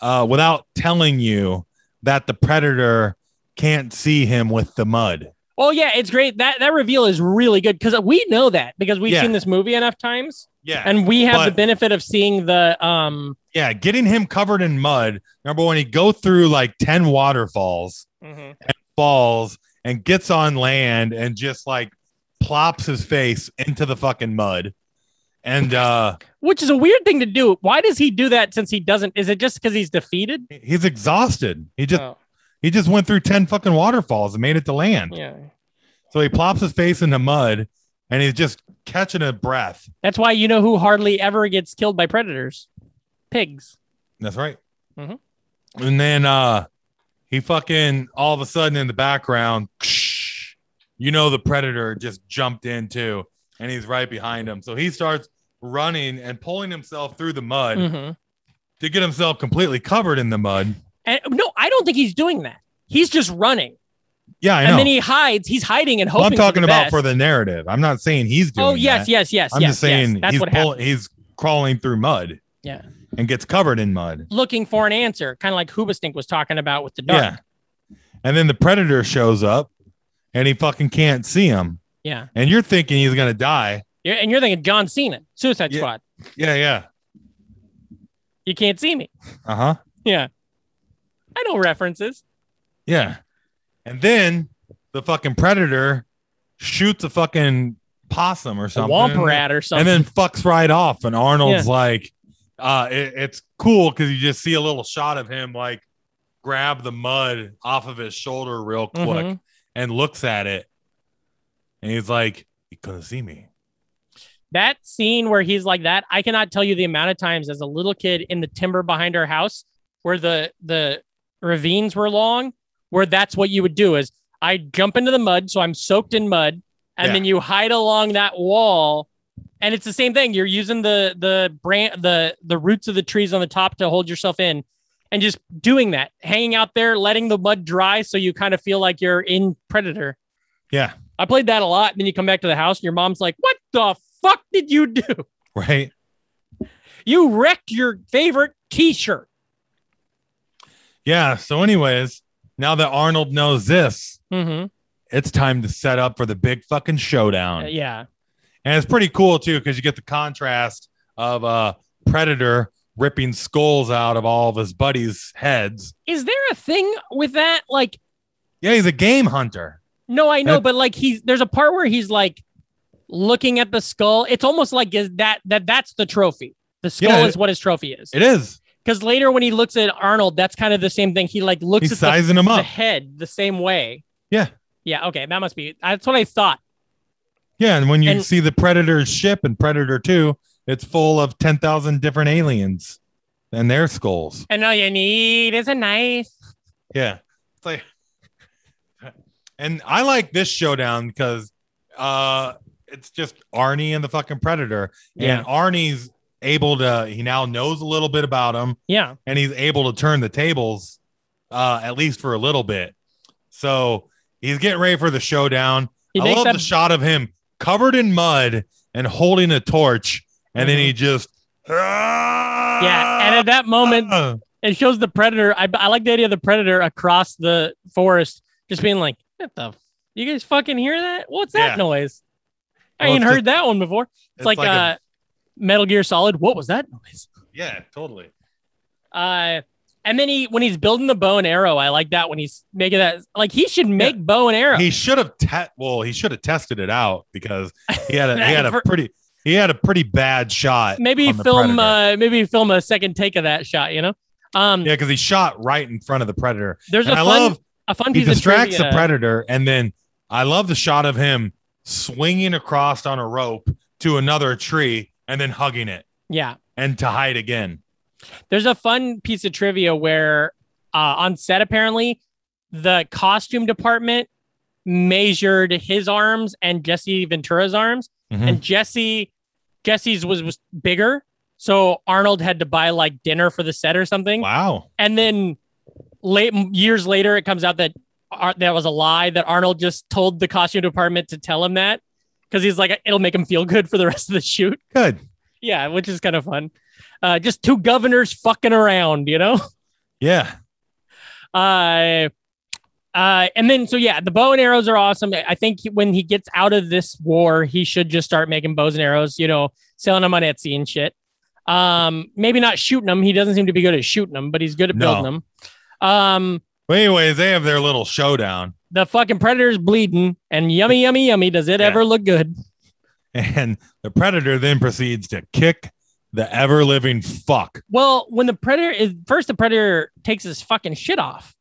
[SPEAKER 3] uh, without telling you that the predator can't see him with the mud.
[SPEAKER 2] oh yeah it's great that that reveal is really good because we know that because we've
[SPEAKER 3] Yeah.
[SPEAKER 2] seen this movie enough times
[SPEAKER 3] Yeah.
[SPEAKER 2] and we have the
[SPEAKER 3] But-
[SPEAKER 2] benefit of seeing the um
[SPEAKER 3] yeah. Getting him covered in mud. Number one, he go through like 10 waterfalls,
[SPEAKER 2] Mm-hmm.
[SPEAKER 3] falls, and gets on land and just like plops his face into the fucking mud. And uh,
[SPEAKER 2] which is a weird thing to do why does he do that since he doesn't is it just because he's defeated
[SPEAKER 3] he's exhausted. He just
[SPEAKER 2] Oh,
[SPEAKER 3] he just went through 10 fucking waterfalls and made it to land.
[SPEAKER 2] yeah
[SPEAKER 3] So he plops his face in the mud and he's just catching a breath.
[SPEAKER 2] That's why you know who hardly ever gets killed by predators? Pigs.
[SPEAKER 3] That's right.
[SPEAKER 2] Mhm.
[SPEAKER 3] And then uh he fucking all of a sudden in the background, you know the predator just jumped in too, and he's right behind him. So he starts running and pulling himself through the mud
[SPEAKER 2] Mm. Mm-hmm.
[SPEAKER 3] to get himself completely covered in the mud.
[SPEAKER 2] And no, I don't think he's doing that. He's just running.
[SPEAKER 3] Yeah, I know.
[SPEAKER 2] And then he hides. He's hiding and
[SPEAKER 3] Well,
[SPEAKER 2] hoping.
[SPEAKER 3] I'm talking
[SPEAKER 2] for the
[SPEAKER 3] about
[SPEAKER 2] best.
[SPEAKER 3] for the narrative. I'm not saying he's doing
[SPEAKER 2] Oh yes,
[SPEAKER 3] that.
[SPEAKER 2] yes, yes.
[SPEAKER 3] I'm
[SPEAKER 2] yes,
[SPEAKER 3] just saying
[SPEAKER 2] yes. that's
[SPEAKER 3] he's
[SPEAKER 2] what
[SPEAKER 3] pull-
[SPEAKER 2] happened.
[SPEAKER 3] he's crawling through mud.
[SPEAKER 2] Yeah.
[SPEAKER 3] And gets covered in mud.
[SPEAKER 2] Looking for an answer, kind of like Hubastink was talking about with the dark. Yeah.
[SPEAKER 3] And then the predator shows up and he fucking can't see him. And you're thinking he's gonna die.
[SPEAKER 2] You're- and you're thinking John Cena, Suicide
[SPEAKER 3] Yeah.
[SPEAKER 2] Squad.
[SPEAKER 3] Yeah, yeah.
[SPEAKER 2] You can't see me.
[SPEAKER 3] Uh-huh.
[SPEAKER 2] Yeah. I know references.
[SPEAKER 3] Yeah. And then the fucking predator shoots a fucking possum or
[SPEAKER 2] A
[SPEAKER 3] something.
[SPEAKER 2] womp rat or something.
[SPEAKER 3] And then fucks right off. And Arnold's like, uh, it- it's cool because you just see a little shot of him like grab the mud off of his shoulder real quick
[SPEAKER 2] Mhm.
[SPEAKER 3] and looks at it. And he's like, he couldn't see me.
[SPEAKER 2] that scene where he's like that i cannot tell you the amount of times as a little kid in the timber behind our house where the the ravines were long where that's what you would do is i jump into the mud so i'm soaked in mud and
[SPEAKER 3] Yeah.
[SPEAKER 2] then you hide along that wall and it's the same thing you're using the the branch the the roots of the trees on the top to hold yourself in and just doing that hanging out there letting the mud dry so you kind of feel like you're in predator
[SPEAKER 3] Yeah.
[SPEAKER 2] i played that a lot and then you come back to the house and your mom's like what the fuck did you do
[SPEAKER 3] Right.
[SPEAKER 2] You wrecked your favorite T-shirt.
[SPEAKER 3] Yeah. So, anyways, now that Arnold knows this,
[SPEAKER 2] Mm-hmm.
[SPEAKER 3] it's time to set up for the big fucking showdown.
[SPEAKER 2] Uh, yeah.
[SPEAKER 3] And it's pretty cool too, because you get the contrast of uh Predator ripping skulls out of all of his buddies' heads.
[SPEAKER 2] Is there a thing with that? Like,
[SPEAKER 3] Yeah, he's a game hunter.
[SPEAKER 2] no, I know,
[SPEAKER 3] That-
[SPEAKER 2] but like he's there's a part where he's like looking at the skull. It's almost like is that that that's the trophy. The skull
[SPEAKER 3] Yeah, it-
[SPEAKER 2] is what his trophy is.
[SPEAKER 3] It is.
[SPEAKER 2] Because later when he looks at Arnold, that's kind of the same thing. He like looks
[SPEAKER 3] He's
[SPEAKER 2] at
[SPEAKER 3] sizing him
[SPEAKER 2] the, the
[SPEAKER 3] up.
[SPEAKER 2] head the same way.
[SPEAKER 3] Yeah.
[SPEAKER 2] Yeah. Okay. That must be. That's what I thought.
[SPEAKER 3] Yeah, and when you
[SPEAKER 2] and-
[SPEAKER 3] see the Predator's ship in Predator Two, it's full of ten thousand different aliens and their skulls.
[SPEAKER 2] And all you need is a knife.
[SPEAKER 3] Yeah. It's like and I like this showdown because uh it's just Arnie and the fucking Predator.
[SPEAKER 2] Yeah.
[SPEAKER 3] And Arnie's able to he now knows a little bit about him
[SPEAKER 2] Yeah.
[SPEAKER 3] and he's able to turn the tables uh at least for a little bit. So he's getting ready for the showdown.
[SPEAKER 2] He
[SPEAKER 3] I
[SPEAKER 2] makes
[SPEAKER 3] love
[SPEAKER 2] that-
[SPEAKER 3] the shot of him covered in mud and holding a torch, and then he just "Ah!"
[SPEAKER 2] yeah. Mm-hmm. And at that moment, it shows the predator. I, I like the idea of the predator across the forest, just being like, "What the? F- you guys fucking hear that? What's that
[SPEAKER 3] Yeah.
[SPEAKER 2] noise? I
[SPEAKER 3] Well,
[SPEAKER 2] ain't
[SPEAKER 3] it's
[SPEAKER 2] heard that one before. It's, like,
[SPEAKER 3] a-
[SPEAKER 2] uh, Metal Gear Solid. What was that noise?
[SPEAKER 3] yeah, totally.
[SPEAKER 2] Uh, and then he when he's building the bow and arrow, I like that when he's making that. Like he should make bow and arrow.
[SPEAKER 3] He should have te- well, he should have tested it out because he had a he had a
[SPEAKER 2] For-
[SPEAKER 3] pretty he had a pretty bad shot.
[SPEAKER 2] maybe
[SPEAKER 3] on the
[SPEAKER 2] film.
[SPEAKER 3] Predator.
[SPEAKER 2] Uh, maybe film a second take of that shot. You know. Um,
[SPEAKER 3] yeah, because he shot right in front of the predator.
[SPEAKER 2] there's a
[SPEAKER 3] And I
[SPEAKER 2] fun,
[SPEAKER 3] love
[SPEAKER 2] a fun
[SPEAKER 3] he
[SPEAKER 2] piece of
[SPEAKER 3] distracts the
[SPEAKER 2] trivia.
[SPEAKER 3] predator and then I love the shot of him swinging across on a rope to another tree and then hugging it
[SPEAKER 2] Yeah.
[SPEAKER 3] and to hide again.
[SPEAKER 2] There's a fun piece of trivia where uh, on set, apparently, the costume department measured his arms and Jesse Ventura's arms,
[SPEAKER 3] Mhm.
[SPEAKER 2] and Jesse Jesse's was, was bigger. So Arnold had to buy like dinner for the set or something.
[SPEAKER 3] Wow.
[SPEAKER 2] And then late years later, it comes out that Ar- that was a lie that Arnold just told the costume department to tell him that because he's like, it'll make him feel good for the rest of the shoot.
[SPEAKER 3] Good.
[SPEAKER 2] Yeah, which is kind of fun. Uh, just two governors fucking around, you know?
[SPEAKER 3] Yeah.
[SPEAKER 2] Uh, uh, and then, so yeah, the bow and arrows are awesome. I think he- when he gets out of this war, he should just start making bows and arrows, you know, selling them on Etsy and shit. Um, maybe not shooting them. He doesn't seem to be good at shooting them, but he's good at
[SPEAKER 3] No.
[SPEAKER 2] building them. Um,
[SPEAKER 3] But anyways, they have their little showdown.
[SPEAKER 2] the fucking predator's bleeding and yummy yummy yummy does it
[SPEAKER 3] Yeah.
[SPEAKER 2] ever look good
[SPEAKER 3] And the predator then proceeds to kick the ever living fuck.
[SPEAKER 2] well when the predator is first the predator takes his fucking shit off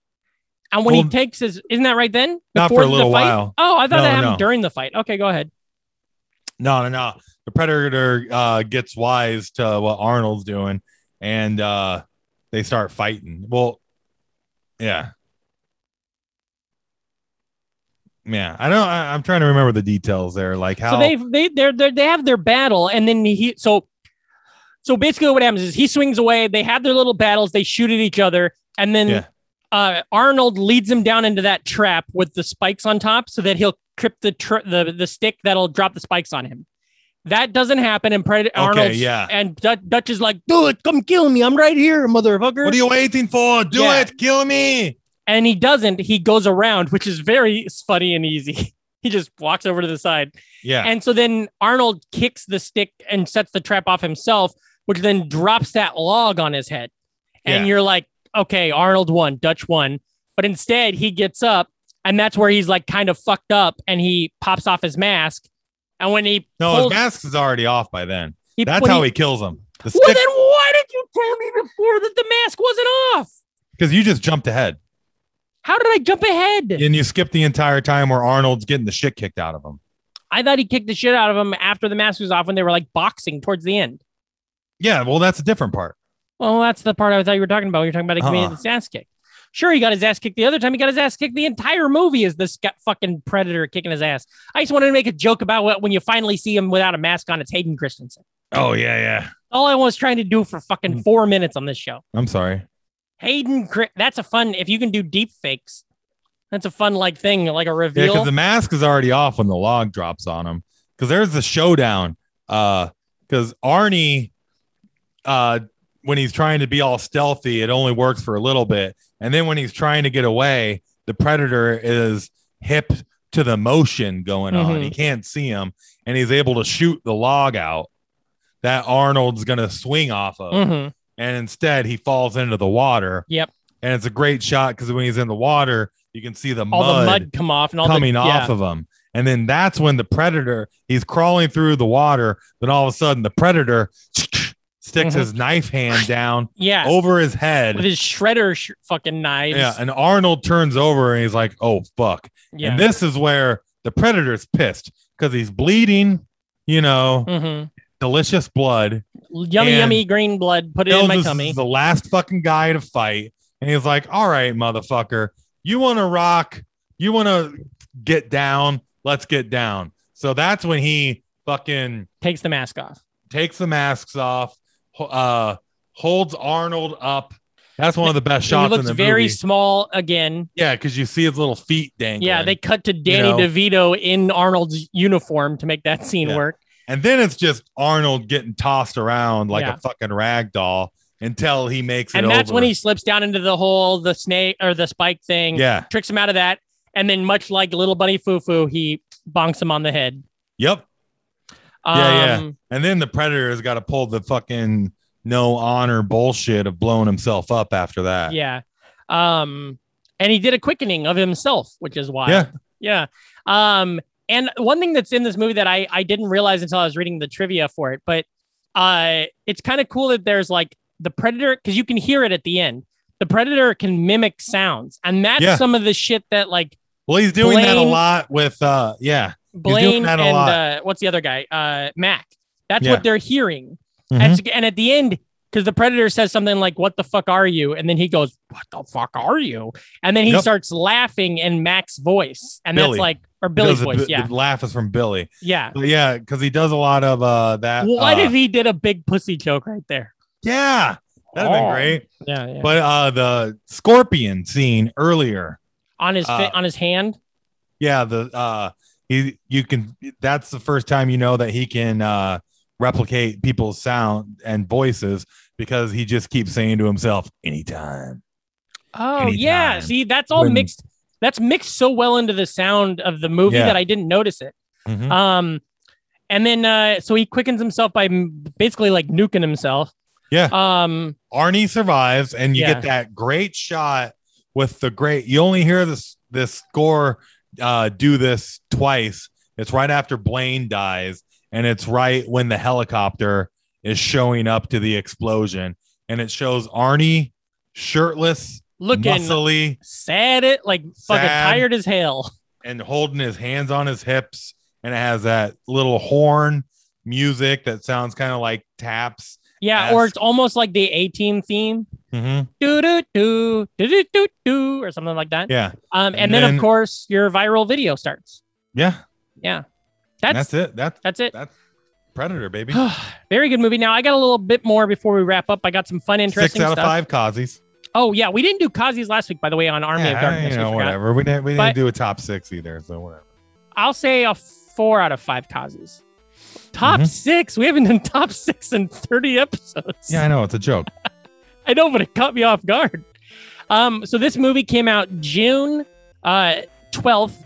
[SPEAKER 2] and when he
[SPEAKER 3] Well-
[SPEAKER 2] takes his isn't that right then
[SPEAKER 3] Not
[SPEAKER 2] Before
[SPEAKER 3] for a
[SPEAKER 2] the
[SPEAKER 3] little
[SPEAKER 2] fight?
[SPEAKER 3] while.
[SPEAKER 2] oh i thought
[SPEAKER 3] No,
[SPEAKER 2] that happened
[SPEAKER 3] no.
[SPEAKER 2] during the fight okay go ahead
[SPEAKER 3] No, no, no. The predator uh, gets wise to what Arnold's doing and uh, they start fighting. Well, yeah. Yeah. I don't, I, I'm trying to remember the details there. Like how
[SPEAKER 2] so they they they're, they're they have their battle and then he so so basically what happens is he swings away they have their little battles they shoot at each other and then
[SPEAKER 3] Yeah.
[SPEAKER 2] uh, arnold leads him down into that trap with the spikes on top so that he'll trip the tr- the, the stick that'll drop the spikes on him that doesn't happen and Pred- arnold
[SPEAKER 3] yeah.
[SPEAKER 2] and Dut- dutch is like do it come kill me i'm right here motherfucker
[SPEAKER 3] What are you waiting for? Do
[SPEAKER 2] Yeah.
[SPEAKER 3] it. Kill me.
[SPEAKER 2] and he doesn't he goes around which is very funny and easy he just walks over to the side
[SPEAKER 3] Yeah.
[SPEAKER 2] and so then Arnold kicks the stick and sets the trap off himself, which then drops that log on his head. And
[SPEAKER 3] Yeah.
[SPEAKER 2] you're like, okay, Arnold won, Dutch won. But instead, he gets up, and that's where he's like kind of fucked up and he pops off his mask. And when he
[SPEAKER 3] no,
[SPEAKER 2] pulls-
[SPEAKER 3] his mask is already off by then.
[SPEAKER 2] he-
[SPEAKER 3] That's
[SPEAKER 2] when
[SPEAKER 3] how he, kills him. The
[SPEAKER 2] Well,
[SPEAKER 3] stick,
[SPEAKER 2] then why did you tell me before that the mask wasn't off?
[SPEAKER 3] because you just jumped ahead
[SPEAKER 2] How did I jump ahead?
[SPEAKER 3] and you skipped the entire time where Arnold's getting the shit kicked out of him.
[SPEAKER 2] I thought he kicked the shit out of him after the mask was off when they were like boxing towards the end.
[SPEAKER 3] Yeah. Well, that's a different part.
[SPEAKER 2] Well, that's the part I thought you were talking about. You're talking about a
[SPEAKER 3] Uh-uh.
[SPEAKER 2] comedian's ass kick. Sure, he got his ass kicked the other time. He got his ass kicked the entire movie. Is this got fucking predator kicking his ass? I just wanted to make a joke about what when you finally see him without a mask on. It's Hayden Christensen.
[SPEAKER 3] Oh, yeah. Yeah. Hmm.
[SPEAKER 2] All I was trying to do for fucking four minutes on this show.
[SPEAKER 3] I'm sorry.
[SPEAKER 2] Hayden, Chri- that's a fun. If you can do deep fakes, that's a fun like thing, like a
[SPEAKER 3] Yeah,
[SPEAKER 2] reveal.
[SPEAKER 3] because the mask is already off when the log drops on him. Because there's the showdown. Uh, because Arnie, uh, when he's trying to be all stealthy, it only works for a little bit, and then when he's trying to get away, the predator is hip to the motion going on.
[SPEAKER 2] Mhm.
[SPEAKER 3] He can't see him, and he's able to shoot the log out that Arnold's gonna swing off of
[SPEAKER 2] Mhm.
[SPEAKER 3] and instead he falls into the water.
[SPEAKER 2] Yep.
[SPEAKER 3] And it's a great shot because when he's in the water, you can see the
[SPEAKER 2] All
[SPEAKER 3] mud,
[SPEAKER 2] the mud come off and all
[SPEAKER 3] coming
[SPEAKER 2] the,
[SPEAKER 3] off of him. And then that's when the predator he's crawling through the water. Then all of a sudden, the predator sticks
[SPEAKER 2] Mhm.
[SPEAKER 3] his knife hand down
[SPEAKER 2] Yeah, yeah,
[SPEAKER 3] over his head.
[SPEAKER 2] with his shredder sh- fucking knives.
[SPEAKER 3] yeah, and Arnold turns over and he's like, "Oh fuck!"
[SPEAKER 2] yeah.
[SPEAKER 3] And this is where the predator's pissed because he's bleeding. You know,
[SPEAKER 2] Mhm.
[SPEAKER 3] delicious blood.
[SPEAKER 2] Yummy,
[SPEAKER 3] And
[SPEAKER 2] yummy green blood. Put it
[SPEAKER 3] Bill
[SPEAKER 2] in my
[SPEAKER 3] just
[SPEAKER 2] tummy.
[SPEAKER 3] is the last fucking guy to fight. And he's like, all right, motherfucker, you want to rock? You want to get down? Let's get down. So that's when he fucking
[SPEAKER 2] Takes the mask off.
[SPEAKER 3] takes the masks off, ho- uh, holds Arnold up. That's one of the best shots
[SPEAKER 2] he
[SPEAKER 3] in
[SPEAKER 2] looks
[SPEAKER 3] the
[SPEAKER 2] very
[SPEAKER 3] movie.
[SPEAKER 2] small again.
[SPEAKER 3] Yeah, because you see his little feet dangling.
[SPEAKER 2] Yeah, they cut to Danny
[SPEAKER 3] know?
[SPEAKER 2] DeVito in Arnold's uniform to make that scene
[SPEAKER 3] Yeah.
[SPEAKER 2] work.
[SPEAKER 3] and then it's just Arnold getting tossed around like
[SPEAKER 2] Yeah.
[SPEAKER 3] a fucking rag doll until he makes it.
[SPEAKER 2] And that's
[SPEAKER 3] over.
[SPEAKER 2] when he slips down into the hole, the snake or the spike thing,
[SPEAKER 3] Yeah.
[SPEAKER 2] tricks him out of that. And then, much like Little Bunny Foo Foo, he bonks him on the head.
[SPEAKER 3] Yep.
[SPEAKER 2] Um,
[SPEAKER 3] Yeah, And then the predator has got to pull the fucking no honor bullshit of blowing himself up after that.
[SPEAKER 2] yeah. Um, and he did a quickening of himself, which is wild.
[SPEAKER 3] Yeah.
[SPEAKER 2] Yeah. Um, and one thing that's in this movie that I, I didn't realize until I was reading the trivia for it, but uh, it's kind of cool that there's like the predator because you can hear it at the end. The predator can mimic sounds, and that's
[SPEAKER 3] Yeah.
[SPEAKER 2] some of the shit that like
[SPEAKER 3] Well, he's doing that a
[SPEAKER 2] Blaine-
[SPEAKER 3] lot with uh yeah.
[SPEAKER 2] Blaine
[SPEAKER 3] that
[SPEAKER 2] and
[SPEAKER 3] a lot.
[SPEAKER 2] uh, what's the other guy? Uh, Mac. That's
[SPEAKER 3] Yeah.
[SPEAKER 2] what they're hearing.
[SPEAKER 3] Mhm.
[SPEAKER 2] That's- and at the end, because the predator says something like, "What the fuck are you?" and then he goes, "What the fuck are you?" and then he
[SPEAKER 3] Yep.
[SPEAKER 2] starts laughing in Mac's voice, and
[SPEAKER 3] Billy.
[SPEAKER 2] that's like or Billy's
[SPEAKER 3] Because the-
[SPEAKER 2] voice,
[SPEAKER 3] the,
[SPEAKER 2] yeah,
[SPEAKER 3] laugh is from Billy.
[SPEAKER 2] yeah.
[SPEAKER 3] But yeah, because he does a lot of uh that.
[SPEAKER 2] What
[SPEAKER 3] uh,
[SPEAKER 2] if he did a big pussy joke right there?
[SPEAKER 3] yeah, that'd have
[SPEAKER 2] Oh.
[SPEAKER 3] been great.
[SPEAKER 2] Yeah, yeah.
[SPEAKER 3] But uh the scorpion scene earlier.
[SPEAKER 2] on his fi-
[SPEAKER 3] uh,
[SPEAKER 2] on his hand.
[SPEAKER 3] Yeah, the uh he you can that's the first time you know that he can uh replicate people's sound and voices because he just keeps saying to himself anytime.
[SPEAKER 2] Oh
[SPEAKER 3] anytime.
[SPEAKER 2] yeah, see that's all
[SPEAKER 3] When-
[SPEAKER 2] mixed. That's mixed so well into the sound of the movie
[SPEAKER 3] Yeah.
[SPEAKER 2] that I didn't notice it.
[SPEAKER 3] Mhm.
[SPEAKER 2] Um, and then uh, so he quickens himself by m- basically like nuking himself.
[SPEAKER 3] Yeah.
[SPEAKER 2] Um,
[SPEAKER 3] Arnie survives, and you
[SPEAKER 2] Yeah.
[SPEAKER 3] get that great shot with the great. You only hear this this score uh, do this twice. It's right after Blaine dies, and it's right when the helicopter is showing up to the explosion, and it shows Arnie shirtless,
[SPEAKER 2] looking
[SPEAKER 3] muscly,
[SPEAKER 2] sad, it like fucking
[SPEAKER 3] Sad.
[SPEAKER 2] tired as hell.
[SPEAKER 3] and holding his hands on his hips, and it has that little horn music that sounds kind of like taps.
[SPEAKER 2] Yeah, or
[SPEAKER 3] Yes.
[SPEAKER 2] it's almost like the A Team theme,
[SPEAKER 3] Mhm.
[SPEAKER 2] do do do do do do do, or something like that.
[SPEAKER 3] Yeah,
[SPEAKER 2] Um, and,
[SPEAKER 3] and
[SPEAKER 2] then,
[SPEAKER 3] then-
[SPEAKER 2] of course your viral video starts.
[SPEAKER 3] yeah.
[SPEAKER 2] Yeah,
[SPEAKER 3] That's,
[SPEAKER 2] that's
[SPEAKER 3] it. That's
[SPEAKER 2] that's it.
[SPEAKER 3] Predator, baby.
[SPEAKER 2] Very good movie. Now I got a little bit more before we wrap up. I got some fun,
[SPEAKER 3] Six
[SPEAKER 2] interesting
[SPEAKER 3] out
[SPEAKER 2] stuff.
[SPEAKER 3] of five Kazi's.
[SPEAKER 2] Oh yeah, we didn't do Kazi's last week, by the way, on Army
[SPEAKER 3] Yeah,
[SPEAKER 2] of Darkness.
[SPEAKER 3] You
[SPEAKER 2] we
[SPEAKER 3] know,
[SPEAKER 2] forgot.
[SPEAKER 3] whatever. We didn't, we didn't
[SPEAKER 2] But-
[SPEAKER 3] do a top six either, so whatever.
[SPEAKER 2] I'll say a four out of five Kazis. Top
[SPEAKER 3] Mhm.
[SPEAKER 2] six. We haven't done top six in 30 episodes.
[SPEAKER 3] Yeah, I know it's a joke.
[SPEAKER 2] I know, but it caught me off guard. Um, so this movie came out June uh twelfth,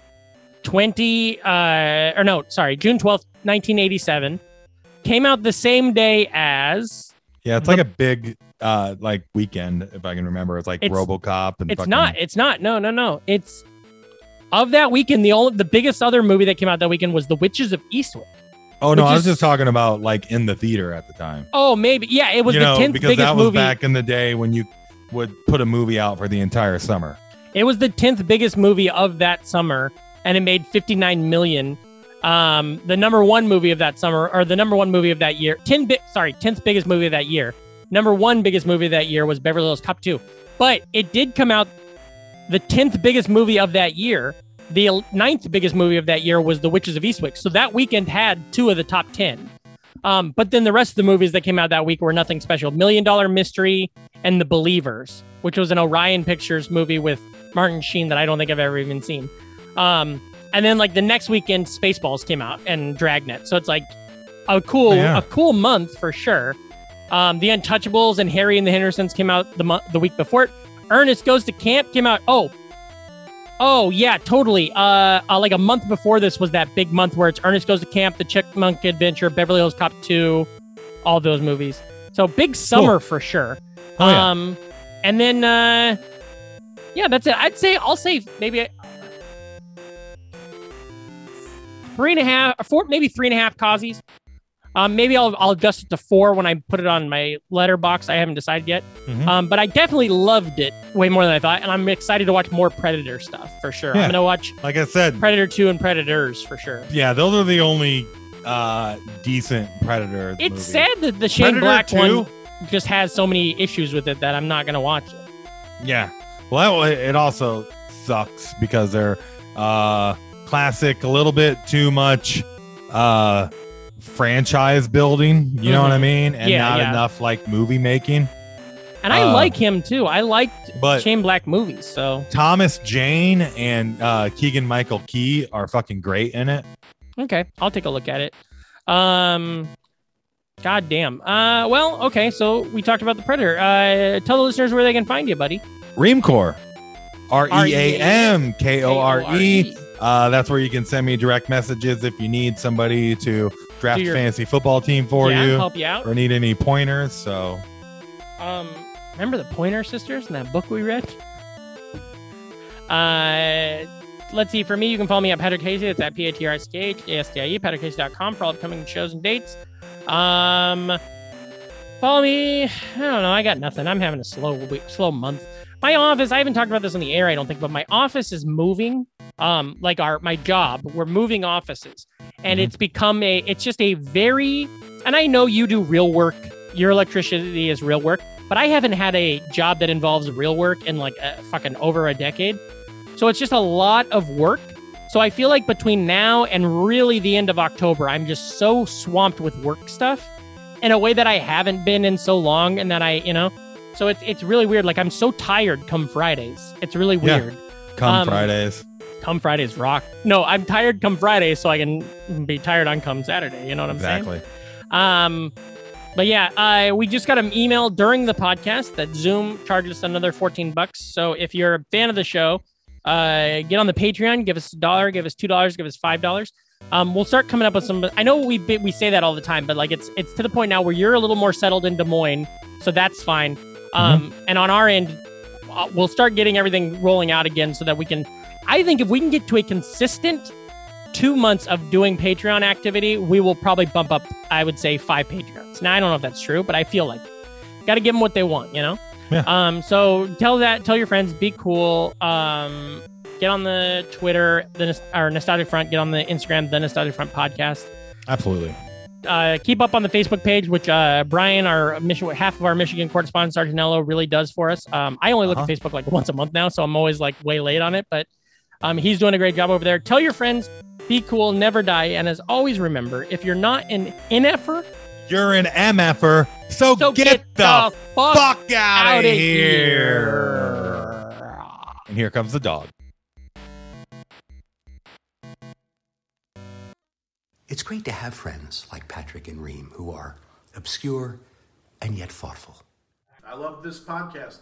[SPEAKER 2] twenty uh or no, sorry, June twelfth, nineteen eighty seven. Came out the same day as
[SPEAKER 3] Yeah, it's like a big uh like weekend, if I can remember. It's like
[SPEAKER 2] It's-
[SPEAKER 3] RoboCop and
[SPEAKER 2] it's
[SPEAKER 3] fucking-
[SPEAKER 2] not, it's not, no, no, no. It's of that weekend, the only the biggest other movie that came out that weekend was The Witches of Eastwick.
[SPEAKER 3] Oh no,
[SPEAKER 2] which
[SPEAKER 3] I was
[SPEAKER 2] is-
[SPEAKER 3] just talking about like in the theater at the time.
[SPEAKER 2] Oh, maybe. Yeah, it was
[SPEAKER 3] you
[SPEAKER 2] the
[SPEAKER 3] know,
[SPEAKER 2] tenth
[SPEAKER 3] because
[SPEAKER 2] biggest
[SPEAKER 3] that was
[SPEAKER 2] movie.
[SPEAKER 3] back in the day when you would put a movie out for the entire summer.
[SPEAKER 2] It was the tenth biggest movie of that summer, and it made fifty nine million. Um, the number one movie of that summer, or the number one movie of that year, ten bi- sorry, tenth biggest movie of that year. Number one biggest movie of that year was Beverly Hills Cop two, but it did come out the tenth biggest movie of that year. The el- ninth biggest movie of that year was The Witches of Eastwick. So that weekend had two of the top ten. Um, but then the rest of the movies that came out that week were nothing special. Million Dollar Mystery and The Believers, which was an Orion Pictures movie with Martin Sheen that I don't think I've ever even seen. Um, and then like the next weekend, Spaceballs came out and Dragnet. So it's like a cool,
[SPEAKER 3] Oh, yeah.
[SPEAKER 2] a cool month for sure. Um, the Untouchables and Harry and the Hendersons came out the month, the week before it. Ernest Goes to Camp came out. Oh, oh yeah, totally. Uh, uh, like a month before this was that big month where it's Ernest Goes to Camp, The Chickmunk Adventure, Beverly Hills Cop Two, all those movies. So big summer for sure.
[SPEAKER 3] Oh, yeah.
[SPEAKER 2] Um, and then uh, yeah, that's it. I'd say I'll say maybe a- three and a half, four, maybe three and a half Kazis. Um, maybe I'll I'll adjust it to four when I put it on my letterbox. I haven't decided yet.
[SPEAKER 3] Mhm.
[SPEAKER 2] Um, but I definitely loved it way more than I thought, and I'm excited to watch more Predator stuff for sure.
[SPEAKER 3] Yeah.
[SPEAKER 2] I'm gonna watch
[SPEAKER 3] Like I said,
[SPEAKER 2] Predator Two and Predators for sure.
[SPEAKER 3] yeah, those are the only uh decent predator.
[SPEAKER 2] It's
[SPEAKER 3] movies.
[SPEAKER 2] sad that the Shane
[SPEAKER 3] Predator
[SPEAKER 2] Black
[SPEAKER 3] 2?
[SPEAKER 2] one just has so many issues with it that I'm not gonna watch it.
[SPEAKER 3] Yeah. Well, that, it also sucks because they're uh, classic, a little bit too much uh, franchise building. You know what I
[SPEAKER 2] Mhm.
[SPEAKER 3] mean? And
[SPEAKER 2] Yeah,
[SPEAKER 3] not
[SPEAKER 2] yeah.
[SPEAKER 3] enough like movie making.
[SPEAKER 2] And I
[SPEAKER 3] Uh,
[SPEAKER 2] like him too. I liked
[SPEAKER 3] But
[SPEAKER 2] Shane Black movies, so
[SPEAKER 3] Thomas Jane and uh, Keegan Michael Key are fucking great in it.
[SPEAKER 2] okay, I'll take a look at it. Um, God damn. Uh, well, okay. So we talked about the Predator. Uh, tell the listeners where they can find you, buddy.
[SPEAKER 3] Reamcore. R E A M K O R E.
[SPEAKER 2] K O R E.
[SPEAKER 3] Uh, that's where you can send me direct messages if you need somebody to draft
[SPEAKER 2] Do your-
[SPEAKER 3] a fantasy football team for
[SPEAKER 2] yeah,
[SPEAKER 3] you
[SPEAKER 2] help you out.
[SPEAKER 3] or need any pointers. So
[SPEAKER 2] Um, remember the Pointer Sisters and that book we read? Uh, let's see. For me, you can follow me at Patrick Hasty. It's at P A T R S K H A S T I E, patrickhasty.com for all upcoming shows and dates. Um, follow me. I don't know. I got nothing. I'm having a slow week, slow month. My office, I haven't talked about this on the air, I don't think, but my office is moving. um like our my job we're moving offices and it's become a it's just a very and i know you do real work your electricity is real work but i haven't had a job that involves real work in like a, fucking over a decade so it's just a lot of work so i feel like between now and really the end of october i'm just so swamped with work stuff in a way that i haven't been in so long and that i you know so it's it's really weird like i'm so tired come fridays it's really
[SPEAKER 3] Yeah.
[SPEAKER 2] weird
[SPEAKER 3] Come
[SPEAKER 2] Um,
[SPEAKER 3] Fridays.
[SPEAKER 2] come Fridays rock. No, I'm tired come Friday, so I can be tired on come Saturday. You know what I'm
[SPEAKER 3] Exactly.
[SPEAKER 2] saying? Um, but yeah, I we just got an email during the podcast that Zoom charges another 14 bucks. So if you're a fan of the show, uh, get on the Patreon, give us a dollar, give us two dollars, give us five dollars. Um, we'll start coming up with some. I know we we say that all the time, but like it's it's to the point now where you're a little more settled in Des Moines, so that's fine. Um, and on our end, uh, we'll start getting everything rolling out again so that we can. I think if we can get to a consistent two months of doing Patreon activity, we will probably bump up. I would say five Patreons. Now I don't know if that's true, but I feel like got to give them what they want, you know.
[SPEAKER 3] Yeah.
[SPEAKER 2] Um. So tell that, tell your friends, be cool. Um. Get on the Twitter, the Nos- our Nostalgic Front. Get on the Instagram, the Nostalgic Front podcast.
[SPEAKER 3] Absolutely.
[SPEAKER 2] Uh, keep up on the Facebook page, which uh, Brian, our mission, half of our Michigan correspondent, Sargenello, really does for us. Um, I only look
[SPEAKER 3] Uh-huh.
[SPEAKER 2] at Facebook like once a month now, so I'm always like way late on it, but um, he's doing a great job over there. Tell your friends, be cool, never die, and as always, remember if you're not an ineffer,
[SPEAKER 3] You're an MFer, so,
[SPEAKER 2] so
[SPEAKER 3] Oh, get, the,
[SPEAKER 2] fuck.
[SPEAKER 3] fuck out
[SPEAKER 2] outta
[SPEAKER 3] of here. And here comes the dog.
[SPEAKER 5] It's great to have friends like Patrick and Reem who are obscure and yet thoughtful.
[SPEAKER 6] I love this podcast.